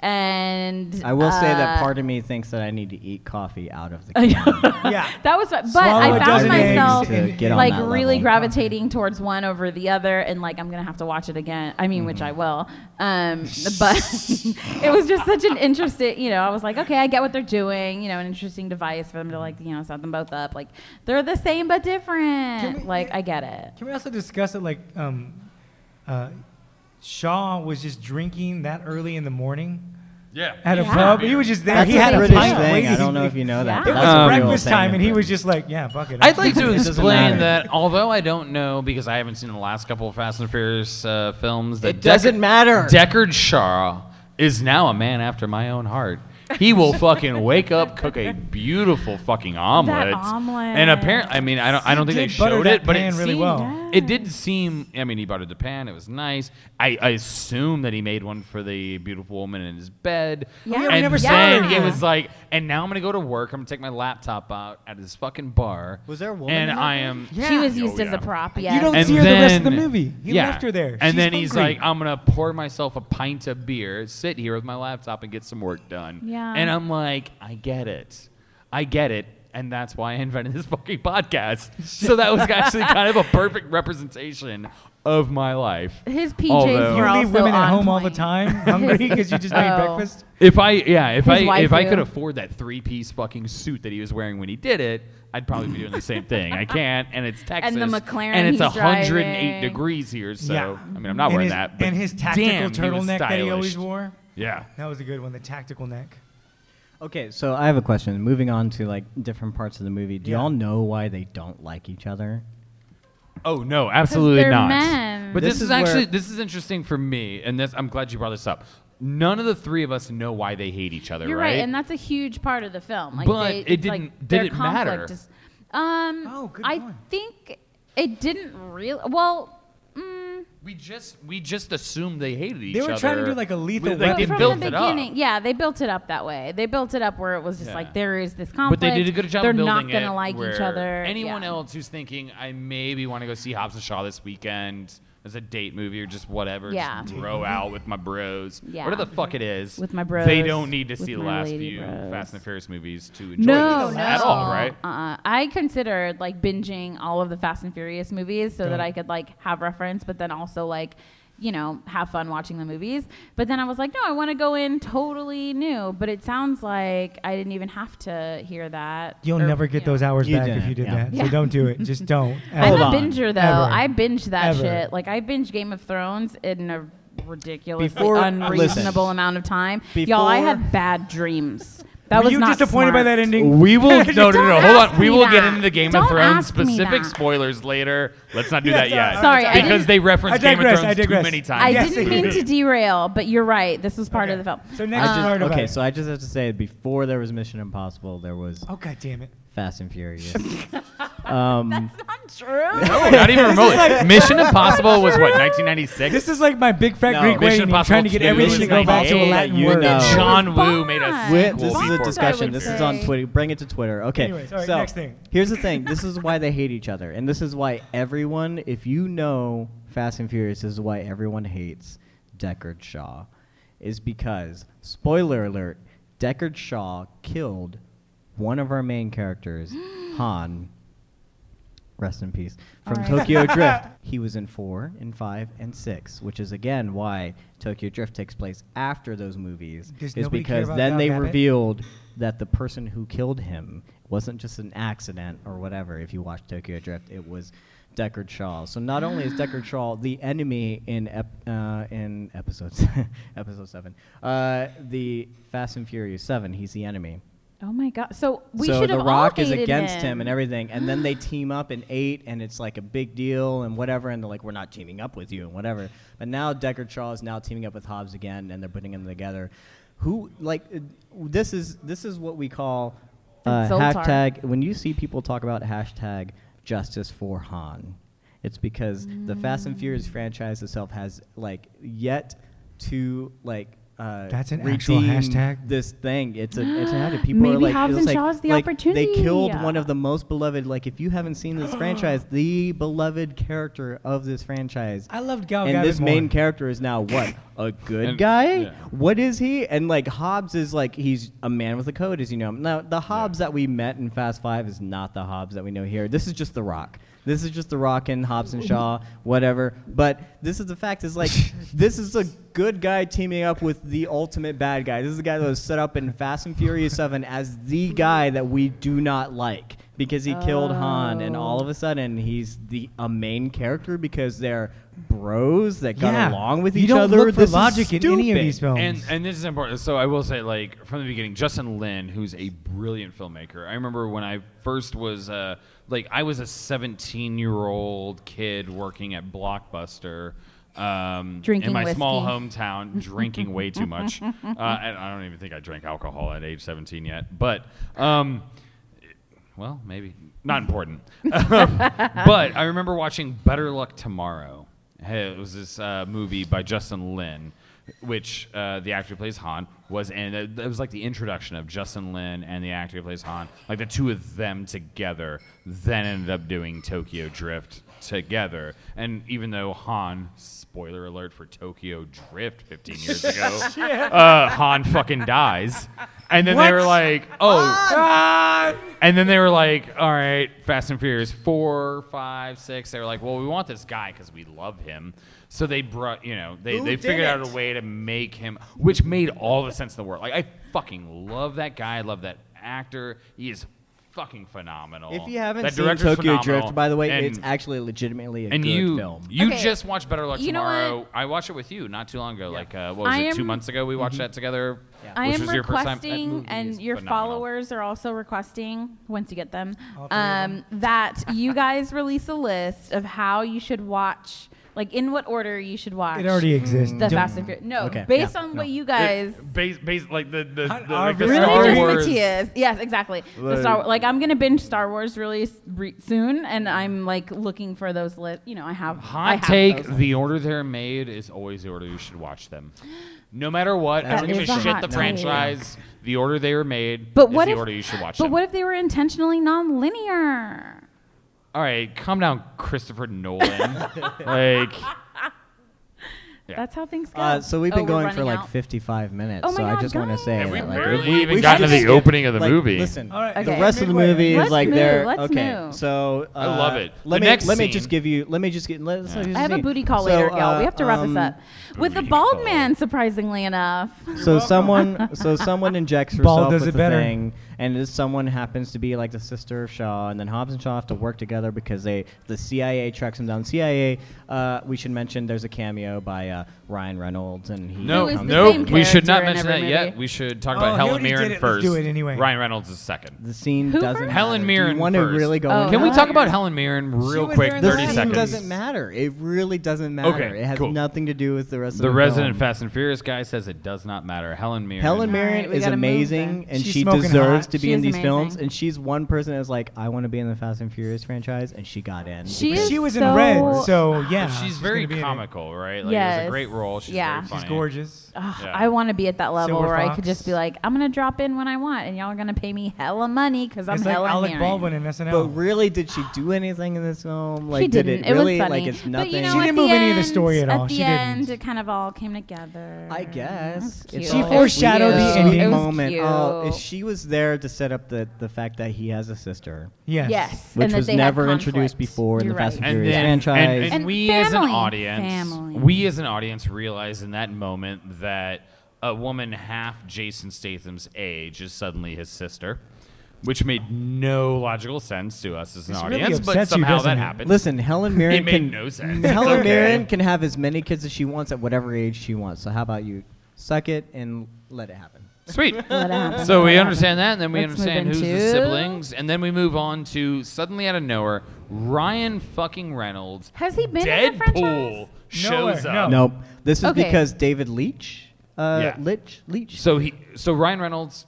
Speaker 1: And
Speaker 5: I will say that
Speaker 1: uh,
Speaker 5: part of me thinks that I need to eat coffee out of the
Speaker 1: I
Speaker 5: can.
Speaker 1: know.
Speaker 4: [LAUGHS] Yeah.
Speaker 1: [LAUGHS] that was, fun. but
Speaker 4: Swallow
Speaker 1: I
Speaker 4: a
Speaker 1: found
Speaker 4: dozen eggs
Speaker 1: myself
Speaker 4: to get
Speaker 5: on
Speaker 1: like
Speaker 5: that
Speaker 1: really
Speaker 5: level.
Speaker 1: gravitating towards one over the other, and like I'm gonna have to watch it again. I mean, which I
Speaker 4: Mm-hmm.
Speaker 1: will. Um, but [LAUGHS] it was just such an interesting, you know. I was like, okay, I get what they're doing. You know, an interesting device for them to like, you know, set them both up. Like they're the same but
Speaker 4: Can
Speaker 1: different.
Speaker 4: we-
Speaker 1: like I get it.
Speaker 4: Can we also discuss it like um, uh, Shaw was just drinking that early in the morning
Speaker 3: Yeah.
Speaker 4: at
Speaker 1: Yeah.
Speaker 4: a pub? He was just there.
Speaker 5: That's
Speaker 4: he
Speaker 5: a
Speaker 4: had
Speaker 5: British
Speaker 4: a pint
Speaker 5: thing. I
Speaker 4: waiting.
Speaker 5: don't know if you know that.
Speaker 1: Yeah.
Speaker 4: It
Speaker 5: but
Speaker 4: was
Speaker 5: that's a real
Speaker 4: breakfast
Speaker 5: thing in
Speaker 4: time, and he was
Speaker 5: Britain.
Speaker 4: just like, "Yeah, fuck it."
Speaker 3: I'd like to
Speaker 5: Doesn't
Speaker 3: explain
Speaker 5: matter.
Speaker 3: that although I don't know because I haven't seen the last couple of Fast and Furious uh, films. That
Speaker 5: It doesn't matter.
Speaker 3: Deckard Shaw is now a man after my own heart.
Speaker 1: [LAUGHS]
Speaker 3: He will fucking wake up, cook a beautiful fucking omelet.
Speaker 1: omelet.
Speaker 3: And apparently, I mean, I don't, I don't think they
Speaker 4: did butter
Speaker 3: showed
Speaker 4: that
Speaker 3: it, but it
Speaker 4: pan really
Speaker 3: seemed,
Speaker 4: well.
Speaker 3: it did seem. I mean, he buttered the pan. It was nice. I, I assume that he made one for the beautiful woman in his bed.
Speaker 1: Yeah. Yeah, we
Speaker 3: and
Speaker 1: never saw
Speaker 3: then
Speaker 1: her.
Speaker 3: it was like, and now I'm gonna go to work. I'm gonna take my laptop out at this fucking bar.
Speaker 5: Was there a woman
Speaker 3: And
Speaker 5: in that
Speaker 3: I am.
Speaker 1: She was
Speaker 3: Oh,
Speaker 1: used as
Speaker 3: yeah.
Speaker 1: a prop. Yes.
Speaker 4: don't
Speaker 3: And
Speaker 4: see her the
Speaker 3: then,
Speaker 4: rest of the movie. He left her there.
Speaker 3: And
Speaker 4: She's
Speaker 3: then he's
Speaker 4: hungry.
Speaker 3: like, I'm gonna pour myself a pint of beer, sit here with my laptop, and get some work done.
Speaker 1: Yeah.
Speaker 3: And I'm like, I get it, I get it, and that's why I invented this [LAUGHS] fucking podcast. so that was actually kind of a perfect representation of my life.
Speaker 1: His PJs
Speaker 3: Although-
Speaker 1: were
Speaker 3: You
Speaker 4: You
Speaker 1: also
Speaker 4: leave women
Speaker 1: on
Speaker 4: at home all the
Speaker 1: point.
Speaker 4: time, hungry because you just made
Speaker 1: Oh.
Speaker 4: breakfast.
Speaker 3: If I yeah, if
Speaker 1: His
Speaker 3: I if I
Speaker 1: waifu.
Speaker 3: could afford that three piece fucking suit that he was wearing when he did it, I'd probably be doing the same thing. I can't, and
Speaker 1: [LAUGHS]
Speaker 3: it's Texas,
Speaker 1: the McLaren
Speaker 3: and it's
Speaker 1: he's
Speaker 3: 108
Speaker 1: driving.
Speaker 3: degrees here. So
Speaker 4: Yeah.
Speaker 3: I mean, I'm not
Speaker 4: And
Speaker 3: wearing
Speaker 4: his-
Speaker 3: that. But
Speaker 4: and his tactical
Speaker 3: damn, he was
Speaker 4: turtleneck that he always
Speaker 3: stylish.
Speaker 4: wore.
Speaker 3: Yeah.
Speaker 4: That was a good one, the tactical neck.
Speaker 5: Okay, so I have a question. Moving on to like different parts of the movie. Do
Speaker 4: Yeah.
Speaker 5: y'all know why they don't like each other?
Speaker 3: Oh no, absolutely
Speaker 1: they're
Speaker 3: not.
Speaker 1: men.
Speaker 3: But this,
Speaker 5: This
Speaker 3: is,
Speaker 5: is where-
Speaker 3: actually this is interesting for me, and this I'm glad you brought this up. None of the three of us know why they hate each other,
Speaker 1: You're right, and that's a huge part of the film. Like
Speaker 3: But
Speaker 1: they,
Speaker 3: it
Speaker 1: it's like
Speaker 3: didn't- did
Speaker 1: their
Speaker 3: it matter?
Speaker 1: conflict Is, um,
Speaker 4: Oh, good
Speaker 1: I
Speaker 4: point.
Speaker 1: think it didn't really. Well, mm,
Speaker 3: we just we just assumed they hated each
Speaker 4: They
Speaker 3: other.
Speaker 4: were trying to do like a lethal
Speaker 3: We-
Speaker 1: but
Speaker 3: like, they
Speaker 4: weapon.
Speaker 1: from
Speaker 3: built
Speaker 1: the
Speaker 3: it up.
Speaker 1: beginning, yeah, they built it up that way. They built it up where it was just
Speaker 3: Yeah.
Speaker 1: like there is this conflict.
Speaker 3: But they did a good job.
Speaker 1: They're
Speaker 3: of building
Speaker 1: not gonna
Speaker 3: it
Speaker 1: like each
Speaker 3: where
Speaker 1: other.
Speaker 3: Anyone
Speaker 1: yeah.
Speaker 3: else who's thinking I maybe want to go see Hobbs and Shaw this weekend as a date movie or just whatever,
Speaker 1: Yeah.
Speaker 3: just bro out with my bros,
Speaker 1: Yeah.
Speaker 3: whatever the fuck it is,
Speaker 1: With my
Speaker 3: They
Speaker 1: bros,
Speaker 3: don't need to
Speaker 1: with
Speaker 3: see the
Speaker 1: my
Speaker 3: last
Speaker 1: lady
Speaker 3: few
Speaker 1: bros.
Speaker 3: Fast and the Furious movies to enjoy
Speaker 1: No,
Speaker 3: this
Speaker 1: no,
Speaker 3: at all, right?
Speaker 1: Uh, I considered like binging all of the Fast and Furious movies so that I could like have reference, but then also like, you know, have fun watching the movies. But then I was like, no, I want to go in totally new. But it sounds like I didn't even have to hear that.
Speaker 4: You'll
Speaker 1: or,
Speaker 4: never get
Speaker 1: you know.
Speaker 4: those hours
Speaker 5: You
Speaker 4: back if
Speaker 5: didn't,
Speaker 4: you did
Speaker 5: yeah.
Speaker 4: that.
Speaker 1: Yeah.
Speaker 4: So don't do it. Just don't.
Speaker 1: I'm
Speaker 5: Hold
Speaker 1: a
Speaker 5: on.
Speaker 1: binger though.
Speaker 4: Ever.
Speaker 1: I binge that
Speaker 4: Ever.
Speaker 1: shit. Like I binge Game of Thrones in a ridiculously
Speaker 5: Before-
Speaker 1: unreasonable
Speaker 5: listen.
Speaker 1: amount of time. Y'all, I
Speaker 5: Before-
Speaker 1: had bad dreams. That
Speaker 4: Were
Speaker 1: was
Speaker 4: you
Speaker 1: not
Speaker 4: disappointed by
Speaker 1: smart.
Speaker 4: that ending?
Speaker 3: We
Speaker 5: [LAUGHS]
Speaker 3: will no no
Speaker 1: Don't
Speaker 3: no hold
Speaker 1: ask
Speaker 3: on.
Speaker 1: me
Speaker 3: We will get
Speaker 1: that.
Speaker 3: into the Game
Speaker 1: Don't
Speaker 3: of Thrones
Speaker 1: ask me
Speaker 3: specific
Speaker 1: that.
Speaker 3: spoilers later. Let's not do
Speaker 4: Yeah,
Speaker 3: that yet.
Speaker 1: sorry, I
Speaker 3: because
Speaker 1: didn't-
Speaker 3: they
Speaker 4: I
Speaker 3: reference Game of
Speaker 4: digress, I
Speaker 3: Thrones too
Speaker 4: digress.
Speaker 3: many times.
Speaker 1: I
Speaker 4: Yes,
Speaker 1: didn't
Speaker 4: they
Speaker 1: mean
Speaker 4: did.
Speaker 1: to derail, but you're right. This was part of the film. Uh,
Speaker 4: So next
Speaker 5: I
Speaker 4: you
Speaker 5: just-
Speaker 4: learn about
Speaker 5: okay,
Speaker 4: it.
Speaker 5: so I just have to say before there was Mission Impossible, there was
Speaker 4: Oh god damn it.
Speaker 5: Fast and Furious. um,
Speaker 1: That's not true.
Speaker 3: No, not even remotely. Mission Impossible
Speaker 1: [LAUGHS]
Speaker 3: was what 1996.
Speaker 4: This is like my big fat
Speaker 5: No,
Speaker 4: Greek
Speaker 3: Mission
Speaker 4: wedding and trying to get
Speaker 3: Impossible
Speaker 4: everything to go
Speaker 3: two
Speaker 4: back to a
Speaker 3: is
Speaker 4: Latin
Speaker 5: like, you
Speaker 4: word.
Speaker 5: know.
Speaker 3: John
Speaker 1: Bond.
Speaker 3: Woo made a
Speaker 1: Wi- Bond,
Speaker 3: sequel
Speaker 5: Wi- this is a
Speaker 1: I
Speaker 3: before-
Speaker 5: discussion.
Speaker 1: would
Speaker 5: This is
Speaker 1: say.
Speaker 5: on Twitter. Bring it to Twitter. Okay.
Speaker 4: Anyways, all right,
Speaker 5: so
Speaker 4: next thing.
Speaker 5: here's
Speaker 4: [LAUGHS]
Speaker 5: the thing. This is why they hate each other, and this is why everyone. If you know Fast and Furious, this is why everyone hates Deckard Shaw, is because spoiler alert: Deckard Shaw killed one of our main characters, Han. Rest in peace. From
Speaker 1: Alright.
Speaker 5: Tokyo Drift. He was in four, in five, and six, which is again why Tokyo Drift takes place after those movies.
Speaker 4: Does
Speaker 5: is
Speaker 4: nobody care
Speaker 5: because
Speaker 4: about
Speaker 5: then
Speaker 4: Val
Speaker 5: they
Speaker 4: Rabbit?
Speaker 5: revealed that the person who killed him wasn't just an accident or whatever. If you watch Tokyo Drift, it was Deckard Shaw. So not only is
Speaker 4: [GASPS]
Speaker 5: Deckard Shaw the enemy in ep- uh, in episodes [LAUGHS] episode seven, uh, the Fast and Furious seven, he's the enemy
Speaker 1: Oh my god! So we
Speaker 5: so
Speaker 1: should
Speaker 5: the
Speaker 1: have
Speaker 5: Rock
Speaker 1: all
Speaker 5: is
Speaker 1: hated
Speaker 5: against him.
Speaker 1: him
Speaker 5: and everything,
Speaker 1: [GASPS]
Speaker 5: and then they team up in eight, and it's like a big deal and whatever, and they're like, we're not teaming up with you and whatever. But now Deckard Shaw is now teaming up with Hobbs again, and they're putting them together. Who like uh, this is this is what we call uh,
Speaker 1: And Zoltar.
Speaker 5: hashtag. When you see people talk about hashtag justice for Han, it's because the Fast and Furious
Speaker 1: Mm.
Speaker 5: franchise itself has like yet to like. Uh,
Speaker 4: That's an actual
Speaker 5: redeem
Speaker 4: hashtag?
Speaker 5: This thing, it's a, it's a habit. People are
Speaker 1: Maybe
Speaker 5: like,
Speaker 1: Hobbs and
Speaker 5: it's like,
Speaker 1: Shaw's the
Speaker 5: like, They
Speaker 1: opportunity.
Speaker 5: killed one of the most beloved. Like, if you haven't
Speaker 1: [GASPS]
Speaker 5: seen this franchise, the beloved character of this franchise.
Speaker 4: I loved Gal
Speaker 5: and
Speaker 4: Gadot
Speaker 5: this main
Speaker 4: more.
Speaker 5: character is now what a good
Speaker 3: And-
Speaker 5: guy.
Speaker 3: yeah.
Speaker 5: What is he? And like Hobbs is like he's a man with a code, as you know him. Now the Hobbs that we met in Fast Five is not the Hobbs that we know here. This is just the Rock. This is just the Rock and Hobbs and Shaw, whatever. But this is the fact is like
Speaker 3: [LAUGHS]
Speaker 5: this is a good guy teaming up with the ultimate bad guy. This is the guy that was set up in Fast
Speaker 3: [LAUGHS]
Speaker 5: and Furious Seven as the guy that we do not like because he killed Han, and
Speaker 1: Oh.
Speaker 5: all of a sudden he's the a main character because they're bros that got
Speaker 4: Yeah.
Speaker 5: along with
Speaker 4: You
Speaker 5: each
Speaker 4: don't
Speaker 5: other.
Speaker 4: look for
Speaker 5: This is
Speaker 4: logic in any of
Speaker 5: stupid.
Speaker 4: these films.
Speaker 3: And and this is important. So I will say, like from the beginning, Justin Lin, who's a brilliant filmmaker. I remember when I first was uh, like I was a 17 year old kid working at Blockbuster. um,
Speaker 1: Drinking
Speaker 3: in my small
Speaker 1: whiskey.
Speaker 3: hometown, drinking way too much. Uh, and I don't even think I drank alcohol at age 17 yet, but. Um, well, maybe not important. but I remember watching Better Luck Tomorrow. Hey, It was this uh, movie by Justin Lin, which uh, the actor who plays Han was in. It it was like the introduction of Justin Lin and the actor who plays Han, like the two of them together. Then ended up doing Tokyo Drift together. And even though Han, spoiler alert for Tokyo Drift, 15 years ago, uh, Han fucking dies. And then they
Speaker 4: What?
Speaker 3: were like, "Oh,
Speaker 4: Ah,
Speaker 3: and then they were like, all right, Fast and Furious four, five, six. They were like, well, we want this guy because we love him. So they brought, you know, they,
Speaker 6: Who
Speaker 3: they
Speaker 6: did
Speaker 3: figured out
Speaker 6: it?
Speaker 3: a way to make him, which made all the sense in the world. Like, I fucking love that guy. I love that actor. He is fucking phenomenal.
Speaker 5: If you haven't
Speaker 3: that
Speaker 5: seen
Speaker 3: director's
Speaker 5: Tokyo
Speaker 3: phenomenal.
Speaker 5: Drift, by the way,
Speaker 3: And-
Speaker 5: it's actually legitimately a
Speaker 3: and
Speaker 5: good
Speaker 3: you,
Speaker 5: film.
Speaker 3: you
Speaker 1: Okay.
Speaker 3: just watched Better Luck
Speaker 1: You know
Speaker 3: Tomorrow.
Speaker 1: what?
Speaker 3: I watched it with you not too long ago. Like, uh, what was
Speaker 1: I
Speaker 3: it? Two
Speaker 1: am-
Speaker 3: months ago, we watched that together.
Speaker 1: I
Speaker 3: which
Speaker 1: am
Speaker 3: was your first time. That
Speaker 1: requesting,
Speaker 3: movie is
Speaker 1: and your
Speaker 3: phenomenal.
Speaker 1: followers are also requesting, once you get them,
Speaker 4: All three of
Speaker 1: um, that you guys release a list of how you should watch, like in what order you should watch
Speaker 4: it already exists.
Speaker 1: the
Speaker 4: Don't-
Speaker 1: Fast and Furious. No,
Speaker 5: Okay,
Speaker 1: based
Speaker 5: yeah,
Speaker 1: on
Speaker 5: no.
Speaker 1: what you guys.
Speaker 3: based, based like the the,
Speaker 4: How-
Speaker 3: the,
Speaker 4: are
Speaker 3: like the
Speaker 4: we
Speaker 1: Really,
Speaker 3: Star
Speaker 1: just
Speaker 3: Wars.
Speaker 1: Matias. Yes, exactly. the Star, like I'm gonna binge Star Wars really s- re- soon, and I'm like looking for those lists. You know, I have I
Speaker 3: Hot
Speaker 1: have
Speaker 3: take:
Speaker 1: those.
Speaker 3: the order they're made is always the order you should watch them. No matter what, I
Speaker 1: That
Speaker 3: don't give a
Speaker 1: is a
Speaker 3: shit
Speaker 1: hot
Speaker 3: the
Speaker 1: take.
Speaker 3: franchise. The order they were made
Speaker 1: But
Speaker 3: is
Speaker 1: what
Speaker 3: the
Speaker 1: if-
Speaker 3: order you should watch
Speaker 1: But
Speaker 3: them.
Speaker 1: what if they were intentionally non-linear?
Speaker 3: All right, calm down, Christopher Nolan. like, Yeah.
Speaker 1: That's how things go.
Speaker 5: Uh, so we've been
Speaker 1: Oh, we're
Speaker 5: going
Speaker 1: running
Speaker 5: for like
Speaker 1: out.
Speaker 5: 55 minutes.
Speaker 1: Oh my
Speaker 5: so I
Speaker 1: God,
Speaker 5: just want to
Speaker 1: guys.
Speaker 5: say,
Speaker 3: And we
Speaker 5: that, like,
Speaker 3: barely even
Speaker 5: should
Speaker 3: gotten to
Speaker 5: just
Speaker 3: the
Speaker 5: skip-
Speaker 3: opening of the
Speaker 5: like,
Speaker 3: movie.
Speaker 5: Listen,
Speaker 4: All right,
Speaker 1: Okay.
Speaker 5: the rest of the
Speaker 4: midway.
Speaker 5: movie
Speaker 1: Let's
Speaker 5: is like
Speaker 1: move,
Speaker 5: they're
Speaker 1: let's
Speaker 5: okay.
Speaker 1: move.
Speaker 5: So uh,
Speaker 3: I love it.
Speaker 5: Let
Speaker 3: The
Speaker 5: me
Speaker 3: next
Speaker 5: let me
Speaker 3: scene-
Speaker 5: just give you. Let me just get. Let, us
Speaker 1: I have a booty call later, y'all. We have to
Speaker 5: uh,
Speaker 1: wrap
Speaker 5: um,
Speaker 1: this up. With the
Speaker 3: booty
Speaker 1: bald
Speaker 3: call.
Speaker 1: man, surprisingly enough.
Speaker 3: [LAUGHS]
Speaker 5: So someone, so someone injects
Speaker 4: Ball
Speaker 5: herself
Speaker 4: does
Speaker 5: with
Speaker 4: it
Speaker 5: the
Speaker 4: better.
Speaker 5: thing, and this someone happens to be like the sister of Shaw, and then Hobbs and Shaw have to work together because they the CIA tracks him down. CIA, uh, we should mention there's a cameo by uh, Ryan Reynolds, and he
Speaker 3: No,
Speaker 1: Who is the
Speaker 5: comes
Speaker 3: no,
Speaker 1: same
Speaker 3: we should not
Speaker 1: character in
Speaker 3: mention that
Speaker 1: every
Speaker 3: yet.
Speaker 1: movie?
Speaker 3: We should talk
Speaker 4: Oh,
Speaker 3: about
Speaker 4: he
Speaker 3: Helen
Speaker 4: already did
Speaker 3: Mirren
Speaker 4: it. Let's
Speaker 3: first.
Speaker 4: do it anyway.
Speaker 3: Ryan Reynolds is second.
Speaker 5: The scene
Speaker 1: Who
Speaker 5: doesn't.
Speaker 1: first?
Speaker 3: Helen
Speaker 5: matter. Do
Speaker 3: Mirren
Speaker 5: you want to
Speaker 3: first.
Speaker 5: really go?
Speaker 1: Oh,
Speaker 5: into
Speaker 3: Can we
Speaker 5: that?
Speaker 3: talk about Helen Mirren real
Speaker 4: was
Speaker 3: quick?
Speaker 4: there in
Speaker 5: The
Speaker 4: the
Speaker 3: 30
Speaker 5: scene
Speaker 4: same
Speaker 3: seconds.
Speaker 5: doesn't matter. It really doesn't matter.
Speaker 3: Okay,
Speaker 5: it has
Speaker 3: cool.
Speaker 5: nothing to do with the rest of
Speaker 3: The
Speaker 5: the
Speaker 3: resident
Speaker 5: film.
Speaker 3: Fast and Furious guy says it does not matter. Helen Mirren.
Speaker 5: Helen Mirren
Speaker 1: Alright, we
Speaker 5: is
Speaker 1: gotta move
Speaker 5: amazing,
Speaker 1: then.
Speaker 5: and
Speaker 4: She's
Speaker 5: she
Speaker 4: smoking
Speaker 5: deserves
Speaker 4: hot.
Speaker 5: to be
Speaker 1: She
Speaker 5: in
Speaker 1: is
Speaker 5: these films.
Speaker 1: amazing.
Speaker 5: And she's one person that's like, I want to be in the Fast and Furious franchise, and she got in.
Speaker 1: She
Speaker 5: because
Speaker 1: is
Speaker 4: She was
Speaker 1: so-
Speaker 4: in red, so yeah.
Speaker 3: She's,
Speaker 4: gonna
Speaker 3: very
Speaker 4: be in it.
Speaker 3: comical, right? Like, It was
Speaker 1: Yes.
Speaker 3: a great role. She's
Speaker 1: Yeah.
Speaker 3: very
Speaker 1: She's
Speaker 3: funny.
Speaker 4: She's gorgeous.
Speaker 1: Ugh,
Speaker 3: [SIGHS] Yeah.
Speaker 1: [SIGHS] I want to be at that level
Speaker 4: Silver
Speaker 1: where I could just
Speaker 4: Fox.
Speaker 1: be like, I'm gonna drop in when I want, and y'all are gonna pay me hella money because I'm
Speaker 4: it's like
Speaker 1: hella
Speaker 4: Alec
Speaker 1: Mirren.
Speaker 4: Baldwin in SNL.
Speaker 5: But really, did she do anything in this film? Like,
Speaker 1: she
Speaker 5: did
Speaker 1: didn't.
Speaker 5: it really
Speaker 1: was funny.
Speaker 5: like it's
Speaker 1: But
Speaker 5: nothing?
Speaker 1: you know,
Speaker 4: She
Speaker 1: at
Speaker 4: didn't move any of the
Speaker 1: end-
Speaker 4: story at all.
Speaker 1: the
Speaker 4: She didn't.
Speaker 1: end, it kind of all came together.
Speaker 5: I guess
Speaker 1: That's
Speaker 5: It's
Speaker 1: cute.
Speaker 5: just
Speaker 4: She
Speaker 5: like
Speaker 1: It was
Speaker 4: foreshadowed the
Speaker 1: cute.
Speaker 5: sweet
Speaker 4: ending.
Speaker 1: It was
Speaker 5: moment. Oh,
Speaker 1: cute.
Speaker 5: if she was there to set up the the fact that he has a sister,
Speaker 4: yes.
Speaker 1: Yes,
Speaker 5: which
Speaker 1: and that
Speaker 5: was
Speaker 1: they had
Speaker 5: never introduced
Speaker 1: conflict.
Speaker 5: before in
Speaker 1: You're
Speaker 5: the Fast
Speaker 1: right.
Speaker 5: and Furious franchise.
Speaker 3: And, and
Speaker 1: And
Speaker 3: we as an
Speaker 1: family.
Speaker 3: audience,
Speaker 1: Family.
Speaker 3: we as an audience realize in that moment that a woman half Jason Statham's age is suddenly his sister, which made no logical sense to us as an
Speaker 4: This really
Speaker 3: audience, but
Speaker 4: upsets you,
Speaker 3: somehow that
Speaker 4: doesn't it?
Speaker 3: happened. [LAUGHS]
Speaker 5: Listen, Helen Mirren
Speaker 3: It made
Speaker 5: can
Speaker 3: no sense.
Speaker 5: [LAUGHS] Helen
Speaker 3: It's okay.
Speaker 5: Mirren can have as many kids as she wants at whatever age she wants. So how about you suck it and let it happen?
Speaker 4: [LAUGHS]
Speaker 3: Sweet.
Speaker 1: Let it happen.
Speaker 3: So
Speaker 1: Let
Speaker 3: we
Speaker 1: it
Speaker 3: understand that, and then we
Speaker 1: Let's move
Speaker 3: understand who's the
Speaker 1: into-
Speaker 3: siblings, and then we move on to suddenly out of nowhere, Ryan fucking Reynolds,
Speaker 1: happen. Has he been in the franchise?
Speaker 3: Deadpool, shows
Speaker 4: Nowhere, no.
Speaker 3: up.
Speaker 5: Nope. This is
Speaker 1: Okay.
Speaker 5: because David Leach. Uh,
Speaker 3: Oh. Yeah.
Speaker 5: Leach. Leach.
Speaker 3: So he, so Ryan Reynolds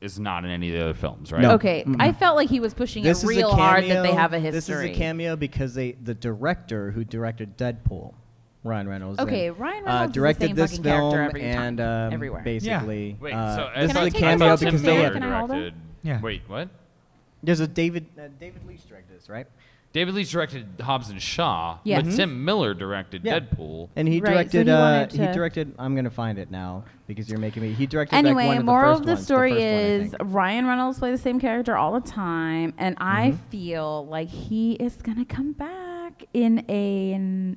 Speaker 3: is not in any of the other films, right?
Speaker 5: No.
Speaker 1: Okay, I felt like he was pushing
Speaker 5: this
Speaker 1: it
Speaker 5: is a
Speaker 1: real
Speaker 5: cameo.
Speaker 1: hard that they have a history.
Speaker 5: This is a cameo because they the director who directed Deadpool, Ryan Reynolds. then,
Speaker 1: Okay, Ryan
Speaker 5: uh,
Speaker 1: Reynolds is the
Speaker 5: directed
Speaker 1: same
Speaker 5: this
Speaker 1: fucking
Speaker 5: film
Speaker 1: character every time,
Speaker 5: and um,
Speaker 1: everywhere.
Speaker 5: basically.
Speaker 3: Wait,
Speaker 5: uh,
Speaker 3: so
Speaker 5: this
Speaker 3: as
Speaker 5: is
Speaker 1: Can I
Speaker 5: a
Speaker 1: take this
Speaker 5: cameo
Speaker 1: off
Speaker 3: myself,
Speaker 1: to
Speaker 5: because
Speaker 1: Tim
Speaker 5: they
Speaker 1: Miller?
Speaker 5: have,
Speaker 1: Can I hold
Speaker 3: directed.
Speaker 4: Yeah.
Speaker 3: Wait, what?
Speaker 5: there's a David uh, David Leach directed this, right?
Speaker 3: David Leach directed Hobbs and Shaw,
Speaker 1: Yes.
Speaker 3: but Tim Miller directed
Speaker 5: Mm-hmm. Yeah.
Speaker 3: Deadpool.
Speaker 5: And he
Speaker 1: Right, so
Speaker 5: directed.
Speaker 1: he
Speaker 5: uh,
Speaker 1: wanted
Speaker 5: he
Speaker 1: to-
Speaker 5: directed. I'm gonna find it now because you're making me. He directed. like,
Speaker 1: Anyway,
Speaker 5: one of
Speaker 1: moral
Speaker 5: the first
Speaker 1: of the
Speaker 5: ones,
Speaker 1: story
Speaker 5: first one, I
Speaker 1: is
Speaker 5: think.
Speaker 1: Ryan Reynolds play the same character all the time, and
Speaker 5: Mm-hmm.
Speaker 1: I feel like he is gonna come back in a an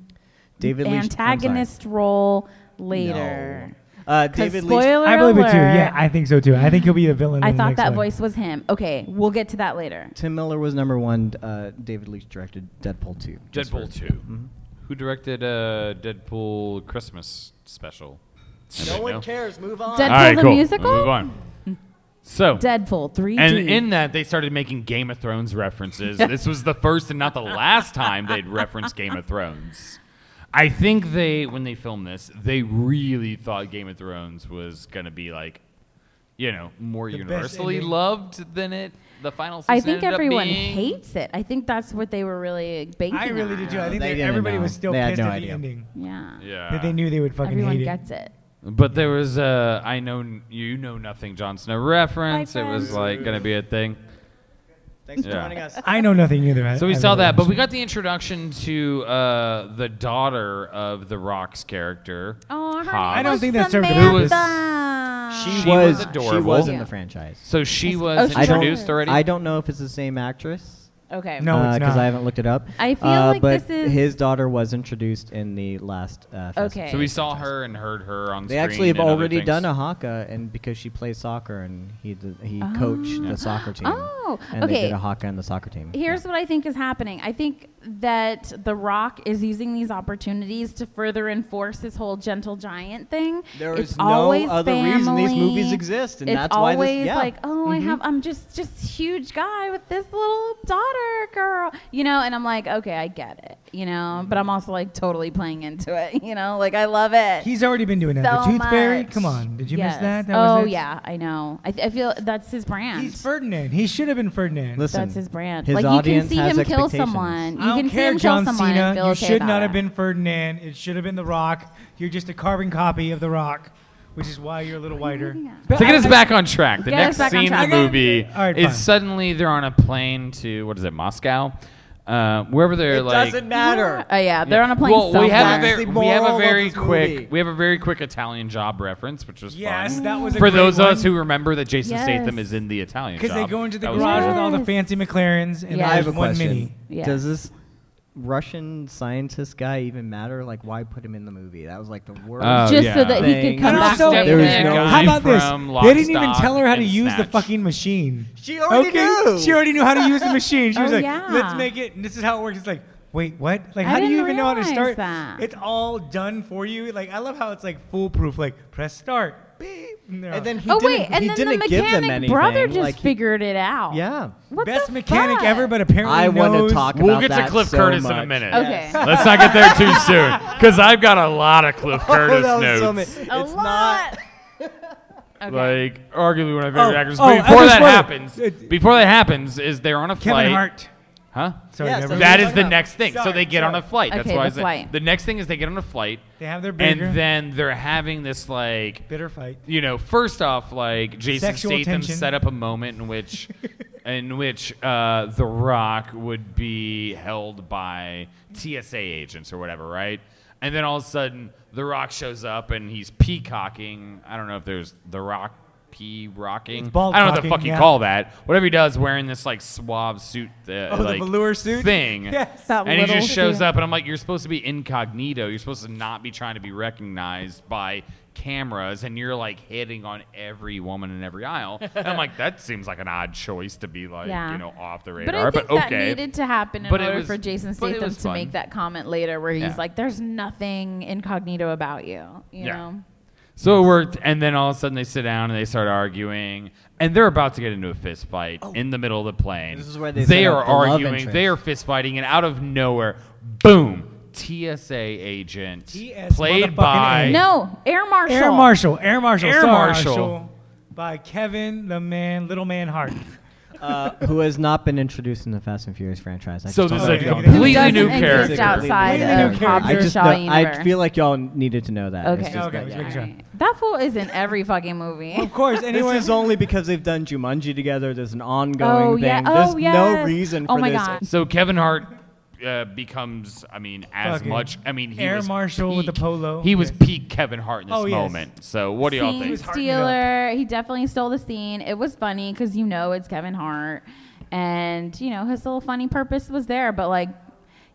Speaker 5: David Leitch- I'm sorry.
Speaker 1: antagonist role later.
Speaker 5: No. Uh,
Speaker 1: 'Cause
Speaker 5: David Leach.
Speaker 1: spoiler
Speaker 4: I believe it too.
Speaker 1: alert,
Speaker 4: Yeah, I think so too. I think he'll be the villain.
Speaker 1: I
Speaker 4: in the
Speaker 1: thought
Speaker 4: next
Speaker 1: that
Speaker 4: one.
Speaker 1: voice was him. Okay, we'll get to that later.
Speaker 5: Tim Miller was number one. Uh, David Leach directed Deadpool 2. Just
Speaker 3: Deadpool
Speaker 5: for-
Speaker 3: 2. Who directed uh, Deadpool Christmas special?
Speaker 5: No
Speaker 3: Anybody know?
Speaker 5: one cares. Move on.
Speaker 1: Deadpool
Speaker 3: All right,
Speaker 1: the
Speaker 3: cool.
Speaker 1: musical?
Speaker 3: We'll move on.
Speaker 5: Mm.
Speaker 3: So,
Speaker 1: Deadpool 3D.
Speaker 3: and in that, they started making Game of Thrones references. this was the first and not the last time they'd referenced Game of Thrones. I think they when they filmed this, they really thought Game of Thrones was gonna be like, you know, more
Speaker 4: The best
Speaker 3: universally
Speaker 4: ending.
Speaker 3: loved than it. The final season.
Speaker 1: I think
Speaker 3: ended up
Speaker 1: everyone
Speaker 3: being.
Speaker 1: hates it. I think that's what they were really banking
Speaker 4: I really did too. I
Speaker 1: on.
Speaker 4: think
Speaker 5: They
Speaker 4: that
Speaker 5: didn't
Speaker 4: everybody
Speaker 5: know.
Speaker 4: was still
Speaker 5: They had
Speaker 4: pissed
Speaker 5: no
Speaker 4: at the
Speaker 5: idea.
Speaker 4: ending.
Speaker 1: Yeah.
Speaker 3: Yeah.
Speaker 4: That they knew they would fucking
Speaker 1: Everyone
Speaker 4: hate
Speaker 1: gets it.
Speaker 3: But there was a I know n- you know nothing Jon Snow reference. It was
Speaker 1: friends.
Speaker 3: like gonna be a thing.
Speaker 5: Thanks
Speaker 3: for Yeah. joining us.
Speaker 4: it. I know nothing either. I-
Speaker 3: So we
Speaker 4: I
Speaker 3: saw
Speaker 4: really
Speaker 3: that, but
Speaker 4: don't.
Speaker 3: we got the introduction to uh, the daughter of the Rock's character.
Speaker 1: Oh, her
Speaker 3: Hobbs.
Speaker 4: I don't
Speaker 1: was
Speaker 4: think that's served a
Speaker 1: Samantha.
Speaker 3: purpose.
Speaker 5: She,
Speaker 3: She
Speaker 5: was,
Speaker 3: was adorable.
Speaker 5: She was in
Speaker 1: Yeah.
Speaker 5: the franchise.
Speaker 3: So she was
Speaker 1: Oh, she
Speaker 5: I don't-
Speaker 3: introduced already.
Speaker 5: I don't know if it's the same actress.
Speaker 1: Okay.
Speaker 4: No, it's
Speaker 5: because
Speaker 4: not.
Speaker 5: I haven't looked it up.
Speaker 1: I feel
Speaker 5: Uh,
Speaker 1: like
Speaker 5: but
Speaker 1: this is-
Speaker 5: his daughter was introduced in the last. Uh, Fast and
Speaker 1: Okay.
Speaker 3: so we saw her and heard her on
Speaker 5: They
Speaker 3: screen.
Speaker 5: actually have
Speaker 3: and other
Speaker 5: already
Speaker 3: things.
Speaker 5: done a haka, and because she plays soccer and he d- he coached the soccer team.
Speaker 1: Oh,
Speaker 5: and They
Speaker 1: okay.
Speaker 5: did a haka on the soccer team.
Speaker 1: Here's what I think is happening. I think that The Rock is using these opportunities to further enforce his whole gentle giant thing.
Speaker 5: There
Speaker 1: It's
Speaker 5: is no
Speaker 1: always
Speaker 5: other reason these movies
Speaker 1: family.
Speaker 5: exist, and
Speaker 1: it's
Speaker 5: that's why
Speaker 1: always
Speaker 5: this- yeah. Mm-hmm.
Speaker 1: like, oh, I have, I'm just just huge guy with this little daughter girl, you know. And I'm like, okay, I get it, you
Speaker 5: Mm-hmm.
Speaker 1: know. But I'm also like totally playing into it, [LAUGHS] you know. Like I love it.
Speaker 4: He's already been doing that.
Speaker 1: so
Speaker 4: the Tooth Fairy.
Speaker 1: much.
Speaker 4: Come on, did you
Speaker 1: Yes.
Speaker 4: miss that? that
Speaker 1: oh
Speaker 4: was it?
Speaker 1: yeah, I know. I, th- I feel that's his brand.
Speaker 4: He's Ferdinand. He should have been Ferdinand.
Speaker 5: Listen,
Speaker 1: That's his brand.
Speaker 5: His
Speaker 1: like you
Speaker 5: audience
Speaker 1: can see
Speaker 5: has
Speaker 1: him kill
Speaker 5: expectations.
Speaker 1: someone. You
Speaker 4: I
Speaker 1: can
Speaker 4: don't care,
Speaker 1: see him
Speaker 4: John
Speaker 1: kill someone
Speaker 4: Cena.
Speaker 1: and feel
Speaker 4: You
Speaker 1: okay
Speaker 4: should
Speaker 1: about
Speaker 4: not
Speaker 1: it.
Speaker 4: have been Ferdinand. It should have been The Rock. You're just a carbon copy of The Rock, which is why you're a little whiter.
Speaker 1: looking at?
Speaker 4: But
Speaker 3: To get
Speaker 4: I-
Speaker 3: us back on track, the
Speaker 1: Get
Speaker 3: next
Speaker 1: us back on
Speaker 3: scene in
Speaker 1: track.
Speaker 3: the movie
Speaker 4: All right,
Speaker 3: is
Speaker 4: fine.
Speaker 3: suddenly they're on a plane to what is it, Moscow, uh, wherever they're
Speaker 5: it
Speaker 3: like.
Speaker 5: doesn't matter.
Speaker 1: Oh yeah, they're on a plane.
Speaker 3: Well, we have a
Speaker 5: somewhere.
Speaker 3: very,
Speaker 5: That's the
Speaker 3: we have
Speaker 5: moral
Speaker 3: a
Speaker 5: of
Speaker 3: very
Speaker 5: this
Speaker 3: quick
Speaker 5: movie.
Speaker 3: we have a very quick Italian job reference, which was
Speaker 4: Yes,
Speaker 3: fun.
Speaker 4: that was a
Speaker 3: For
Speaker 4: great
Speaker 3: those
Speaker 4: one.
Speaker 3: of us who remember that Jason
Speaker 1: Yes.
Speaker 3: Statham is in the Italian job,
Speaker 4: Because they go into the
Speaker 3: that was
Speaker 4: garage
Speaker 3: fun.
Speaker 4: with all the
Speaker 1: Yes.
Speaker 4: fancy McLarens and
Speaker 1: Yeah. I
Speaker 5: I
Speaker 1: have
Speaker 5: have
Speaker 4: there's
Speaker 5: a
Speaker 4: one
Speaker 5: question.
Speaker 4: mini.
Speaker 1: Yeah.
Speaker 5: Does this Russian scientist guy even matter? Like, why put him in the movie? That was like the worst.
Speaker 3: Oh,
Speaker 1: just
Speaker 3: yeah.
Speaker 1: so that he
Speaker 5: Thing.
Speaker 1: could come
Speaker 5: And
Speaker 1: back.
Speaker 4: also,
Speaker 5: There
Speaker 1: later.
Speaker 5: is no-
Speaker 4: how about this?
Speaker 3: from
Speaker 4: They didn't
Speaker 3: Lock,
Speaker 4: even tell her how to
Speaker 3: Stock,
Speaker 4: use the
Speaker 3: and Snatch.
Speaker 4: fucking machine.
Speaker 5: She already knew.
Speaker 4: She already knew how to use the machine.
Speaker 1: [LAUGHS]
Speaker 4: She
Speaker 1: Oh,
Speaker 4: was like,
Speaker 1: yeah.
Speaker 4: "Let's make it." And this is how it works. It's like, wait, what? Like,
Speaker 1: I
Speaker 4: how do you
Speaker 1: didn't
Speaker 4: even know how to
Speaker 1: realize
Speaker 4: start?
Speaker 1: that.
Speaker 4: It's all done for you. Like, I love how it's like foolproof. Like, press start. Beep. they're
Speaker 5: and
Speaker 4: off.
Speaker 5: then he
Speaker 1: oh
Speaker 5: didn't,
Speaker 1: wait, and
Speaker 5: he
Speaker 1: then the
Speaker 5: didn't give them
Speaker 1: mechanic
Speaker 5: anything.
Speaker 1: brother just
Speaker 5: like, he-
Speaker 1: figured it out.
Speaker 5: Yeah.
Speaker 1: What
Speaker 4: best
Speaker 1: the
Speaker 4: mechanic
Speaker 1: fuck?
Speaker 4: [LAUGHS] ever, but apparently
Speaker 5: I
Speaker 4: knows.
Speaker 5: want to talk
Speaker 3: We'll
Speaker 5: about
Speaker 3: get to
Speaker 5: that
Speaker 3: Cliff
Speaker 5: so
Speaker 3: Curtis in a
Speaker 5: much.
Speaker 3: minute.
Speaker 1: Okay.
Speaker 3: Let's not get there too soon,
Speaker 4: [LAUGHS]
Speaker 3: because I've got a lot of
Speaker 4: Oh,
Speaker 3: Cliff Curtis
Speaker 5: that was so
Speaker 3: notes.
Speaker 5: many-
Speaker 1: A
Speaker 5: it's
Speaker 1: lot.
Speaker 5: not.
Speaker 3: Like arguably one of my favorite
Speaker 4: Oh,
Speaker 3: actors.
Speaker 4: oh,
Speaker 3: But before
Speaker 4: other
Speaker 3: that
Speaker 4: spoiler.
Speaker 3: happens,
Speaker 4: It-
Speaker 3: before that happens, is they're on a
Speaker 4: uh, Kevin
Speaker 3: flight,
Speaker 4: Hart.
Speaker 3: huh?
Speaker 4: Sorry,
Speaker 5: Yes,
Speaker 4: never
Speaker 5: that's
Speaker 3: That
Speaker 5: what
Speaker 3: is the
Speaker 5: I'm talking
Speaker 3: next thing. so
Speaker 4: Sorry,
Speaker 3: they get on a
Speaker 4: sorry.
Speaker 3: flight. That's
Speaker 1: Okay,
Speaker 3: why
Speaker 1: the
Speaker 3: I said-
Speaker 1: flight.
Speaker 3: the next thing is they get on a flight,
Speaker 4: They have their burger.
Speaker 3: and then they're having this like
Speaker 4: bitter fight.
Speaker 3: you know, first off, like Jason
Speaker 4: Sexual
Speaker 3: Statham
Speaker 4: tension.
Speaker 3: set up a moment
Speaker 4: [LAUGHS]
Speaker 3: in which, in which uh, The Rock would be held by TSA agents or whatever, right? And then all of a sudden, The Rock shows up and he's peacocking. I don't know if there's The Rock pea rocking.
Speaker 4: It's bald
Speaker 3: I don't know what the
Speaker 4: cocking,
Speaker 3: fuck you
Speaker 4: yeah.
Speaker 3: call that. Whatever he does, wearing this like suave suit, uh,
Speaker 4: Oh, the
Speaker 3: like,
Speaker 4: velour suit?
Speaker 3: thing.
Speaker 4: [LAUGHS] Yes.
Speaker 1: That
Speaker 3: and he
Speaker 1: little
Speaker 3: just shows
Speaker 1: suit.
Speaker 3: up, and I'm like, you're supposed to be incognito. You're supposed to not be trying to be recognized by cameras, and you're like hitting on every woman in every aisle. and
Speaker 1: [LAUGHS]
Speaker 3: I'm like, that seems like an odd choice to be like,
Speaker 1: Yeah.
Speaker 3: you know, off the
Speaker 1: But
Speaker 3: radar.
Speaker 1: I think
Speaker 3: But,
Speaker 1: that
Speaker 3: okay.
Speaker 1: needed to happen in
Speaker 3: But it
Speaker 1: order
Speaker 3: was-
Speaker 1: for Jason
Speaker 3: but it
Speaker 1: Statham
Speaker 3: was
Speaker 1: to
Speaker 3: fun.
Speaker 1: make that comment later, where he's
Speaker 3: Yeah.
Speaker 1: like, "There's nothing incognito about you," you
Speaker 3: Yeah.
Speaker 1: know.
Speaker 3: so it worked, and then all of a sudden they sit down and they start arguing, and they're about to get into a fist fight in the middle of the plane.
Speaker 5: Oh. This is where they
Speaker 3: they
Speaker 5: set
Speaker 3: are
Speaker 5: up the love
Speaker 3: arguing,
Speaker 5: interest.
Speaker 3: they are fist fighting, and out of nowhere, boom, TSA agent
Speaker 4: TS
Speaker 3: played
Speaker 4: motherfucking
Speaker 3: by
Speaker 4: A.
Speaker 1: No, Air Marshal.
Speaker 4: Air Marshal. Air Marshal.
Speaker 3: Air
Speaker 4: sorry,
Speaker 3: Marshal.
Speaker 4: By Kevin the Man, Little Man Hart.
Speaker 5: Uh, who has not been introduced in the Fast and Furious franchise. I
Speaker 3: So
Speaker 5: just
Speaker 3: this
Speaker 5: don't
Speaker 3: is
Speaker 5: know
Speaker 3: a
Speaker 5: if y'all know.
Speaker 4: Completely
Speaker 1: Who doesn't
Speaker 3: new
Speaker 1: exist
Speaker 3: character.
Speaker 1: outside
Speaker 4: Completely
Speaker 1: of
Speaker 4: new
Speaker 1: Hobbs
Speaker 4: character.
Speaker 5: I
Speaker 1: and
Speaker 5: just
Speaker 1: Shaw
Speaker 5: know, I
Speaker 1: universe.
Speaker 5: feel like y'all needed to know that. It's
Speaker 1: Okay.
Speaker 5: just
Speaker 4: Okay,
Speaker 5: that,
Speaker 4: we
Speaker 5: yeah.
Speaker 4: can check.
Speaker 1: Alright. That fool is in every fucking movie.
Speaker 4: Of course,
Speaker 5: [LAUGHS]
Speaker 4: anyone.
Speaker 5: This is only because they've done Jumanji together. There's an
Speaker 1: [LAUGHS]
Speaker 5: ongoing
Speaker 1: Oh,
Speaker 5: thing.
Speaker 1: yeah.
Speaker 5: There's
Speaker 1: Oh,
Speaker 5: no
Speaker 1: yes.
Speaker 5: reason
Speaker 1: Oh
Speaker 5: for
Speaker 1: my
Speaker 5: this.
Speaker 1: God.
Speaker 3: So Kevin Hart uh, becomes, I mean, as
Speaker 4: Fucking
Speaker 3: much. I mean, he
Speaker 4: air
Speaker 3: was
Speaker 4: marshal with the
Speaker 3: peak-
Speaker 4: polo.
Speaker 3: He was
Speaker 4: Yes.
Speaker 3: peak Kevin Hart in this
Speaker 4: Oh, yes.
Speaker 3: moment. So what do y'all
Speaker 1: scene
Speaker 3: think?
Speaker 4: was heartening
Speaker 1: stealer. He definitely stole the scene. It was funny because you know it's Kevin Hart, and you know his little funny purpose was there, but like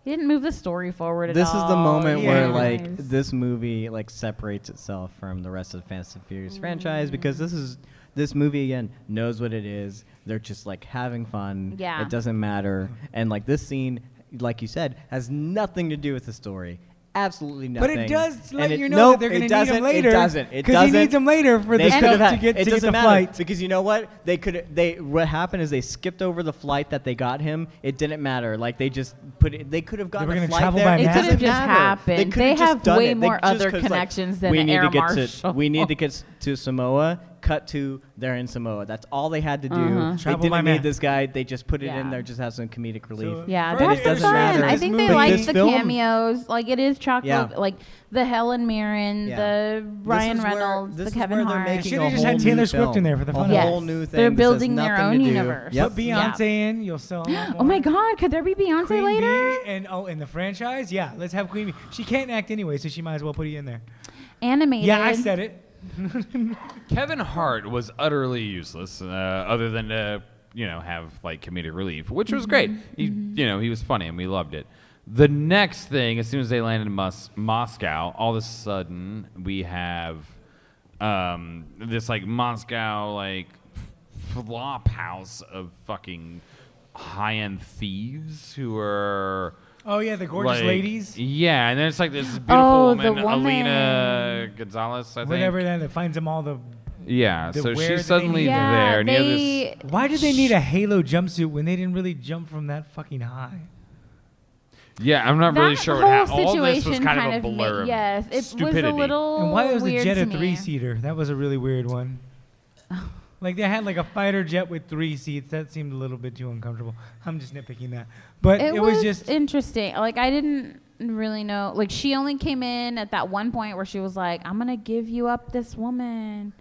Speaker 1: he didn't move the story forward at
Speaker 5: This
Speaker 1: all.
Speaker 5: is the moment where
Speaker 4: yeah.
Speaker 5: like
Speaker 1: Nice.
Speaker 5: this movie like separates itself from the rest of the Fast and Furious
Speaker 1: Mm.
Speaker 5: franchise because this is this movie again knows what it is. They're just like having fun.
Speaker 1: Yeah.
Speaker 5: It doesn't matter. And like this scene, like you said, has nothing to do with the story. absolutely
Speaker 4: But
Speaker 5: nothing.
Speaker 4: it does
Speaker 5: And
Speaker 4: let
Speaker 5: it-
Speaker 4: you know
Speaker 5: nope,
Speaker 4: that they're going
Speaker 5: it
Speaker 4: to need
Speaker 5: doesn't-
Speaker 4: him later.
Speaker 5: It doesn't. It
Speaker 4: Because
Speaker 5: doesn't.
Speaker 4: he needs him later for
Speaker 5: They
Speaker 4: the
Speaker 5: could
Speaker 4: stuff
Speaker 5: have had-
Speaker 4: to get
Speaker 5: it
Speaker 4: to get
Speaker 5: doesn't
Speaker 4: the
Speaker 5: matter,
Speaker 4: flight.
Speaker 5: because you know what they could they what happened is they skipped over the flight that they got him it didn't matter like they just put it they could have gotten
Speaker 4: were
Speaker 5: a
Speaker 4: gonna
Speaker 5: flight
Speaker 4: travel
Speaker 5: there
Speaker 4: by
Speaker 1: It
Speaker 4: It
Speaker 1: could have
Speaker 4: doesn't
Speaker 1: just happened. They, have way more other connections than
Speaker 5: we
Speaker 1: an
Speaker 5: need
Speaker 1: air
Speaker 5: to get
Speaker 1: marshal.
Speaker 5: to we need to get s- to Samoa cut to they're in Samoa that's all they had to do
Speaker 1: Uh-huh.
Speaker 5: they
Speaker 4: Travel by
Speaker 5: didn't need
Speaker 4: map.
Speaker 5: this guy they just put it
Speaker 1: Yeah.
Speaker 5: in there just have some comedic relief
Speaker 4: So-
Speaker 1: Yeah,
Speaker 4: Right.
Speaker 1: they're
Speaker 5: It doesn't
Speaker 1: fun.
Speaker 5: matter.
Speaker 1: I think
Speaker 4: This
Speaker 1: they
Speaker 4: movie-
Speaker 1: like
Speaker 5: this
Speaker 1: the
Speaker 5: film-
Speaker 1: cameos. Like it is chocolate,
Speaker 5: Yeah.
Speaker 1: like the Helen Mirren,
Speaker 5: Yeah.
Speaker 1: the
Speaker 5: This
Speaker 1: Ryan
Speaker 5: is where-
Speaker 1: Reynolds,
Speaker 5: this
Speaker 1: the
Speaker 5: is
Speaker 1: Kevin
Speaker 5: where they're
Speaker 1: Hart.
Speaker 5: making
Speaker 4: Should've
Speaker 5: a
Speaker 4: just had
Speaker 5: whole
Speaker 4: Taylor
Speaker 5: new
Speaker 4: Swift in
Speaker 5: film.
Speaker 4: there for the
Speaker 5: A
Speaker 4: fun of
Speaker 1: Yes.
Speaker 5: whole new thing
Speaker 1: They're
Speaker 5: that has
Speaker 1: building their
Speaker 5: nothing
Speaker 1: own
Speaker 5: to do.
Speaker 1: universe.
Speaker 5: Yep.
Speaker 4: Put Beyonce in. You'll
Speaker 5: [GASPS]
Speaker 4: sell. out
Speaker 1: Oh
Speaker 4: more.
Speaker 1: my God! Could there be Beyonce
Speaker 4: Queen
Speaker 1: later?
Speaker 4: Bee and oh, in the franchise, yeah. Let's have Queen Bee. She can't act anyway, so she might as well put you in there.
Speaker 1: Animated.
Speaker 4: Yeah, I said it.
Speaker 3: Kevin Hart was utterly useless, uh, other than to you know have like comedic relief, which was great. He, you know, he was funny and we loved it. The next thing, as soon as they landed in Mus- Moscow, all of a sudden we have um, this like Moscow like flop house of fucking high end thieves who are.
Speaker 4: Oh yeah, the gorgeous
Speaker 3: like-
Speaker 4: ladies,
Speaker 3: Yeah, and then it's like this beautiful
Speaker 1: Oh, the
Speaker 3: woman, Alina Gonzalez, I think.
Speaker 4: whatever that, that finds them all the.
Speaker 3: Yeah,
Speaker 4: The
Speaker 3: so
Speaker 4: where do they
Speaker 3: she's suddenly
Speaker 4: need it?
Speaker 1: Yeah,
Speaker 3: there near
Speaker 1: they.
Speaker 3: this.
Speaker 4: Why did they need a halo jumpsuit when they didn't really jump from that fucking high?
Speaker 3: Yeah, I'm not really
Speaker 1: that
Speaker 3: sure what
Speaker 1: whole
Speaker 3: happened. All this was
Speaker 1: situation
Speaker 3: kind, of a
Speaker 1: ma-
Speaker 3: blur. of
Speaker 1: yes, it
Speaker 3: stupidity.
Speaker 1: was a little
Speaker 4: and why was the
Speaker 1: Oh, weird
Speaker 4: jet
Speaker 1: to
Speaker 4: a
Speaker 1: me.
Speaker 4: three seater? That was a really
Speaker 1: [LAUGHS]
Speaker 4: weird one. Like they had like a fighter jet with three seats. That seemed a little bit too uncomfortable. I'm just nitpicking that, but
Speaker 1: It,
Speaker 4: it,
Speaker 1: was,
Speaker 4: was, just
Speaker 1: interesting. Like I didn't really know. Like she only came in at that one point where she was like, "I'm gonna give you up this woman,"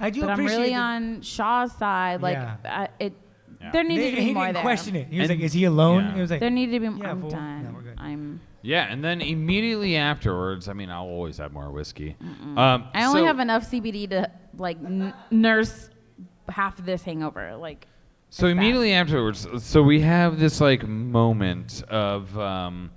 Speaker 4: I do
Speaker 1: but I'm
Speaker 4: appreciate
Speaker 1: really
Speaker 4: the-
Speaker 1: on Shaw's side. Like
Speaker 4: Yeah.
Speaker 1: I, it,
Speaker 3: Yeah.
Speaker 1: there
Speaker 4: They,
Speaker 1: needed to
Speaker 4: he
Speaker 1: be more
Speaker 4: didn't
Speaker 1: there.
Speaker 4: question it. He was
Speaker 3: And-
Speaker 4: like, "Is he alone?"
Speaker 3: Yeah.
Speaker 4: It was like,
Speaker 1: There needed to be.
Speaker 4: Yeah,
Speaker 1: I'm
Speaker 4: fool. No,
Speaker 1: done.
Speaker 4: we're good.
Speaker 1: I'm.
Speaker 3: Yeah, and then immediately afterwards, I mean, I'll always have more whiskey. Um,
Speaker 1: I only
Speaker 3: so-
Speaker 1: have enough CBD to like n- nurse half of this hangover. Like.
Speaker 3: So
Speaker 1: It's bad.
Speaker 3: immediately afterwards, so we have this like moment of, um,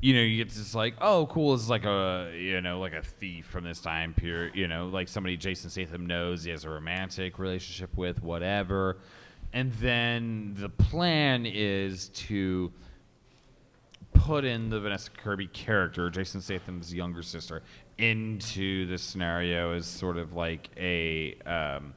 Speaker 3: you know, you get this like, oh, cool, this is like a, you know, like a thief from this time period, you know, like somebody Jason Statham knows he has a romantic relationship with, whatever. And then the plan is to put in the Vanessa Kirby character, Jason Statham's younger sister, into this scenario as sort of like a. Um,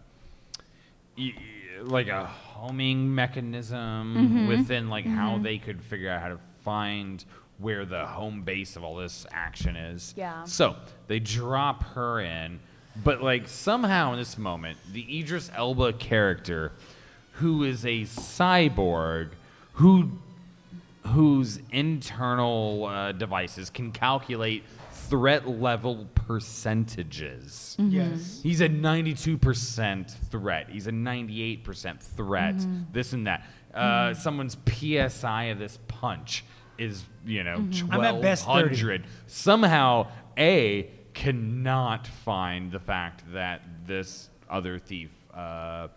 Speaker 3: y- y- like a homing mechanism within like how they could figure out how to find where the home base of all this action is.
Speaker 1: Yeah.
Speaker 3: So they drop her in, but like somehow in this moment, the Idris Elba character, who is a cyborg, who whose internal uh, devices can calculate threat level percentages.
Speaker 4: "Yes."
Speaker 3: He's a 92% threat. He's a 98% threat.
Speaker 4: Mm-hmm.
Speaker 3: This and that. Uh, Someone's PSI of this punch is, you know,
Speaker 4: Mm-hmm. I'm at best
Speaker 3: 1200. Somehow, A cannot find the fact that this other thief uh, uh,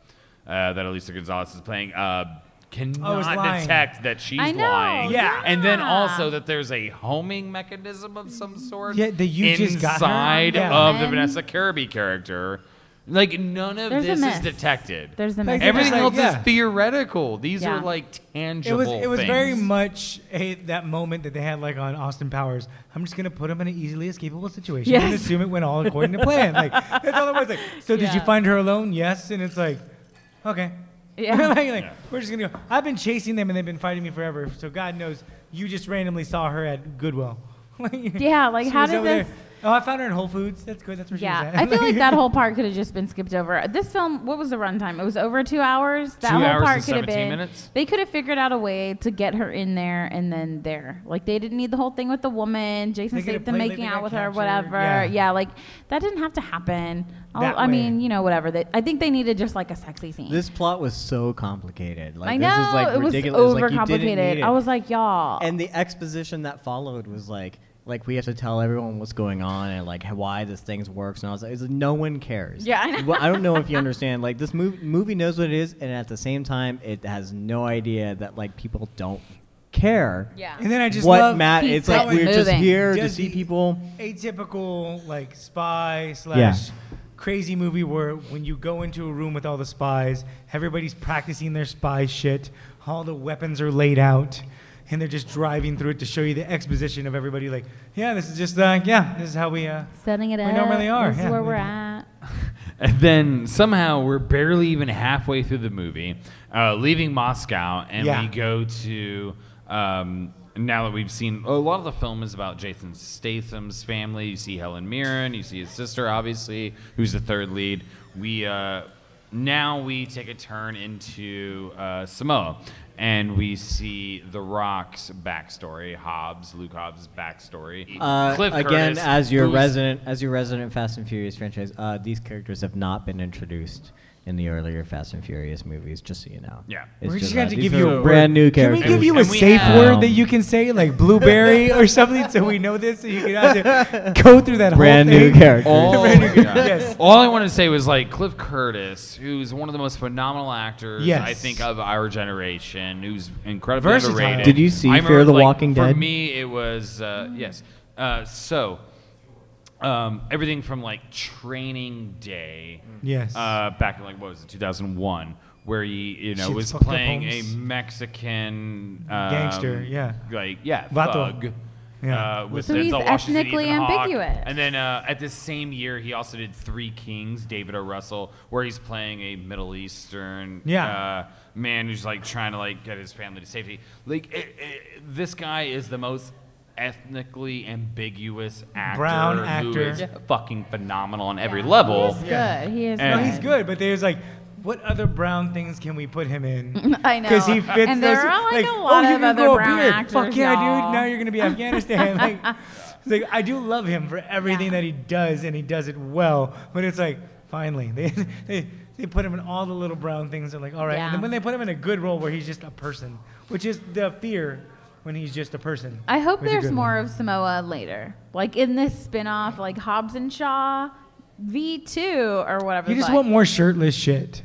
Speaker 3: that Elisa Gonzalez is playing uh, cannot
Speaker 4: Oh, lying.
Speaker 3: detect that she's
Speaker 1: I know,
Speaker 3: lying.
Speaker 1: Yeah.
Speaker 3: And then
Speaker 1: yeah.
Speaker 3: also that there's a homing mechanism of some sort
Speaker 4: Yeah, that you
Speaker 3: inside
Speaker 4: just got her. Yeah.
Speaker 3: of the
Speaker 1: And-
Speaker 3: Vanessa Kirby character. Like none of
Speaker 1: There's a
Speaker 3: this is
Speaker 1: mess.
Speaker 3: detected.
Speaker 1: There's the
Speaker 4: Like,
Speaker 1: message.
Speaker 4: It's
Speaker 3: Everything
Speaker 4: like,
Speaker 3: else
Speaker 4: yeah.
Speaker 3: is theoretical. These
Speaker 1: Yeah.
Speaker 3: are like
Speaker 4: It
Speaker 3: tangible.
Speaker 4: was it was very
Speaker 3: things.
Speaker 4: much a, that moment that they had like on Austin Powers. I'm just gonna put him in an easily escapable situation and
Speaker 1: Yes.
Speaker 4: assume it went all according to plan. Like that's all it was.
Speaker 1: [LAUGHS]
Speaker 4: Like, so did you
Speaker 1: Yeah.
Speaker 4: find her alone? Yes, and it's like, okay.
Speaker 1: [LAUGHS] [LAUGHS] Yeah.
Speaker 4: Like, like, We're just gonna go. I've been chasing them and they've been fighting me forever. So God knows you just randomly saw her at Goodwill. [LAUGHS] Like,
Speaker 1: Yeah, like,
Speaker 4: she
Speaker 1: how
Speaker 4: was
Speaker 1: did
Speaker 4: over there.
Speaker 1: this-
Speaker 4: Oh, I found her at Whole Foods. That's good. That's where she
Speaker 1: Yeah,
Speaker 4: was at.
Speaker 1: I feel
Speaker 4: [LAUGHS]
Speaker 1: like that whole part could have just been skipped over. This film, what was the runtime? It was over two hours. That
Speaker 3: Two
Speaker 1: whole
Speaker 3: hours
Speaker 1: part
Speaker 3: and
Speaker 1: could have
Speaker 3: 17
Speaker 1: been.
Speaker 3: minutes?
Speaker 1: They could have figured out a way to get her in there and then there. Like they didn't need the whole thing with the woman, Jason
Speaker 4: They could have
Speaker 1: Statham
Speaker 4: played like
Speaker 1: making
Speaker 4: they
Speaker 1: out
Speaker 4: got
Speaker 1: with her,
Speaker 4: captured.
Speaker 1: whatever. Yeah.
Speaker 4: Yeah.
Speaker 1: like that didn't have to happen. I'll-
Speaker 4: That
Speaker 1: I
Speaker 4: way.
Speaker 1: mean, you know, whatever. They, I think they needed just like a sexy scene.
Speaker 5: This plot was so complicated. Like
Speaker 1: I
Speaker 5: this
Speaker 1: know
Speaker 5: is like
Speaker 1: it was
Speaker 5: ridiculous. It was
Speaker 1: over
Speaker 5: like, you didn't need
Speaker 1: complicated.
Speaker 5: it.
Speaker 1: I was like, y'all.
Speaker 5: and the exposition that followed was like, like we have to tell everyone what's going on and like why this thing works. And I was like, it's like, no one cares.
Speaker 1: Yeah, I know.
Speaker 5: Well, I don't know
Speaker 1: [LAUGHS]
Speaker 5: if you understand. Like this movie, movie knows what it is, and at the same time, it has no idea that like people don't care.
Speaker 1: yeah.
Speaker 4: And then I just
Speaker 5: what
Speaker 4: love
Speaker 5: Matt?
Speaker 1: Keep
Speaker 5: It's like
Speaker 1: going.
Speaker 5: we're just
Speaker 1: Moving.
Speaker 5: here to
Speaker 4: Does
Speaker 5: see
Speaker 4: the-
Speaker 5: people.
Speaker 4: atypical like spy slash crazy movie where when you go into a room with all the spies, everybody's practicing their spy shit. All the weapons are laid out. and they're just driving through it to show you the exposition of everybody. Like, yeah, this is just uh, yeah, this is how we. Uh,
Speaker 1: Setting it
Speaker 4: We
Speaker 1: up.
Speaker 4: know where they are,
Speaker 1: This is
Speaker 4: yeah.
Speaker 1: where we're at.
Speaker 3: And then somehow we're barely even halfway through the movie, uh, leaving Moscow, and
Speaker 4: Yeah.
Speaker 3: we go to. Um, now that we've seen a lot of the film is about Jason Statham's family. You see Helen Mirren, you see his sister, obviously, who's the third lead. We uh, now we take a turn into uh, Samoa, and we see The Rock's backstory, Hobbs, Luke Hobbs' backstory.
Speaker 5: Uh,
Speaker 3: Cliff
Speaker 5: again,
Speaker 3: Curtis,
Speaker 5: as your
Speaker 3: who's-
Speaker 5: resident, as your resident Fast and Furious franchise, uh, these characters have not been introduced in the earlier Fast and Furious movies. Just so you know.
Speaker 3: Yeah.
Speaker 5: It's
Speaker 4: We're just
Speaker 5: uh,
Speaker 4: gonna have to
Speaker 5: these
Speaker 4: give you
Speaker 5: are
Speaker 4: a
Speaker 5: brand new
Speaker 4: Can
Speaker 5: characters.
Speaker 4: we give you a
Speaker 3: And we
Speaker 4: safe
Speaker 3: have-
Speaker 4: word that you can say, like
Speaker 5: [LAUGHS]
Speaker 4: blueberry or something, so we know this, so you can have to go through that
Speaker 5: brand
Speaker 4: whole
Speaker 5: new
Speaker 4: thing?
Speaker 5: characters?
Speaker 3: All,
Speaker 4: [LAUGHS] Brand new
Speaker 3: Oh, Yeah.
Speaker 4: characters, Oh. yes.
Speaker 3: All I wanted to say was like Cliff Curtis, who's one of the most phenomenal actors
Speaker 4: Yes.
Speaker 3: I think of our generation, who's incredibly
Speaker 4: Versatile.
Speaker 3: underrated.
Speaker 5: Did you see
Speaker 3: I
Speaker 5: Fear
Speaker 3: remember,
Speaker 5: the
Speaker 3: like,
Speaker 5: Walking
Speaker 3: For
Speaker 5: Dead?
Speaker 3: me, it was uh, yes. Uh, so um, everything from like Training Day,
Speaker 4: Yes.
Speaker 3: uh, back in like what was it, 2001, where he you know
Speaker 4: Shit,
Speaker 3: was
Speaker 4: fucked up
Speaker 3: playing a
Speaker 4: homes.
Speaker 3: Mexican um,
Speaker 4: Gangster, yeah.
Speaker 3: like yeah,
Speaker 4: Vato.
Speaker 3: thug.
Speaker 4: Yeah.
Speaker 3: Uh, with
Speaker 1: So he's
Speaker 3: Denzel Washington,
Speaker 1: ethnically
Speaker 3: Ethan Hawke.
Speaker 1: ambiguous.
Speaker 3: And then uh, at the same year, he also did Three Kings, David O. Russell, where he's playing a Middle Eastern
Speaker 4: Yeah.
Speaker 3: uh, man who's like trying to like get his family to safety. Like it, it, this guy is the most ethnically ambiguous actor,
Speaker 4: Brown
Speaker 3: who
Speaker 4: actor.
Speaker 3: is
Speaker 4: Yeah.
Speaker 3: fucking phenomenal on every level.
Speaker 1: He's good. He is.
Speaker 3: And-
Speaker 4: no, Oh, he's good, but there's like, what other brown things can we put him in?
Speaker 1: [LAUGHS] I know.
Speaker 4: Because he fits
Speaker 1: And
Speaker 4: those.
Speaker 1: there are like, a
Speaker 4: oh,
Speaker 1: lot
Speaker 4: you
Speaker 1: of
Speaker 4: can
Speaker 1: other
Speaker 4: grow a
Speaker 1: brown
Speaker 4: beard.
Speaker 1: actors.
Speaker 4: Fuck yeah,
Speaker 1: y'all.
Speaker 4: dude! Now you're gonna
Speaker 1: [LAUGHS]
Speaker 4: be Afghanistan. like, it's like, I do love him for everything
Speaker 1: Yeah.
Speaker 4: that he does, and he does it well. But it's like, finally, they [LAUGHS] they, they put him in all the little brown things. They're like, all right.
Speaker 1: Yeah.
Speaker 4: And then when they put him in a good role where he's just a person, which is the fear when he's just a person.
Speaker 1: I hope
Speaker 4: Which is
Speaker 1: there's
Speaker 4: good.
Speaker 1: more of Samoa later. Like in this spin-off, like Hobbs and Shaw V2 or whatever.
Speaker 4: You
Speaker 1: it's
Speaker 4: just
Speaker 1: like.
Speaker 4: want more shirtless shit.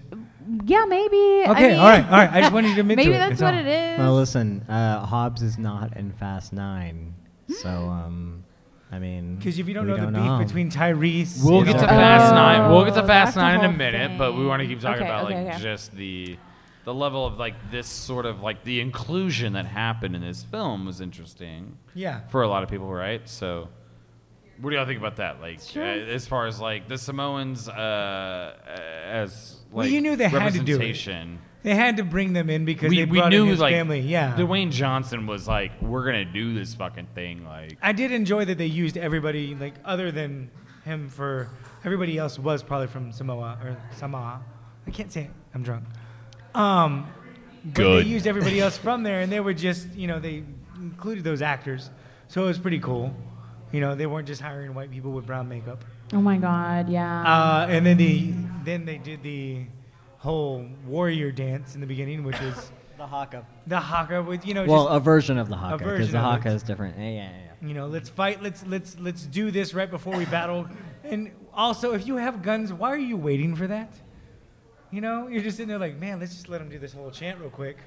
Speaker 1: Yeah, maybe. I
Speaker 4: Okay,
Speaker 1: mean,
Speaker 4: all right, all
Speaker 1: [LAUGHS]
Speaker 4: right. I just wanted you to admit
Speaker 1: Maybe
Speaker 4: to it.
Speaker 1: that's what it is.
Speaker 5: Well, listen, uh, Hobbs is not in Fast Nine, so um, I mean,
Speaker 4: Because if you don't
Speaker 5: we
Speaker 4: know the beef
Speaker 5: know.
Speaker 4: between Tyrese,
Speaker 3: We'll
Speaker 4: and
Speaker 3: get to
Speaker 4: all
Speaker 1: Oh,
Speaker 4: that.
Speaker 3: Fast Nine. We'll get to
Speaker 1: that's
Speaker 3: Fast
Speaker 1: the
Speaker 3: Nine in a
Speaker 1: whole
Speaker 3: minute, but we want to keep talking
Speaker 1: thing.
Speaker 3: about
Speaker 1: Okay, okay,
Speaker 3: like
Speaker 1: okay.
Speaker 3: just the the level of like this sort of like the inclusion that happened in this film was interesting
Speaker 4: Yeah.
Speaker 3: for a lot of people, right? So, what do y'all think about that? Like,
Speaker 1: Sure.
Speaker 3: uh, as far as like the Samoans uh, uh, as like
Speaker 4: Well, you knew they had to do it.
Speaker 3: representation.
Speaker 4: They had to bring them in because
Speaker 3: We,
Speaker 4: they
Speaker 3: we
Speaker 4: brought
Speaker 3: knew
Speaker 4: in his
Speaker 3: like
Speaker 4: family. Yeah.
Speaker 3: Dwayne Johnson was like, we're gonna do this fucking thing. Like,
Speaker 4: I did enjoy that they used everybody like other than him for everybody else was probably from Samoa or Samoa. I can't say it. I'm drunk. Um, but
Speaker 3: Good.
Speaker 4: They used everybody else from there, and they were just you know they included those actors, so it was pretty cool. You know they weren't just hiring white people with brown makeup.
Speaker 1: Oh my God, yeah.
Speaker 4: Uh, and then the
Speaker 5: Um,
Speaker 4: then they did the whole warrior dance in the beginning, which is
Speaker 5: the Haka.
Speaker 4: the haka with you know
Speaker 5: Well, uh,
Speaker 4: just
Speaker 5: a version of the Haka, because
Speaker 4: version
Speaker 5: the
Speaker 4: of
Speaker 5: Haka
Speaker 4: it.
Speaker 5: is different. Yeah, yeah, yeah.
Speaker 4: you know let's fight let's let's let's do this right before we battle and also if you have guns why are you waiting for that you know you're just sitting there like man let's just let them do this whole chant real quick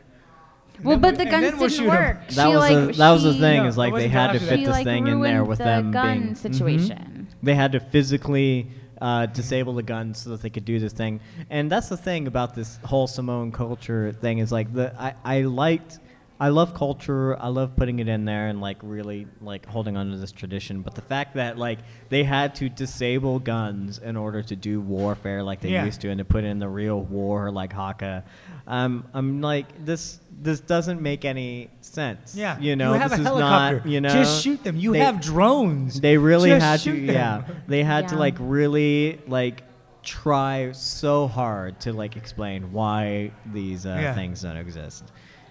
Speaker 4: And
Speaker 1: well,
Speaker 4: then
Speaker 1: but
Speaker 4: we-
Speaker 1: the
Speaker 4: and
Speaker 1: guns
Speaker 4: then we'll
Speaker 1: didn't
Speaker 4: shoot 'em.
Speaker 1: work.
Speaker 5: That
Speaker 1: she
Speaker 5: was
Speaker 1: like,
Speaker 5: the, that was the
Speaker 1: she-
Speaker 5: thing is
Speaker 4: No, I
Speaker 5: like they
Speaker 4: wasn't
Speaker 5: had to
Speaker 4: talking
Speaker 5: fit
Speaker 4: about
Speaker 1: she,
Speaker 5: this
Speaker 1: like,
Speaker 5: thing in there
Speaker 1: ruined
Speaker 5: with
Speaker 1: the
Speaker 5: them
Speaker 1: gun
Speaker 5: being. Mm-hmm.
Speaker 1: situation.
Speaker 5: They had to physically uh, disable the guns so that they could do this thing. And that's the thing about this whole Samoan culture thing is like the I, I liked I love culture. I love putting it in there and like really like holding on to this tradition. But the fact that like they had to disable guns in order to do warfare like they
Speaker 4: Yeah.
Speaker 5: used to and to put in the real war like Haka, um, I'm like this this doesn't make any sense.
Speaker 4: yeah
Speaker 5: you know
Speaker 4: have
Speaker 5: this
Speaker 4: a
Speaker 5: is
Speaker 4: helicopter
Speaker 5: not you know
Speaker 4: just shoot them you
Speaker 5: They-
Speaker 4: have [LAUGHS] drones
Speaker 5: they really
Speaker 4: Just
Speaker 5: had to
Speaker 4: shoot them.
Speaker 5: yeah they had to
Speaker 1: Yeah.
Speaker 5: like really like try so hard to like explain why these uh,
Speaker 4: Yeah.
Speaker 5: things don't exist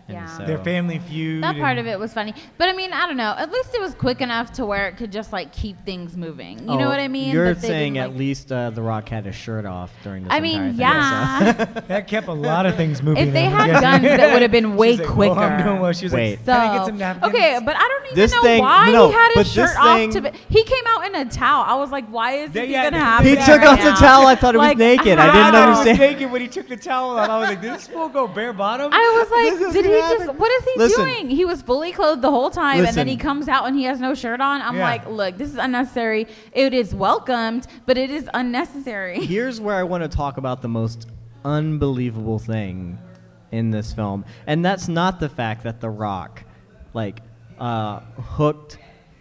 Speaker 5: and
Speaker 1: Yeah.
Speaker 5: so
Speaker 4: their family feud
Speaker 1: That part
Speaker 4: and-
Speaker 1: of it was funny, but I mean, I don't know. At least it was quick enough to where it could just like keep things moving. You know
Speaker 5: Oh,
Speaker 1: what I mean?
Speaker 5: you're
Speaker 1: That they
Speaker 5: saying
Speaker 1: didn't,
Speaker 5: at
Speaker 1: like-
Speaker 5: least uh, the rock had his shirt off during this
Speaker 1: I
Speaker 5: entire
Speaker 1: mean,
Speaker 5: thing, so-
Speaker 1: yeah.
Speaker 4: that kept a lot of things moving
Speaker 1: If they
Speaker 4: I'm
Speaker 1: had
Speaker 4: guessing.
Speaker 1: guns, that would have been way
Speaker 4: [LAUGHS] She's like, "Well, I'm
Speaker 1: quicker."
Speaker 4: doing well. She was
Speaker 5: Wait.
Speaker 4: like,
Speaker 1: So,
Speaker 4: "Can I get some napkins?"
Speaker 1: okay, but I don't even
Speaker 5: This
Speaker 1: know
Speaker 5: thing-
Speaker 1: why
Speaker 5: no,
Speaker 1: he had
Speaker 5: but
Speaker 1: his shirt
Speaker 5: this
Speaker 1: off.
Speaker 5: thing-
Speaker 1: To be, he came out in a towel. I was like, why is
Speaker 4: They-
Speaker 1: this
Speaker 4: yeah,
Speaker 1: even
Speaker 4: they-
Speaker 1: happening?
Speaker 5: he took
Speaker 1: right
Speaker 5: off the
Speaker 1: now?
Speaker 5: towel i thought it was
Speaker 1: Like,
Speaker 5: naked i
Speaker 4: I
Speaker 5: didn't
Speaker 4: thought he was
Speaker 5: understand
Speaker 4: naked when he took the towel off. I was like, "Did this fool go bare bottom?"
Speaker 1: I was
Speaker 5: This
Speaker 1: like,
Speaker 5: is
Speaker 1: did he
Speaker 5: what
Speaker 1: just?
Speaker 5: happened.
Speaker 1: What is he
Speaker 5: Listen.
Speaker 1: doing? He was fully clothed the whole time, and
Speaker 5: Listen.
Speaker 1: then he comes out and he has no shirt on. I'm
Speaker 4: Yeah.
Speaker 1: like, look, this is unnecessary. It is welcomed, but it is unnecessary.
Speaker 5: [LAUGHS] here's where I want to talk about the most unbelievable thing in this film, and that's not the fact that The Rock like uh, hooked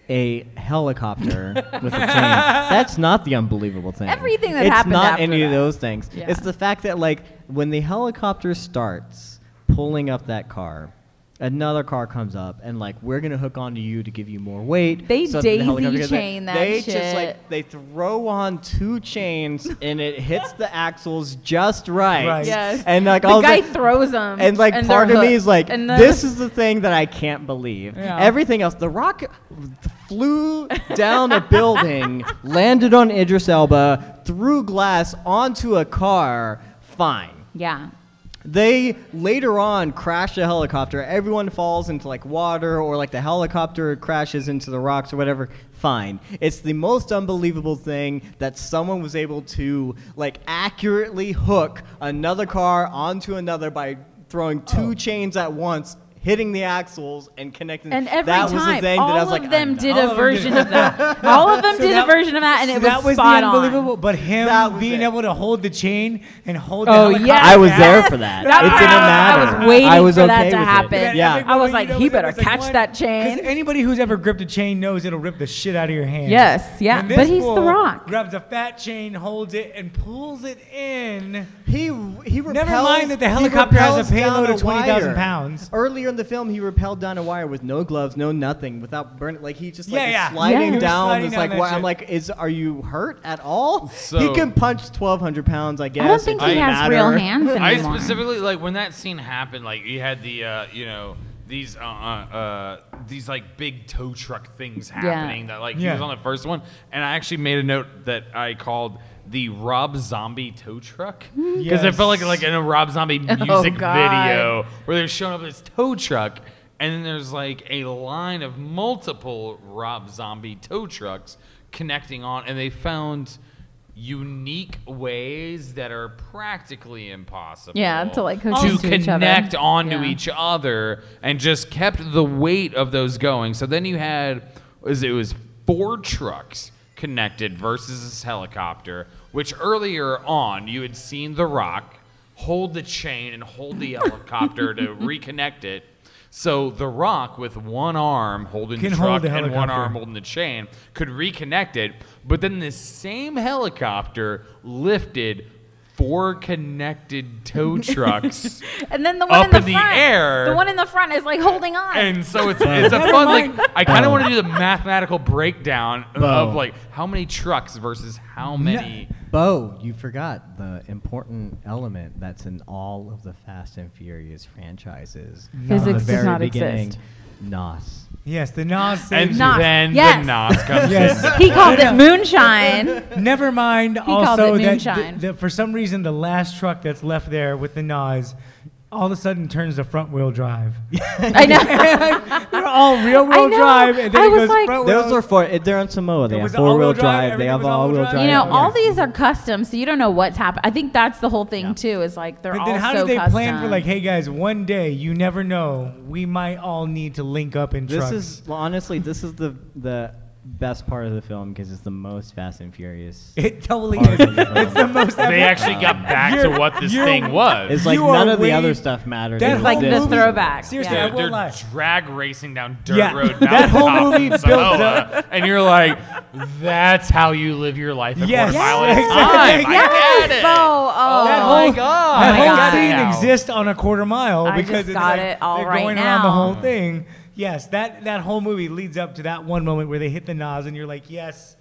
Speaker 5: a
Speaker 1: [LAUGHS]
Speaker 5: helicopter with a chain. That's not the unbelievable thing.
Speaker 1: Everything that
Speaker 5: it's
Speaker 1: happened
Speaker 5: not
Speaker 1: after
Speaker 5: any of
Speaker 1: that.
Speaker 5: those things.
Speaker 1: Yeah.
Speaker 5: It's the fact that like when the helicopter starts pulling up that car. Another car comes up and like we're gonna hook onto you to give you more weight.
Speaker 1: They
Speaker 5: so that the
Speaker 1: daisy
Speaker 5: helicopter gets back.
Speaker 1: chain that
Speaker 5: They
Speaker 1: shit.
Speaker 5: just like they throw on two chains and it hits the axles just right.
Speaker 4: Right.
Speaker 1: Yes.
Speaker 5: And like
Speaker 1: the
Speaker 5: all of a
Speaker 1: guy
Speaker 5: sudden-
Speaker 1: throws them.
Speaker 5: and like part of me is like, this is the thing that I can't believe.
Speaker 1: Yeah.
Speaker 5: Everything else, the rock flew down a building, landed on Idris Elba, through glass onto a car. Fine.
Speaker 1: Yeah.
Speaker 5: They later on crash a helicopter. Everyone falls into like water, or like the helicopter crashes into the rocks or whatever. Fine. It's the most unbelievable thing that someone was able to like accurately hook another car onto another by throwing two chains at once, hitting the axles and connecting.
Speaker 1: And every
Speaker 5: that
Speaker 1: time,
Speaker 5: was the thing
Speaker 1: all
Speaker 5: that I was
Speaker 1: of
Speaker 5: like,
Speaker 1: them
Speaker 5: I'm
Speaker 1: did
Speaker 4: All of
Speaker 1: a
Speaker 4: them
Speaker 1: version
Speaker 4: did.
Speaker 1: of
Speaker 4: [LAUGHS]
Speaker 1: that. All of them
Speaker 4: So
Speaker 1: did
Speaker 4: that-
Speaker 1: a version of that, and
Speaker 4: so
Speaker 1: it
Speaker 4: that
Speaker 1: was
Speaker 4: was the
Speaker 1: spot on.
Speaker 4: unbelievable. But him
Speaker 5: That was
Speaker 4: being
Speaker 5: it.
Speaker 4: able to hold the chain and hold the
Speaker 1: Oh,
Speaker 4: helicopter
Speaker 1: yes.
Speaker 5: I was there
Speaker 1: Yes. [LAUGHS]
Speaker 5: for that.
Speaker 1: That
Speaker 5: it
Speaker 1: part
Speaker 5: didn't
Speaker 1: I was- I
Speaker 5: matter.
Speaker 1: was waiting for
Speaker 5: okay
Speaker 1: that to
Speaker 5: with it.
Speaker 1: happen.
Speaker 4: And
Speaker 5: Yeah.
Speaker 4: everyone
Speaker 1: I was
Speaker 4: you
Speaker 1: like,
Speaker 4: know
Speaker 1: he
Speaker 4: was
Speaker 1: better
Speaker 4: like, what?
Speaker 1: catch that
Speaker 4: 'Cause
Speaker 1: chain.
Speaker 4: Anybody who's ever gripped a chain knows it'll rip the shit out of your hand.
Speaker 1: Yes, yeah,
Speaker 4: And
Speaker 1: but
Speaker 4: this
Speaker 1: he's The
Speaker 4: fool
Speaker 1: Rock.
Speaker 4: Grabs a fat chain, holds it, and pulls it in.
Speaker 5: He he repels,
Speaker 4: Never mind that the
Speaker 5: he
Speaker 4: helicopter has a
Speaker 5: repels down
Speaker 4: payload of
Speaker 5: a
Speaker 4: 20,000
Speaker 5: wire.
Speaker 4: pounds.
Speaker 5: Earlier in the film, he repelled down a wire with no gloves, no nothing, without burning. Like he just like
Speaker 4: Yeah,
Speaker 5: is
Speaker 4: yeah.
Speaker 1: Yeah. He
Speaker 5: sliding
Speaker 1: was
Speaker 5: down.
Speaker 4: sliding
Speaker 5: this
Speaker 4: down
Speaker 5: like
Speaker 4: that
Speaker 5: wire. I'm
Speaker 4: shit.
Speaker 5: like, is are you hurt at all?
Speaker 3: So-
Speaker 5: he can punch 1,200 pounds, I guess.
Speaker 1: I don't think
Speaker 5: It
Speaker 1: he
Speaker 5: doesn't
Speaker 1: has
Speaker 5: matter.
Speaker 1: real hands anymore.
Speaker 3: I specifically like when that scene happened. Like you had the uh, you know these uh, uh, uh, these like big tow truck things happening that like he was
Speaker 4: Yeah.
Speaker 3: on the first one, and I actually made a note that I called the Rob Zombie tow truck because it felt like
Speaker 4: Mm-hmm. Yes.
Speaker 3: like in a Rob
Speaker 1: [LAUGHS]
Speaker 3: Zombie music
Speaker 1: Oh, God.
Speaker 3: video where they're showing up this tow truck. And then there's like a line of multiple Rob Zombie tow trucks connecting on, and they found unique ways that are practically impossible.
Speaker 1: Yeah, to, like, hook
Speaker 3: to
Speaker 1: into each other.
Speaker 3: connect onto
Speaker 1: Yeah.
Speaker 3: each other, and just kept the weight of those going. So then you had was it was four trucks connected versus this helicopter, which earlier on you had seen The Rock hold the chain and hold
Speaker 4: [LAUGHS]
Speaker 3: the helicopter to reconnect it. So The Rock, with one arm holding
Speaker 4: Can
Speaker 3: the
Speaker 4: hold
Speaker 3: truck
Speaker 4: the
Speaker 3: and one
Speaker 4: helicopter.
Speaker 3: arm holding the chain, could reconnect it. But then this same helicopter lifted four
Speaker 4: [LAUGHS]
Speaker 3: connected tow trucks,
Speaker 1: and then the one
Speaker 3: up
Speaker 1: in the,
Speaker 3: in the
Speaker 1: front,
Speaker 3: air.
Speaker 1: the one in the front is like holding on.
Speaker 3: and so it's it's a fun like. I kind of want to do the mathematical breakdown of
Speaker 5: Boom.
Speaker 3: like how many trucks versus how many.
Speaker 5: Bo, you forgot the important element that's in all of the Fast and Furious franchises.
Speaker 1: Physics
Speaker 5: From the
Speaker 1: does
Speaker 5: very
Speaker 1: not
Speaker 5: beginning,
Speaker 1: exist.
Speaker 5: Nas.
Speaker 4: Yes, the Nas
Speaker 3: And
Speaker 4: saves
Speaker 1: Nas.
Speaker 3: then
Speaker 1: Yes.
Speaker 3: the Nas comes
Speaker 4: Yes.
Speaker 1: [LAUGHS]
Speaker 3: in.
Speaker 1: he called
Speaker 4: [LAUGHS] Yeah.
Speaker 1: it
Speaker 4: [LAUGHS]
Speaker 1: moonshine. [LAUGHS]
Speaker 4: Never mind.
Speaker 1: called
Speaker 4: also,
Speaker 1: it
Speaker 4: that
Speaker 1: moonshine.
Speaker 4: th- that for some reason the last truck that's left there with the Nas, all of a sudden turns to front
Speaker 1: [LAUGHS]
Speaker 4: wheel drive. [LAUGHS]
Speaker 1: I know.
Speaker 4: They're all real
Speaker 1: I
Speaker 4: wheel
Speaker 1: know.
Speaker 4: drive, and then
Speaker 1: I
Speaker 4: it
Speaker 1: was
Speaker 4: goes
Speaker 1: like-
Speaker 4: front wheel.
Speaker 5: Those are four. They're on Samoa. They
Speaker 4: It
Speaker 5: have
Speaker 4: was
Speaker 5: four-wheel
Speaker 4: all-wheel
Speaker 5: drive.
Speaker 4: drive,
Speaker 5: They have
Speaker 4: everything was all-wheel
Speaker 5: all-wheel
Speaker 4: drive.
Speaker 5: drive.
Speaker 1: you know, all
Speaker 4: Yes.
Speaker 1: these are custom, so you don't know what's happened. I think that's the whole thing too. Is like they're
Speaker 4: But
Speaker 1: all
Speaker 4: then how
Speaker 1: so
Speaker 4: did they
Speaker 1: custom.
Speaker 4: plan for like, hey guys, one day you never know, we might all need to link up in
Speaker 5: This
Speaker 4: trucks.
Speaker 5: is well, honestly, this is the the best part of the film because it's the most Fast and Furious.
Speaker 4: [LAUGHS] it totally
Speaker 5: part of
Speaker 4: is. [LAUGHS]
Speaker 5: the film.
Speaker 4: it's the most.
Speaker 3: They actually got back to
Speaker 4: You're-
Speaker 3: what this
Speaker 4: you're-
Speaker 3: thing was.
Speaker 5: It's like
Speaker 4: You
Speaker 5: none
Speaker 4: are
Speaker 5: of the other
Speaker 4: way-
Speaker 5: stuff matters.
Speaker 4: That
Speaker 5: It's
Speaker 1: like
Speaker 4: whole
Speaker 5: this.
Speaker 1: the
Speaker 4: movie-
Speaker 1: throwback.
Speaker 4: Seriously,
Speaker 1: yeah.
Speaker 4: I
Speaker 3: Dude,
Speaker 4: won't
Speaker 3: they're
Speaker 4: lie.
Speaker 3: drag racing down dirt
Speaker 4: Yeah,
Speaker 3: road.
Speaker 4: [LAUGHS] that whole
Speaker 3: mountaintops
Speaker 4: movie
Speaker 3: in
Speaker 4: builds
Speaker 3: Samoa,
Speaker 4: up-
Speaker 3: and you're like, that's how you live your life at
Speaker 4: Yes.
Speaker 3: one mile at
Speaker 4: [LAUGHS]
Speaker 3: a
Speaker 4: Yes.
Speaker 3: time. I
Speaker 1: Yes,
Speaker 3: get it.
Speaker 1: Bo. Oh,
Speaker 4: That
Speaker 3: my
Speaker 4: whole-
Speaker 3: God.
Speaker 1: Oh
Speaker 4: That
Speaker 1: my
Speaker 4: whole
Speaker 1: God.
Speaker 4: scene
Speaker 3: Now.
Speaker 4: exists on a quarter mile
Speaker 1: I
Speaker 4: because
Speaker 1: just
Speaker 4: it's
Speaker 1: got
Speaker 4: like
Speaker 1: it all
Speaker 4: they're
Speaker 1: right
Speaker 4: going around the
Speaker 1: now.
Speaker 4: whole thing. Yes, that that whole movie leads up to that one moment where they hit the Nas, and you're like, yes,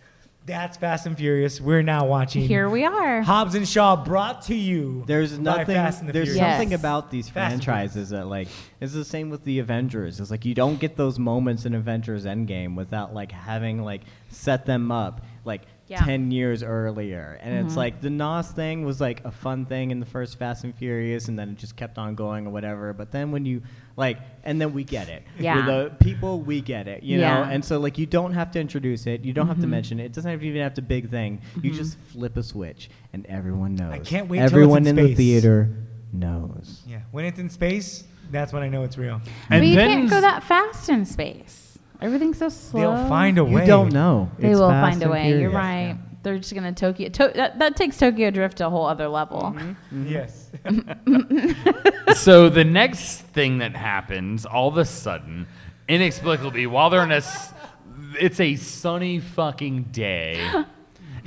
Speaker 4: that's Fast and Furious. We're now watching.
Speaker 1: here we are.
Speaker 4: Hobbs and Shaw brought to you.
Speaker 5: There's
Speaker 4: by
Speaker 5: nothing.
Speaker 4: Fast and the
Speaker 5: there's
Speaker 4: Furious.
Speaker 1: Yes.
Speaker 5: something about these
Speaker 4: Fast and
Speaker 5: franchises that like it's the same with the Avengers. It's like you don't get those moments in Avengers Endgame without like having like set them up like
Speaker 1: Yeah. Mm-hmm.
Speaker 5: ten years earlier. And it's like the Nas thing was like a fun thing in the first Fast and Furious, and then it just kept on going or whatever. But then when you like, and then we get it. With
Speaker 1: Yeah.
Speaker 5: the people, we get it. You know,
Speaker 1: Yeah. Mm-hmm.
Speaker 5: and so like you don't have to introduce it. You don't have to mention it. It doesn't have to even have to big thing. You just flip a switch, and everyone knows.
Speaker 4: can't wait till it's
Speaker 5: Everyone
Speaker 4: in
Speaker 5: in the
Speaker 4: space.
Speaker 5: theater knows.
Speaker 4: Yeah, when it's in space, that's when I know it's real.
Speaker 1: but
Speaker 3: And
Speaker 1: you
Speaker 3: then-
Speaker 1: can't go that fast in space. Everything's so slow.
Speaker 4: They'll find a way.
Speaker 5: You don't know.
Speaker 1: They
Speaker 5: It's
Speaker 1: will
Speaker 5: Fast
Speaker 1: find a
Speaker 5: and
Speaker 1: way. You're
Speaker 5: Furious.
Speaker 1: right. They're just gonna Tokyo. To- that, that takes Tokyo Drift to a whole other level.
Speaker 3: Mm-hmm.
Speaker 4: Mm-hmm. Yes.
Speaker 3: so the next thing that happens all of a sudden inexplicably while they're in a, s- it's a sunny fucking day,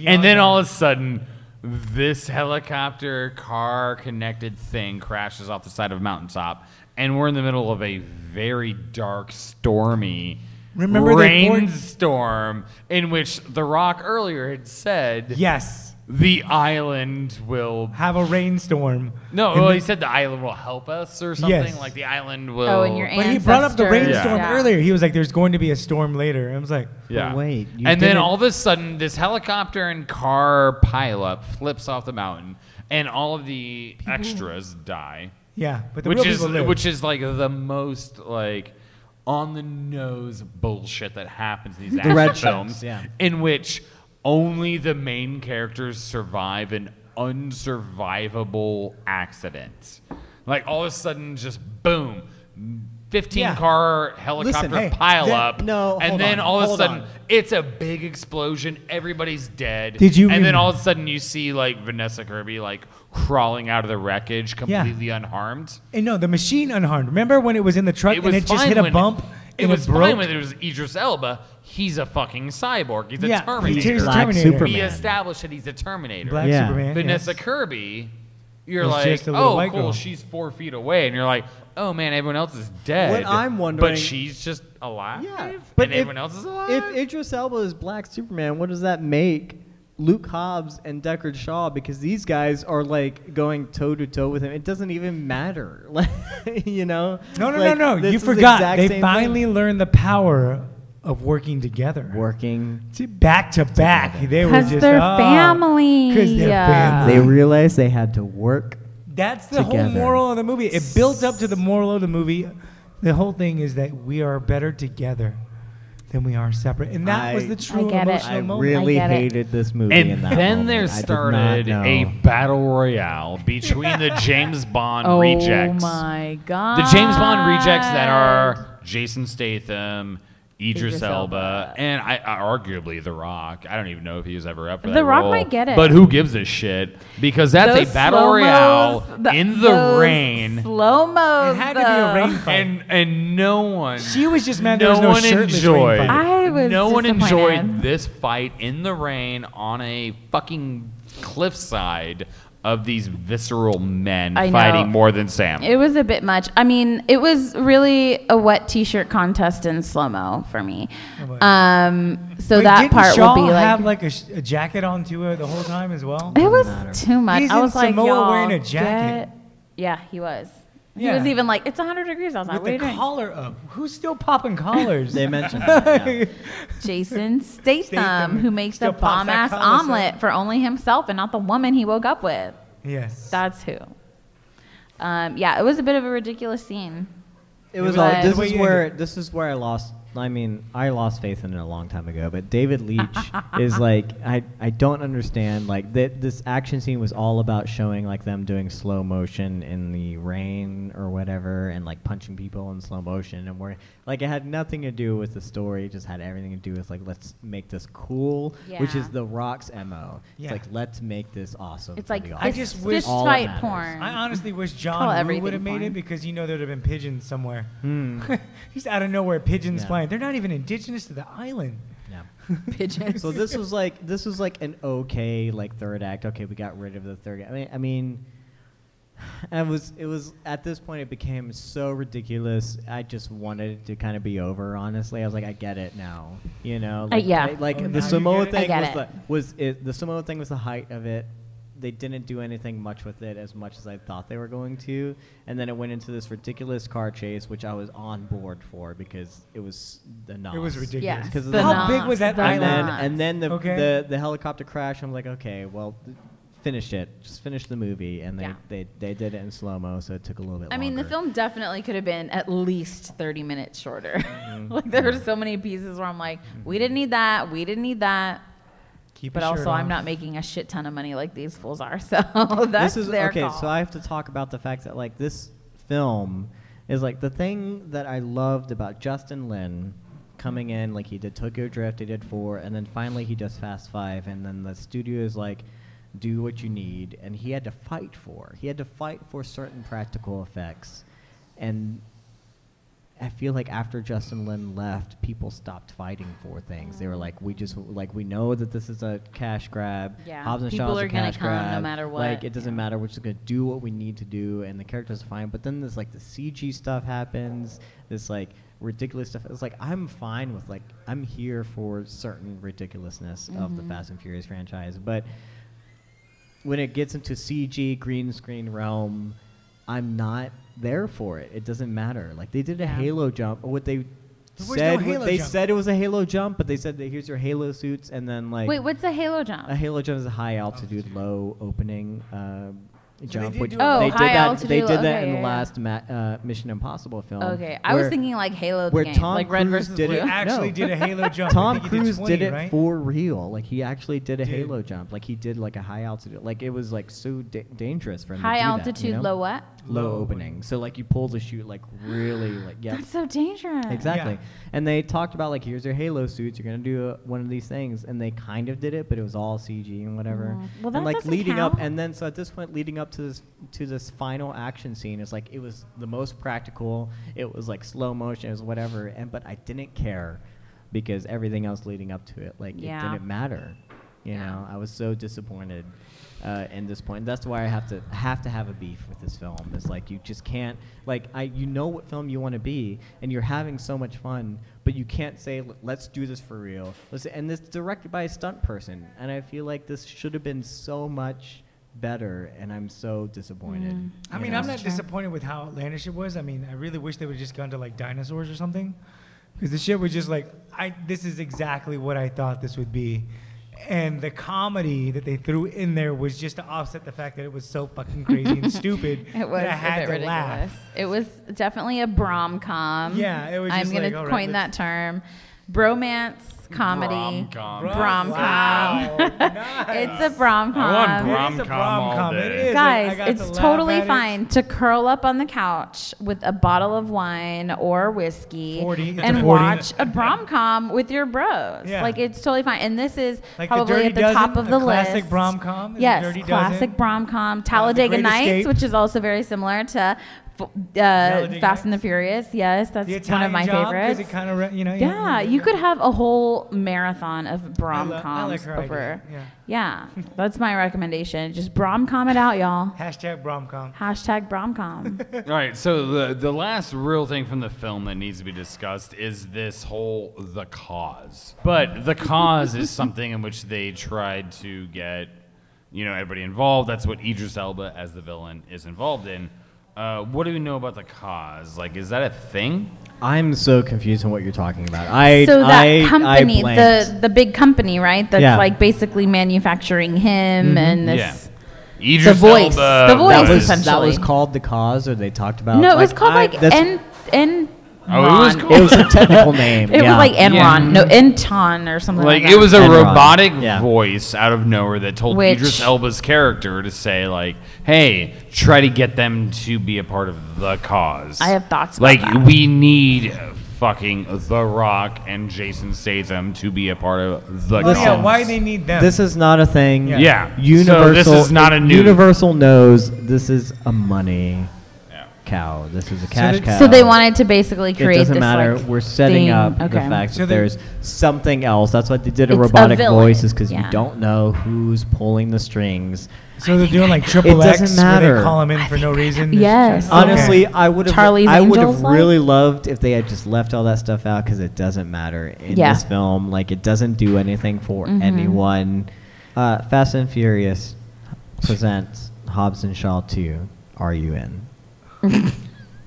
Speaker 3: and then all of a sudden, this helicopter car connected thing crashes off the side of a mountaintop, and we're in the middle of a very dark, stormy.
Speaker 4: Remember they poured-
Speaker 3: rainstorm in which The Rock earlier had said
Speaker 4: Yes.
Speaker 3: the island will
Speaker 4: Have a rainstorm.
Speaker 3: no.
Speaker 4: And
Speaker 3: Well,
Speaker 4: the-
Speaker 3: he said the island will help us or something.
Speaker 4: Yes.
Speaker 3: Like the island will.
Speaker 1: Oh, and your
Speaker 4: But he brought up the
Speaker 1: Ancestors,
Speaker 4: rainstorm
Speaker 1: yeah.
Speaker 4: earlier. He was like, "There's going to be a storm later." And I was like,
Speaker 3: Yeah.
Speaker 5: wait, you
Speaker 3: and then
Speaker 5: didn't-
Speaker 3: all of a sudden, this helicopter and car pileup flips off the mountain, and all of the extras die,
Speaker 4: "Yeah," but the
Speaker 3: which
Speaker 4: real
Speaker 3: is
Speaker 4: people live.
Speaker 3: which is like the most like on the nose bullshit that happens in these action
Speaker 5: red
Speaker 3: films,
Speaker 5: shirts, yeah.
Speaker 3: in which only the main characters survive an unsurvivable accident. Like all of a sudden, just boom. 15
Speaker 4: Yeah.
Speaker 3: car helicopter
Speaker 4: hey,
Speaker 3: pile
Speaker 4: that-
Speaker 3: up
Speaker 5: no,
Speaker 3: and
Speaker 5: hold
Speaker 3: then
Speaker 5: on,
Speaker 3: all of a
Speaker 5: hold
Speaker 3: sudden
Speaker 5: on.
Speaker 3: it's a big explosion. Everybody's dead.
Speaker 4: Did you
Speaker 3: And then
Speaker 4: rem-
Speaker 3: all of a sudden, you see like Vanessa Kirby like crawling out of the wreckage, completely unharmed.
Speaker 4: and no, the machine unharmed. Remember when it was in the truck and it just hit a
Speaker 3: when-
Speaker 4: bump?
Speaker 3: It,
Speaker 4: and
Speaker 3: was
Speaker 4: broke.
Speaker 3: fine when it was Idris Elba. He's a fucking cyborg. He's a
Speaker 4: yeah,
Speaker 3: Terminator.
Speaker 4: He's
Speaker 5: Black
Speaker 4: Terminator.
Speaker 5: Superman.
Speaker 3: We established that he's a Terminator.
Speaker 4: Black
Speaker 5: Yeah.
Speaker 4: Superman.
Speaker 3: Vanessa
Speaker 4: yes.
Speaker 3: Kirby, you're
Speaker 4: Is
Speaker 3: like,
Speaker 4: just a little
Speaker 3: oh,
Speaker 4: white
Speaker 3: cool,
Speaker 4: girl."
Speaker 3: she's four feet away, and you're like, oh man, everyone else is dead.
Speaker 5: What I'm wondering-
Speaker 3: but she's just alive.
Speaker 5: Yeah,
Speaker 3: but
Speaker 5: but
Speaker 3: and
Speaker 5: if-
Speaker 3: everyone else is alive.
Speaker 5: If Idris Elba is Black Superman, what does that make Luke Hobbs and Deckard Shaw? Because these guys are like going toe to toe with him. It doesn't even matter, [LAUGHS] like you know.
Speaker 4: No, no,
Speaker 5: Like,
Speaker 4: no, no.
Speaker 5: this
Speaker 4: You
Speaker 5: is the
Speaker 4: forgot.
Speaker 5: exact
Speaker 4: They
Speaker 5: same
Speaker 4: finally
Speaker 5: thing.
Speaker 4: learned the power of working together.
Speaker 5: working.
Speaker 4: See, Back to back. They were
Speaker 1: Because
Speaker 4: just
Speaker 1: they're
Speaker 4: oh,
Speaker 1: family.
Speaker 4: 'cause they're
Speaker 1: Yeah.
Speaker 4: family.
Speaker 5: They realized they had to work.
Speaker 4: That's the whole
Speaker 5: together.
Speaker 4: moral of the movie. It built up to the moral of the movie. The whole thing is that we are better together than we are separate, and that
Speaker 5: I-
Speaker 4: was the
Speaker 5: I
Speaker 4: true
Speaker 1: get it.
Speaker 4: emotional
Speaker 5: I
Speaker 4: moment.
Speaker 5: really
Speaker 1: I get it.
Speaker 5: hated this movie. in
Speaker 3: And
Speaker 5: that
Speaker 3: then
Speaker 5: moment.
Speaker 3: there
Speaker 5: I did not
Speaker 3: started
Speaker 5: know.
Speaker 3: a [LAUGHS] battle royale
Speaker 4: [LAUGHS]
Speaker 3: between the James Bond
Speaker 1: Oh
Speaker 3: rejects.
Speaker 1: my god.
Speaker 3: The James Bond rejects that are Ah. Jason Statham, Idris,
Speaker 1: Idris
Speaker 3: Elba,
Speaker 1: Elba.
Speaker 3: and I, I- arguably The Rock. I don't even know if he was ever up for
Speaker 1: The
Speaker 3: that
Speaker 1: Rock
Speaker 3: role,
Speaker 1: might get it.
Speaker 3: But who gives a shit? Because that's
Speaker 1: Those
Speaker 3: a battle
Speaker 1: slow-mos,
Speaker 3: royale in the
Speaker 1: those
Speaker 3: rain.
Speaker 1: Slow mo.
Speaker 4: It had to be a rain fight.
Speaker 3: and and no one
Speaker 4: she was just mad
Speaker 3: no,
Speaker 4: there was no
Speaker 3: one
Speaker 4: shirtless
Speaker 3: enjoyed.
Speaker 4: rain fight.
Speaker 1: I was
Speaker 3: no one enjoyed
Speaker 1: disappointed.
Speaker 3: this fight in the rain on a fucking cliffside of these visceral men
Speaker 1: I know.
Speaker 3: fighting more than Sam.
Speaker 1: It was a bit much. I mean, it was really a wet t-shirt contest in slow mo for me.
Speaker 4: boy.
Speaker 1: Um, so
Speaker 4: Wait,
Speaker 1: that
Speaker 4: didn't
Speaker 1: part
Speaker 4: Shaw
Speaker 1: will be like.
Speaker 4: have like a, sh- a jacket on to it the whole time as well.
Speaker 1: It was too much.
Speaker 4: He's
Speaker 1: I
Speaker 4: in
Speaker 1: was like,
Speaker 4: Samoa
Speaker 1: y'all
Speaker 4: wearing a jacket.
Speaker 1: get- Yeah, he was.
Speaker 4: Yeah.
Speaker 1: He was even like, it's 100 degrees outside.
Speaker 4: With
Speaker 1: What are
Speaker 4: the
Speaker 1: you doing?
Speaker 4: collar up. Who's
Speaker 1: [LAUGHS]
Speaker 4: still popping collars? [LAUGHS]
Speaker 5: They mentioned. [LAUGHS] That, yeah.
Speaker 1: Jason Statham,
Speaker 4: Statham
Speaker 1: who makes the
Speaker 4: still pops
Speaker 1: bomb
Speaker 4: that
Speaker 1: ass
Speaker 4: collar, so-
Speaker 1: omelet for only himself and not the woman he woke up with.
Speaker 4: yes.
Speaker 1: That's who. Um, yeah, it was a bit of a ridiculous scene.
Speaker 5: It was
Speaker 1: But-
Speaker 5: all. This
Speaker 4: Wait,
Speaker 5: is
Speaker 4: you-
Speaker 5: where this is where I lost. I mean, I lost faith in it a long time ago. But David Leitch
Speaker 1: [LAUGHS]
Speaker 5: is like, I, I don't understand. Like that, this action scene was all about showing like them doing slow motion in the rain or whatever, and like punching people in slow motion, and we're like, it had nothing to do with the story. It just had everything to do with like, let's make this cool, which
Speaker 1: Yeah.
Speaker 5: is the Rock's mo.
Speaker 4: Yeah.
Speaker 5: It's like, let's make this awesome.
Speaker 1: It's
Speaker 5: for
Speaker 1: like
Speaker 5: the
Speaker 1: fist,
Speaker 4: I
Speaker 5: audience.
Speaker 4: just wish-
Speaker 1: fist
Speaker 5: All that
Speaker 1: fight
Speaker 5: matters.
Speaker 1: porn.
Speaker 4: I honestly wish
Speaker 1: Call
Speaker 4: John Woo
Speaker 1: everything
Speaker 4: would have made
Speaker 1: porn.
Speaker 4: it because you know there'd have been pigeons somewhere.
Speaker 5: Hmm.
Speaker 1: [LAUGHS]
Speaker 4: [LAUGHS] Just out of nowhere, pigeons
Speaker 5: Yeah.
Speaker 4: flying. They're not even indigenous to the island.
Speaker 5: Yeah.
Speaker 1: [LAUGHS] Pigeons.
Speaker 4: [LAUGHS]
Speaker 5: So this was like this was like an okay like third act. Okay, we got rid of the third. act. I mean, I mean, [SIGHS] it was it was at this point it became so ridiculous. I just wanted it to kind of be over. Honestly, I was like, I get it now. You know, like,
Speaker 1: Uh, yeah.
Speaker 5: I- like
Speaker 4: Oh, now
Speaker 5: the
Speaker 4: you
Speaker 5: Samoa
Speaker 4: get it? I
Speaker 5: thing
Speaker 1: get
Speaker 5: was
Speaker 1: it.
Speaker 5: the was it, the Samoa thing was the height of it. They didn't do anything much with it as much as I thought they were going to, and then it went into this ridiculous car chase, which I was on board for because it was the
Speaker 4: It was
Speaker 5: ridiculous.
Speaker 1: yes.
Speaker 4: ridiculous.
Speaker 5: 'Cause of
Speaker 1: the
Speaker 5: the
Speaker 4: How
Speaker 5: knots,
Speaker 4: big was that
Speaker 1: the
Speaker 4: island?
Speaker 5: And then,
Speaker 1: knots.
Speaker 5: and then the,
Speaker 4: Okay.
Speaker 5: the the helicopter crash. I'm like, okay, well, th- finish it. Just finish the movie. And they
Speaker 1: Yeah.
Speaker 5: they, they did it in slow mo, so it took a little bit.
Speaker 1: I mean, the
Speaker 5: longer.
Speaker 1: film definitely could have been at least 30 minutes shorter. [LAUGHS]
Speaker 5: Mm-hmm.
Speaker 1: like, there were so many pieces where I'm like, we didn't need that. We didn't need that.
Speaker 4: Keep
Speaker 1: But
Speaker 4: your
Speaker 1: also,
Speaker 4: shirt
Speaker 1: I'm
Speaker 4: on.
Speaker 1: not making a shit ton of money like these fools are. [LAUGHS] So Oh, that's
Speaker 5: this is
Speaker 1: their
Speaker 5: okay.
Speaker 1: call.
Speaker 5: So I have to talk about the fact that like this film is like the thing that I loved about Justin Lin coming in. Like he did Tokyo Drift, he did four, and then finally he does Fast Five, and then the studio is like, do what you need, and he had to fight for. He had to fight for certain practical effects, and I feel like after Justin Lin left, people stopped fighting for things. They were like, we just like we know that this is a cash grab.
Speaker 1: Yeah.
Speaker 5: Hobbs and
Speaker 7: People
Speaker 5: Shaw is
Speaker 7: are
Speaker 5: a
Speaker 7: gonna
Speaker 5: cash
Speaker 7: come no
Speaker 5: grab.
Speaker 7: matter what.
Speaker 5: Like it doesn't matter. We're just gonna do what we need to do, and the characters are fine. But then there's like the CG stuff happens. This like ridiculous stuff. It's like I'm fine with like I'm here for certain ridiculousness of
Speaker 7: Mm-hmm.
Speaker 5: the Fast and Furious franchise, but when it gets into CG green screen realm, I'm not there for it. It doesn't matter. Like they did a Halo jump, or what they
Speaker 4: There was no
Speaker 5: said.
Speaker 4: Halo
Speaker 5: they
Speaker 4: jump.
Speaker 5: said it was a Halo jump, but they said that here's your Halo suits, and then like
Speaker 7: Wait, what's a halo jump?
Speaker 5: a Halo jump is a high
Speaker 4: Oh,
Speaker 5: altitude, low opening um, jump.
Speaker 4: did
Speaker 5: which
Speaker 4: do
Speaker 7: a- Oh,
Speaker 5: they did
Speaker 7: high
Speaker 5: that.
Speaker 7: altitude,
Speaker 5: They did
Speaker 7: low-
Speaker 5: that
Speaker 7: okay,
Speaker 5: in
Speaker 7: yeah,
Speaker 5: the
Speaker 7: yeah.
Speaker 5: last ma- uh, Mission Impossible film.
Speaker 1: Okay, I was
Speaker 5: where-
Speaker 1: thinking like Halo the
Speaker 5: where
Speaker 1: game,
Speaker 5: Tom
Speaker 1: like Red
Speaker 5: Cruise
Speaker 1: versus
Speaker 5: did
Speaker 1: Blue.
Speaker 5: it-
Speaker 4: He actually
Speaker 5: No.
Speaker 4: did a
Speaker 5: [LAUGHS]
Speaker 4: Halo jump. [LAUGHS] I
Speaker 5: Tom
Speaker 4: think he
Speaker 5: Cruise
Speaker 4: 20,
Speaker 5: did it
Speaker 4: right?
Speaker 5: for real. Like he actually did a
Speaker 4: Dude.
Speaker 5: Halo jump. Like he did like a high altitude. Like it was like so da- dangerous for him.
Speaker 7: High
Speaker 5: to do that, you
Speaker 7: altitude,
Speaker 5: know?
Speaker 7: low what?
Speaker 5: low,
Speaker 4: Low
Speaker 5: opening. So like you pull the shoot like really like yeah.
Speaker 7: That's so dangerous.
Speaker 5: Exactly. And they talked about like here's your Halo suits. You're gonna do uh one of these things, and they kind of did it, but it was all CG and whatever.
Speaker 7: Well, that
Speaker 5: and like
Speaker 7: doesn't
Speaker 5: leading up,
Speaker 7: count.
Speaker 5: and then so at this point, leading up to this to this final action scene, it's like it was the most practical. It was like slow motion. It was whatever. And but I didn't care because everything else leading up to it, like
Speaker 1: Yeah.
Speaker 5: it didn't matter. You know, I was so disappointed uh, in this point. That's why I have to have to have a beef with this film. It's like you just can't like I you know what film you want to be, and you're having so much fun, but you can't say "L- let's do this for real. Let's, and this directed by a stunt person, and I feel like this should have been so much better, and I'm so disappointed.
Speaker 4: Mm. I
Speaker 5: you
Speaker 4: mean,
Speaker 5: know?
Speaker 4: I'm not disappointed with how outlandish it was. I mean, I really wish they would just gone to like dinosaurs or something, because the shit was just like, I this is exactly what I thought this would be, and the comedy that they threw in there was just to offset the fact that it was so fucking crazy
Speaker 1: [LAUGHS]
Speaker 4: and stupid
Speaker 1: It was
Speaker 4: that I
Speaker 1: a
Speaker 4: had
Speaker 1: bit
Speaker 4: to
Speaker 1: ridiculous.
Speaker 4: laugh.
Speaker 1: It was definitely a brom com.
Speaker 4: Yeah, it was
Speaker 1: I'm
Speaker 4: just
Speaker 1: gonna
Speaker 4: like, all right,
Speaker 1: coin that
Speaker 4: let's-
Speaker 1: term. Bromance comedy.
Speaker 6: Rom-com.
Speaker 1: Brom com. It's a brom com.
Speaker 6: I want brom-
Speaker 4: It is a
Speaker 6: Rom-com all
Speaker 4: rom-com. It
Speaker 6: day.
Speaker 4: is.
Speaker 1: [LAUGHS]
Speaker 4: I
Speaker 1: Guys,
Speaker 4: got to
Speaker 1: it's
Speaker 4: laugh
Speaker 1: totally
Speaker 4: at it.
Speaker 1: fine to curl up on the couch with a bottle of wine or whiskey
Speaker 4: 40. It's a
Speaker 1: and
Speaker 4: 40.
Speaker 1: watch a brom com with your bros.
Speaker 4: Yeah.
Speaker 1: Like it's totally fine. And this is
Speaker 4: Like the
Speaker 1: probably
Speaker 4: Dirty
Speaker 1: at the
Speaker 4: Dozen,
Speaker 1: top of
Speaker 4: a
Speaker 1: the
Speaker 4: classic
Speaker 1: list.
Speaker 4: rom-com is the
Speaker 1: Yes,
Speaker 4: Dirty
Speaker 1: classic
Speaker 4: Dozen.
Speaker 1: brom com. Talladega
Speaker 4: Great
Speaker 1: Nights,
Speaker 4: Escape.
Speaker 1: which is also very similar to f- uh,
Speaker 4: Talladega
Speaker 1: Fast and the
Speaker 4: Nights.
Speaker 1: Furious. Yes, that's
Speaker 4: The
Speaker 1: one
Speaker 4: Italian
Speaker 1: of my
Speaker 4: job, 'cause
Speaker 1: favorites.
Speaker 4: It kind of, you know.
Speaker 1: Yeah, you could have a whole marathon of brom
Speaker 4: I like
Speaker 1: coms
Speaker 4: her idea,
Speaker 1: over.
Speaker 4: yeah.
Speaker 1: Yeah. that's my recommendation. Just brom com it out, y'all.
Speaker 4: Hashtag bromcom.
Speaker 1: Hashtag brom com.
Speaker 6: All right, so the the last real thing from the film that needs to be discussed is this whole the cause. But the cause is something in which they tried to get you know everybody involved. That's what Idris Elba as the villain is involved in. Uh, what do we know about the cause? Like, is that a thing?
Speaker 5: I'm so confused on what you're talking about. I
Speaker 1: so that
Speaker 5: I- I
Speaker 1: company,
Speaker 5: blanked.
Speaker 1: the the big company, right? That's
Speaker 5: Yeah. Mm-hmm.
Speaker 1: like basically manufacturing him and this.
Speaker 6: Yeah. Idris
Speaker 1: voice.
Speaker 6: Elba
Speaker 1: The voice,
Speaker 5: that was, that
Speaker 1: essentially.
Speaker 5: was called the cause, or they talked about.
Speaker 1: No, it was called
Speaker 5: Uh, I-
Speaker 1: like
Speaker 5: that's-
Speaker 1: N N.
Speaker 6: Oh, it was
Speaker 1: Ron.
Speaker 6: called-
Speaker 5: It was a
Speaker 1: [LAUGHS]
Speaker 5: technical name.
Speaker 1: It was
Speaker 5: yeah.
Speaker 1: like Enron,
Speaker 6: Yeah.
Speaker 1: no Enton or something like,
Speaker 6: Like
Speaker 1: that.
Speaker 6: it was a
Speaker 5: Enron.
Speaker 6: robotic
Speaker 5: Yeah.
Speaker 6: voice out of nowhere that told
Speaker 1: Which-
Speaker 6: Idris Elba's character to say like, "Hey, try to get them to be a part of the cause."
Speaker 1: I have thoughts about
Speaker 6: Like
Speaker 1: that.
Speaker 6: we need fucking The Rock and Jason Statham to be a part of the
Speaker 5: Listen,
Speaker 4: Yeah,
Speaker 6: cause.
Speaker 4: why they need them?
Speaker 5: This is not a thing.
Speaker 4: Yeah.
Speaker 6: Yeah. So this
Speaker 5: Universal.
Speaker 6: is not a new-
Speaker 5: Universal knows this is a money cow. This is a cash
Speaker 4: the-
Speaker 5: cow.
Speaker 1: so they wanted to basically
Speaker 5: It
Speaker 1: create
Speaker 5: doesn't
Speaker 1: this,
Speaker 5: matter.
Speaker 1: like,
Speaker 5: We're setting
Speaker 1: thing.
Speaker 5: up the
Speaker 1: Okay.
Speaker 5: fact
Speaker 4: So
Speaker 5: that
Speaker 4: they-
Speaker 5: there's something else. That's why they did a
Speaker 1: It's a
Speaker 5: robotic
Speaker 1: villain.
Speaker 5: voice, is because
Speaker 1: Yeah.
Speaker 5: you don't know who's pulling the strings.
Speaker 4: So they're doing like triple
Speaker 5: doesn't
Speaker 4: X where
Speaker 5: matter.
Speaker 4: they call him in for no reason.
Speaker 1: Yes.
Speaker 4: Okay.
Speaker 5: Honestly, I would have.
Speaker 1: Charlie's
Speaker 5: I would
Speaker 1: Angels,
Speaker 5: have
Speaker 1: like?
Speaker 5: really loved if they had just left all that stuff out because it doesn't matter in
Speaker 1: Yeah. Mm-hmm.
Speaker 5: this film. Like it doesn't do anything for anyone. Uh, Fast and Furious presents Hobbs and Shaw 2. Are you in?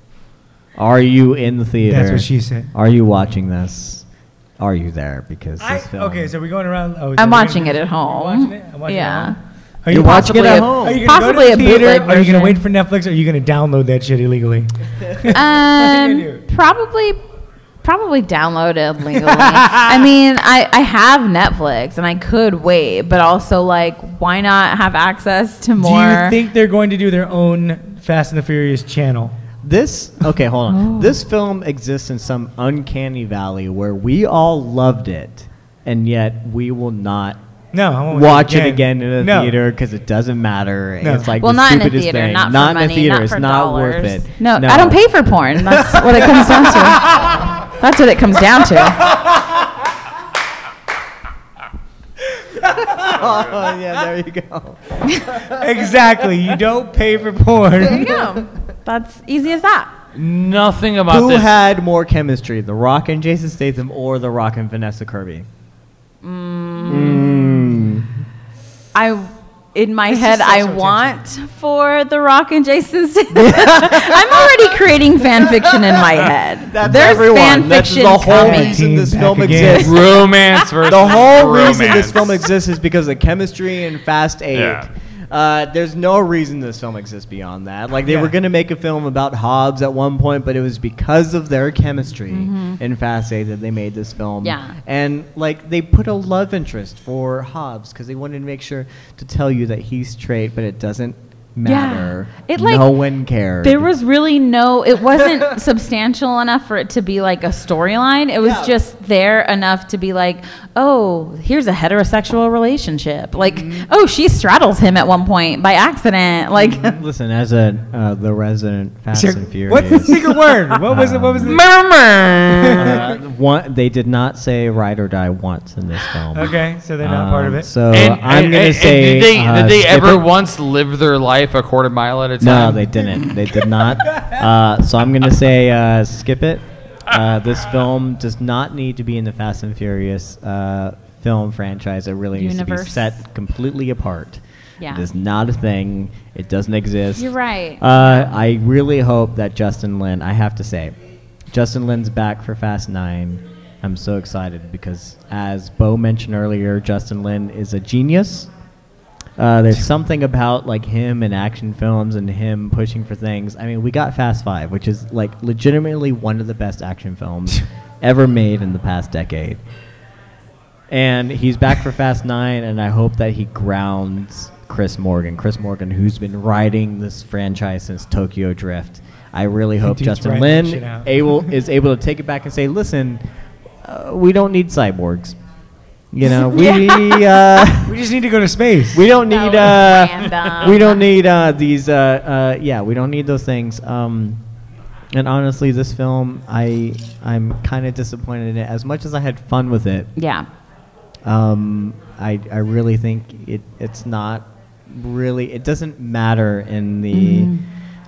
Speaker 1: [LAUGHS]
Speaker 5: Are you in the theater?
Speaker 4: That's what she said.
Speaker 5: Are you watching this? Are you there? Because
Speaker 4: I,
Speaker 5: this film.
Speaker 4: okay, so we're going around. Oh, is
Speaker 1: I'm
Speaker 4: that-
Speaker 1: watching it at home.
Speaker 4: You're watching it? I'm watching it at
Speaker 1: yeah.
Speaker 4: home? Are
Speaker 5: you're
Speaker 4: you watching?
Speaker 5: watching it
Speaker 1: possibly a-
Speaker 5: at home.
Speaker 4: Are you gonna
Speaker 1: Possibly
Speaker 4: go
Speaker 1: a
Speaker 4: to the theater?
Speaker 1: bootleg
Speaker 4: Are you
Speaker 1: version.
Speaker 4: gonna wait for Netflix? Or are you gonna download that shit illegally?
Speaker 1: Um, probably, probably downloaded
Speaker 5: [LAUGHS]
Speaker 1: legally. I mean, I, I have Netflix and I could wait, but also like, why not have access to more?
Speaker 4: Do you think they're going to do their own Fast and the Furious channel?
Speaker 5: This okay, hold
Speaker 1: Oh.
Speaker 5: on. This film exists in some uncanny valley where we all loved it, and yet we will not
Speaker 4: No, I won't
Speaker 5: watch
Speaker 4: do
Speaker 5: it again in a
Speaker 4: No.
Speaker 5: theater because it doesn't matter.
Speaker 4: No.
Speaker 5: It's like
Speaker 1: well,
Speaker 5: the
Speaker 1: not in a
Speaker 5: stupidest
Speaker 1: theater,
Speaker 5: thing.
Speaker 1: not for
Speaker 5: not in
Speaker 1: money,
Speaker 5: a theater.
Speaker 1: not
Speaker 5: it's
Speaker 1: for
Speaker 5: not
Speaker 1: dollars.
Speaker 5: worth it.
Speaker 1: No, I
Speaker 5: [LAUGHS]
Speaker 1: don't pay for porn. That's what it comes down to. That's what it comes down [LAUGHS] to.
Speaker 5: oh yeah, there you go.
Speaker 4: Exactly. You don't pay for porn.
Speaker 1: There you go. That's easy as that.
Speaker 6: Nothing about
Speaker 5: Who
Speaker 6: this.
Speaker 5: had more chemistry, The Rock and Jason Statham, or The Rock and Vanessa Kirby?
Speaker 1: I. In my head, I want for The Rock and Jason Statham. [LAUGHS] I'm already creating fan fiction in my head.
Speaker 5: [LAUGHS] That's
Speaker 1: There's
Speaker 5: everyone.
Speaker 1: fan
Speaker 5: That's
Speaker 1: fiction
Speaker 5: the whole
Speaker 1: coming.
Speaker 5: reason this
Speaker 4: Back
Speaker 5: film
Speaker 4: again.
Speaker 5: exists.
Speaker 6: [LAUGHS] romance versus
Speaker 5: The whole
Speaker 6: romance.
Speaker 5: reason this film exists is because of chemistry and Fast Eight.
Speaker 6: Yeah.
Speaker 5: Uh, there's no reason this film exists beyond that. Like they
Speaker 4: Yeah.
Speaker 5: were gonna make a film about Hobbs at one point, but it was because of their chemistry in Fast Eight that they made this film.
Speaker 1: Mm-hmm. Yeah.
Speaker 5: And like they put a love interest for Hobbs because they wanted to make sure to tell you that he's straight, but it doesn't matter.
Speaker 1: It, like,
Speaker 5: no one cared.
Speaker 1: There was really no, it
Speaker 5: [LAUGHS]
Speaker 1: wasn't substantial enough for it to be like a storyline. It was
Speaker 5: Yeah.
Speaker 1: just there enough to be like, oh, here's a heterosexual relationship. Like,
Speaker 5: Mm-hmm.
Speaker 1: oh, she straddles him at one point by accident. Like,
Speaker 5: [LAUGHS] Listen, as a uh, the resident Fast and Furious.
Speaker 4: What's the secret word? What was it? What was
Speaker 1: [LAUGHS]
Speaker 4: it?
Speaker 5: [LAUGHS] Uh, one, they did not say ride or die
Speaker 1: [LAUGHS]
Speaker 5: once in this film.
Speaker 4: Okay, so they're not part of
Speaker 5: Um,
Speaker 4: it.
Speaker 5: So
Speaker 6: And,
Speaker 5: I'm
Speaker 6: and-
Speaker 5: gonna
Speaker 6: and- and
Speaker 5: say
Speaker 6: did they,
Speaker 5: uh,
Speaker 6: did they
Speaker 5: skip
Speaker 6: ever
Speaker 5: it.
Speaker 6: once live their life a quarter mile at a
Speaker 5: No,
Speaker 6: time?
Speaker 5: they didn't. They
Speaker 6: [LAUGHS]
Speaker 5: did not. Uh, so I'm gonna say uh, skip it. Uh, this film does not need to be in the Fast and Furious uh, film franchise. It really needs to
Speaker 1: Universe.
Speaker 5: be set completely apart.
Speaker 1: Yeah.
Speaker 5: It is not a thing. It doesn't exist.
Speaker 1: you're right.
Speaker 5: Uh, I really hope that Justin Lin, I have to say, Justin Lin's back for Fast 9. I'm so excited because, as Bo mentioned earlier, Justin Lin is a genius. Uh, there's something about like him and action films and him pushing for things. I mean, we got Fast Five, which is like legitimately one of the best action films ever made in the past decade. And he's back for Fast Nine, and I hope that he grounds Chris Morgan. Chris Morgan, who's been riding this franchise since Tokyo Drift. I really hope
Speaker 4: dude's
Speaker 5: Justin
Speaker 4: riding that
Speaker 5: Lin
Speaker 4: shit out. [LAUGHS]
Speaker 5: able is able to take it back and say, "Listen, uh, we don't need cyborgs. You
Speaker 1: [LAUGHS]
Speaker 5: know, we uh,
Speaker 4: We just need to go to space.
Speaker 5: we don't
Speaker 1: That
Speaker 5: need
Speaker 1: was
Speaker 5: uh,
Speaker 1: random.
Speaker 5: we don't need uh, these uh, uh, yeah, we don't need those things." Um, and honestly, this film, I I'm kind of disappointed in it. As much as I had fun with it,
Speaker 1: [LAUGHS] yeah.
Speaker 5: um, I, I really think it, it's not really, it doesn't matter in the
Speaker 1: Mm-hmm.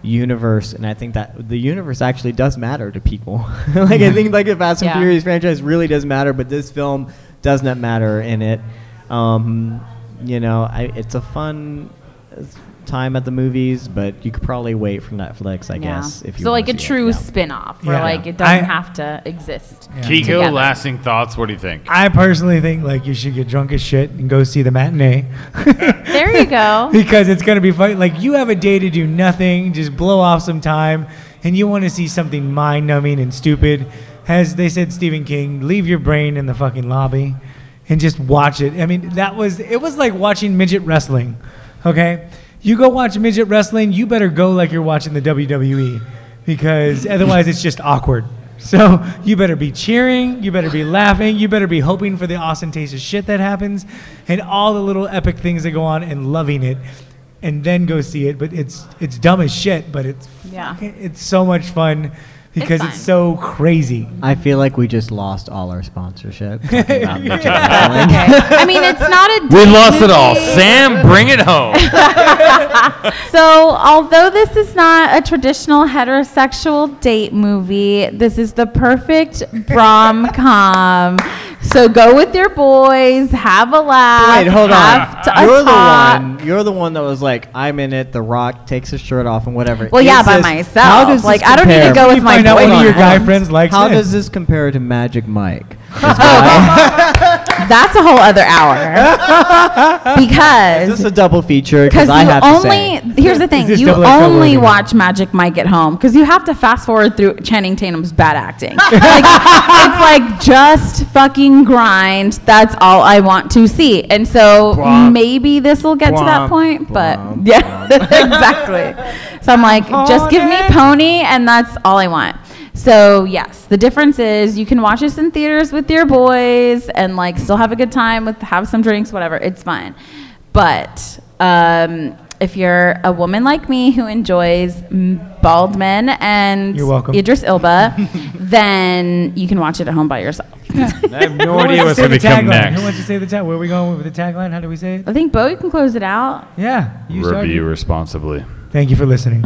Speaker 5: universe. And I think that the universe actually does matter to people. [LAUGHS] like, I think like the Fast and
Speaker 1: Yeah.
Speaker 5: Furious franchise really does matter, but this film does not matter in it. Um, you know, I, it's a fun uh, time at the movies, but you could probably wait for Netflix, I
Speaker 1: yeah.
Speaker 5: guess. If you
Speaker 1: so,
Speaker 5: wanna
Speaker 1: like a
Speaker 5: see it.
Speaker 1: true
Speaker 5: Yeah.
Speaker 1: spin off where,
Speaker 4: Yeah.
Speaker 1: like, it doesn't
Speaker 4: I-
Speaker 1: have to exist.
Speaker 6: Kiko,
Speaker 1: Together.
Speaker 6: lasting thoughts. What do you think?
Speaker 4: I personally think like you should get drunk as shit and go see the matinee. [LAUGHS]
Speaker 1: There you
Speaker 5: [LAUGHS]
Speaker 1: go.
Speaker 4: because it's gonna be fun. Like you have a day to do nothing, just blow off some time, and you want to see something mind-numbing and stupid. As they said, Stephen King, leave your brain in the fucking lobby and just watch it. I mean, that was it was like watching midget wrestling. Okay, you go watch midget wrestling, you better go like you're watching the E. WWE because otherwise it's just awkward. So you better be cheering, you better be laughing, you better be hoping for the ostentatious shit that happens and all the little epic things that go on and loving it and then go see it, but it's it's dumb as shit, but it's
Speaker 1: Yeah.
Speaker 4: fucking- it's so much fun because it's,
Speaker 1: fun.
Speaker 4: so crazy.
Speaker 5: I feel like we just lost all our sponsorship.
Speaker 1: [LAUGHS]
Speaker 5: talking about
Speaker 4: [LAUGHS]
Speaker 5: Magic
Speaker 4: Yeah.
Speaker 5: Island.
Speaker 1: I mean,
Speaker 5: [LAUGHS]
Speaker 1: it's not a.
Speaker 6: We lost it all.
Speaker 1: Disney-
Speaker 6: Sam, bring it home.
Speaker 1: So, although this is not a traditional heterosexual date movie, this is the perfect rom
Speaker 5: [LAUGHS]
Speaker 1: com. So go with your boys, have a laugh.
Speaker 5: Wait, hold on.
Speaker 1: have t- a
Speaker 5: You're the
Speaker 1: talk.
Speaker 5: one. You're the one that was like, "I'm in it." The Rock takes his shirt off and whatever.
Speaker 1: Well, yeah,
Speaker 5: Is
Speaker 1: by
Speaker 5: this-
Speaker 1: myself.
Speaker 5: How does this
Speaker 1: Like, I don't need to
Speaker 5: compare-
Speaker 1: go with
Speaker 4: You
Speaker 1: my
Speaker 4: find out
Speaker 1: boyfriend.
Speaker 4: one of your guy
Speaker 5: How-
Speaker 4: friends likes
Speaker 5: How
Speaker 4: it.
Speaker 5: does this compare to Magic Mike?
Speaker 1: That's a whole other hour.
Speaker 5: Is [LAUGHS]
Speaker 1: because
Speaker 5: this a double feature? Because
Speaker 1: Because
Speaker 5: I
Speaker 1: you
Speaker 5: have to
Speaker 1: only
Speaker 5: say,
Speaker 1: here's the thing
Speaker 4: this
Speaker 1: you
Speaker 4: double XL
Speaker 1: only
Speaker 4: loading?
Speaker 1: watch Magic Mike at home because you have to fast forward through Channing Tatum's bad acting.
Speaker 5: [LAUGHS]
Speaker 1: like, it's like just fucking grind. That's all I want to see. And so
Speaker 6: Blah.
Speaker 1: maybe this will get to
Speaker 5: Blah.
Speaker 1: that point, but
Speaker 5: Blah.
Speaker 1: [LAUGHS] yeah, exactly. So I'm like, just give me Pony, and that's all I want. So yes, the difference is you can watch this in theaters with your boys and like still have a good time with have some drinks, whatever. It's fine. But um, if you're a woman like me who enjoys mm, bald men and
Speaker 4: You're welcome.
Speaker 1: Idris
Speaker 4: [LAUGHS]
Speaker 1: Ilba, then you can watch it at home by yourself. [LAUGHS]
Speaker 6: I have [LAUGHS] no
Speaker 4: Who
Speaker 6: idea
Speaker 4: wants
Speaker 6: what's
Speaker 4: to say
Speaker 6: going to
Speaker 4: the
Speaker 6: come
Speaker 4: tagline?
Speaker 6: next.
Speaker 4: Who wants to say the tag? Where are we going with the tagline? How do we say it?
Speaker 1: I think Bo, you can close it out.
Speaker 4: Yeah, you started.
Speaker 3: Review responsibly.
Speaker 4: Thank you for listening.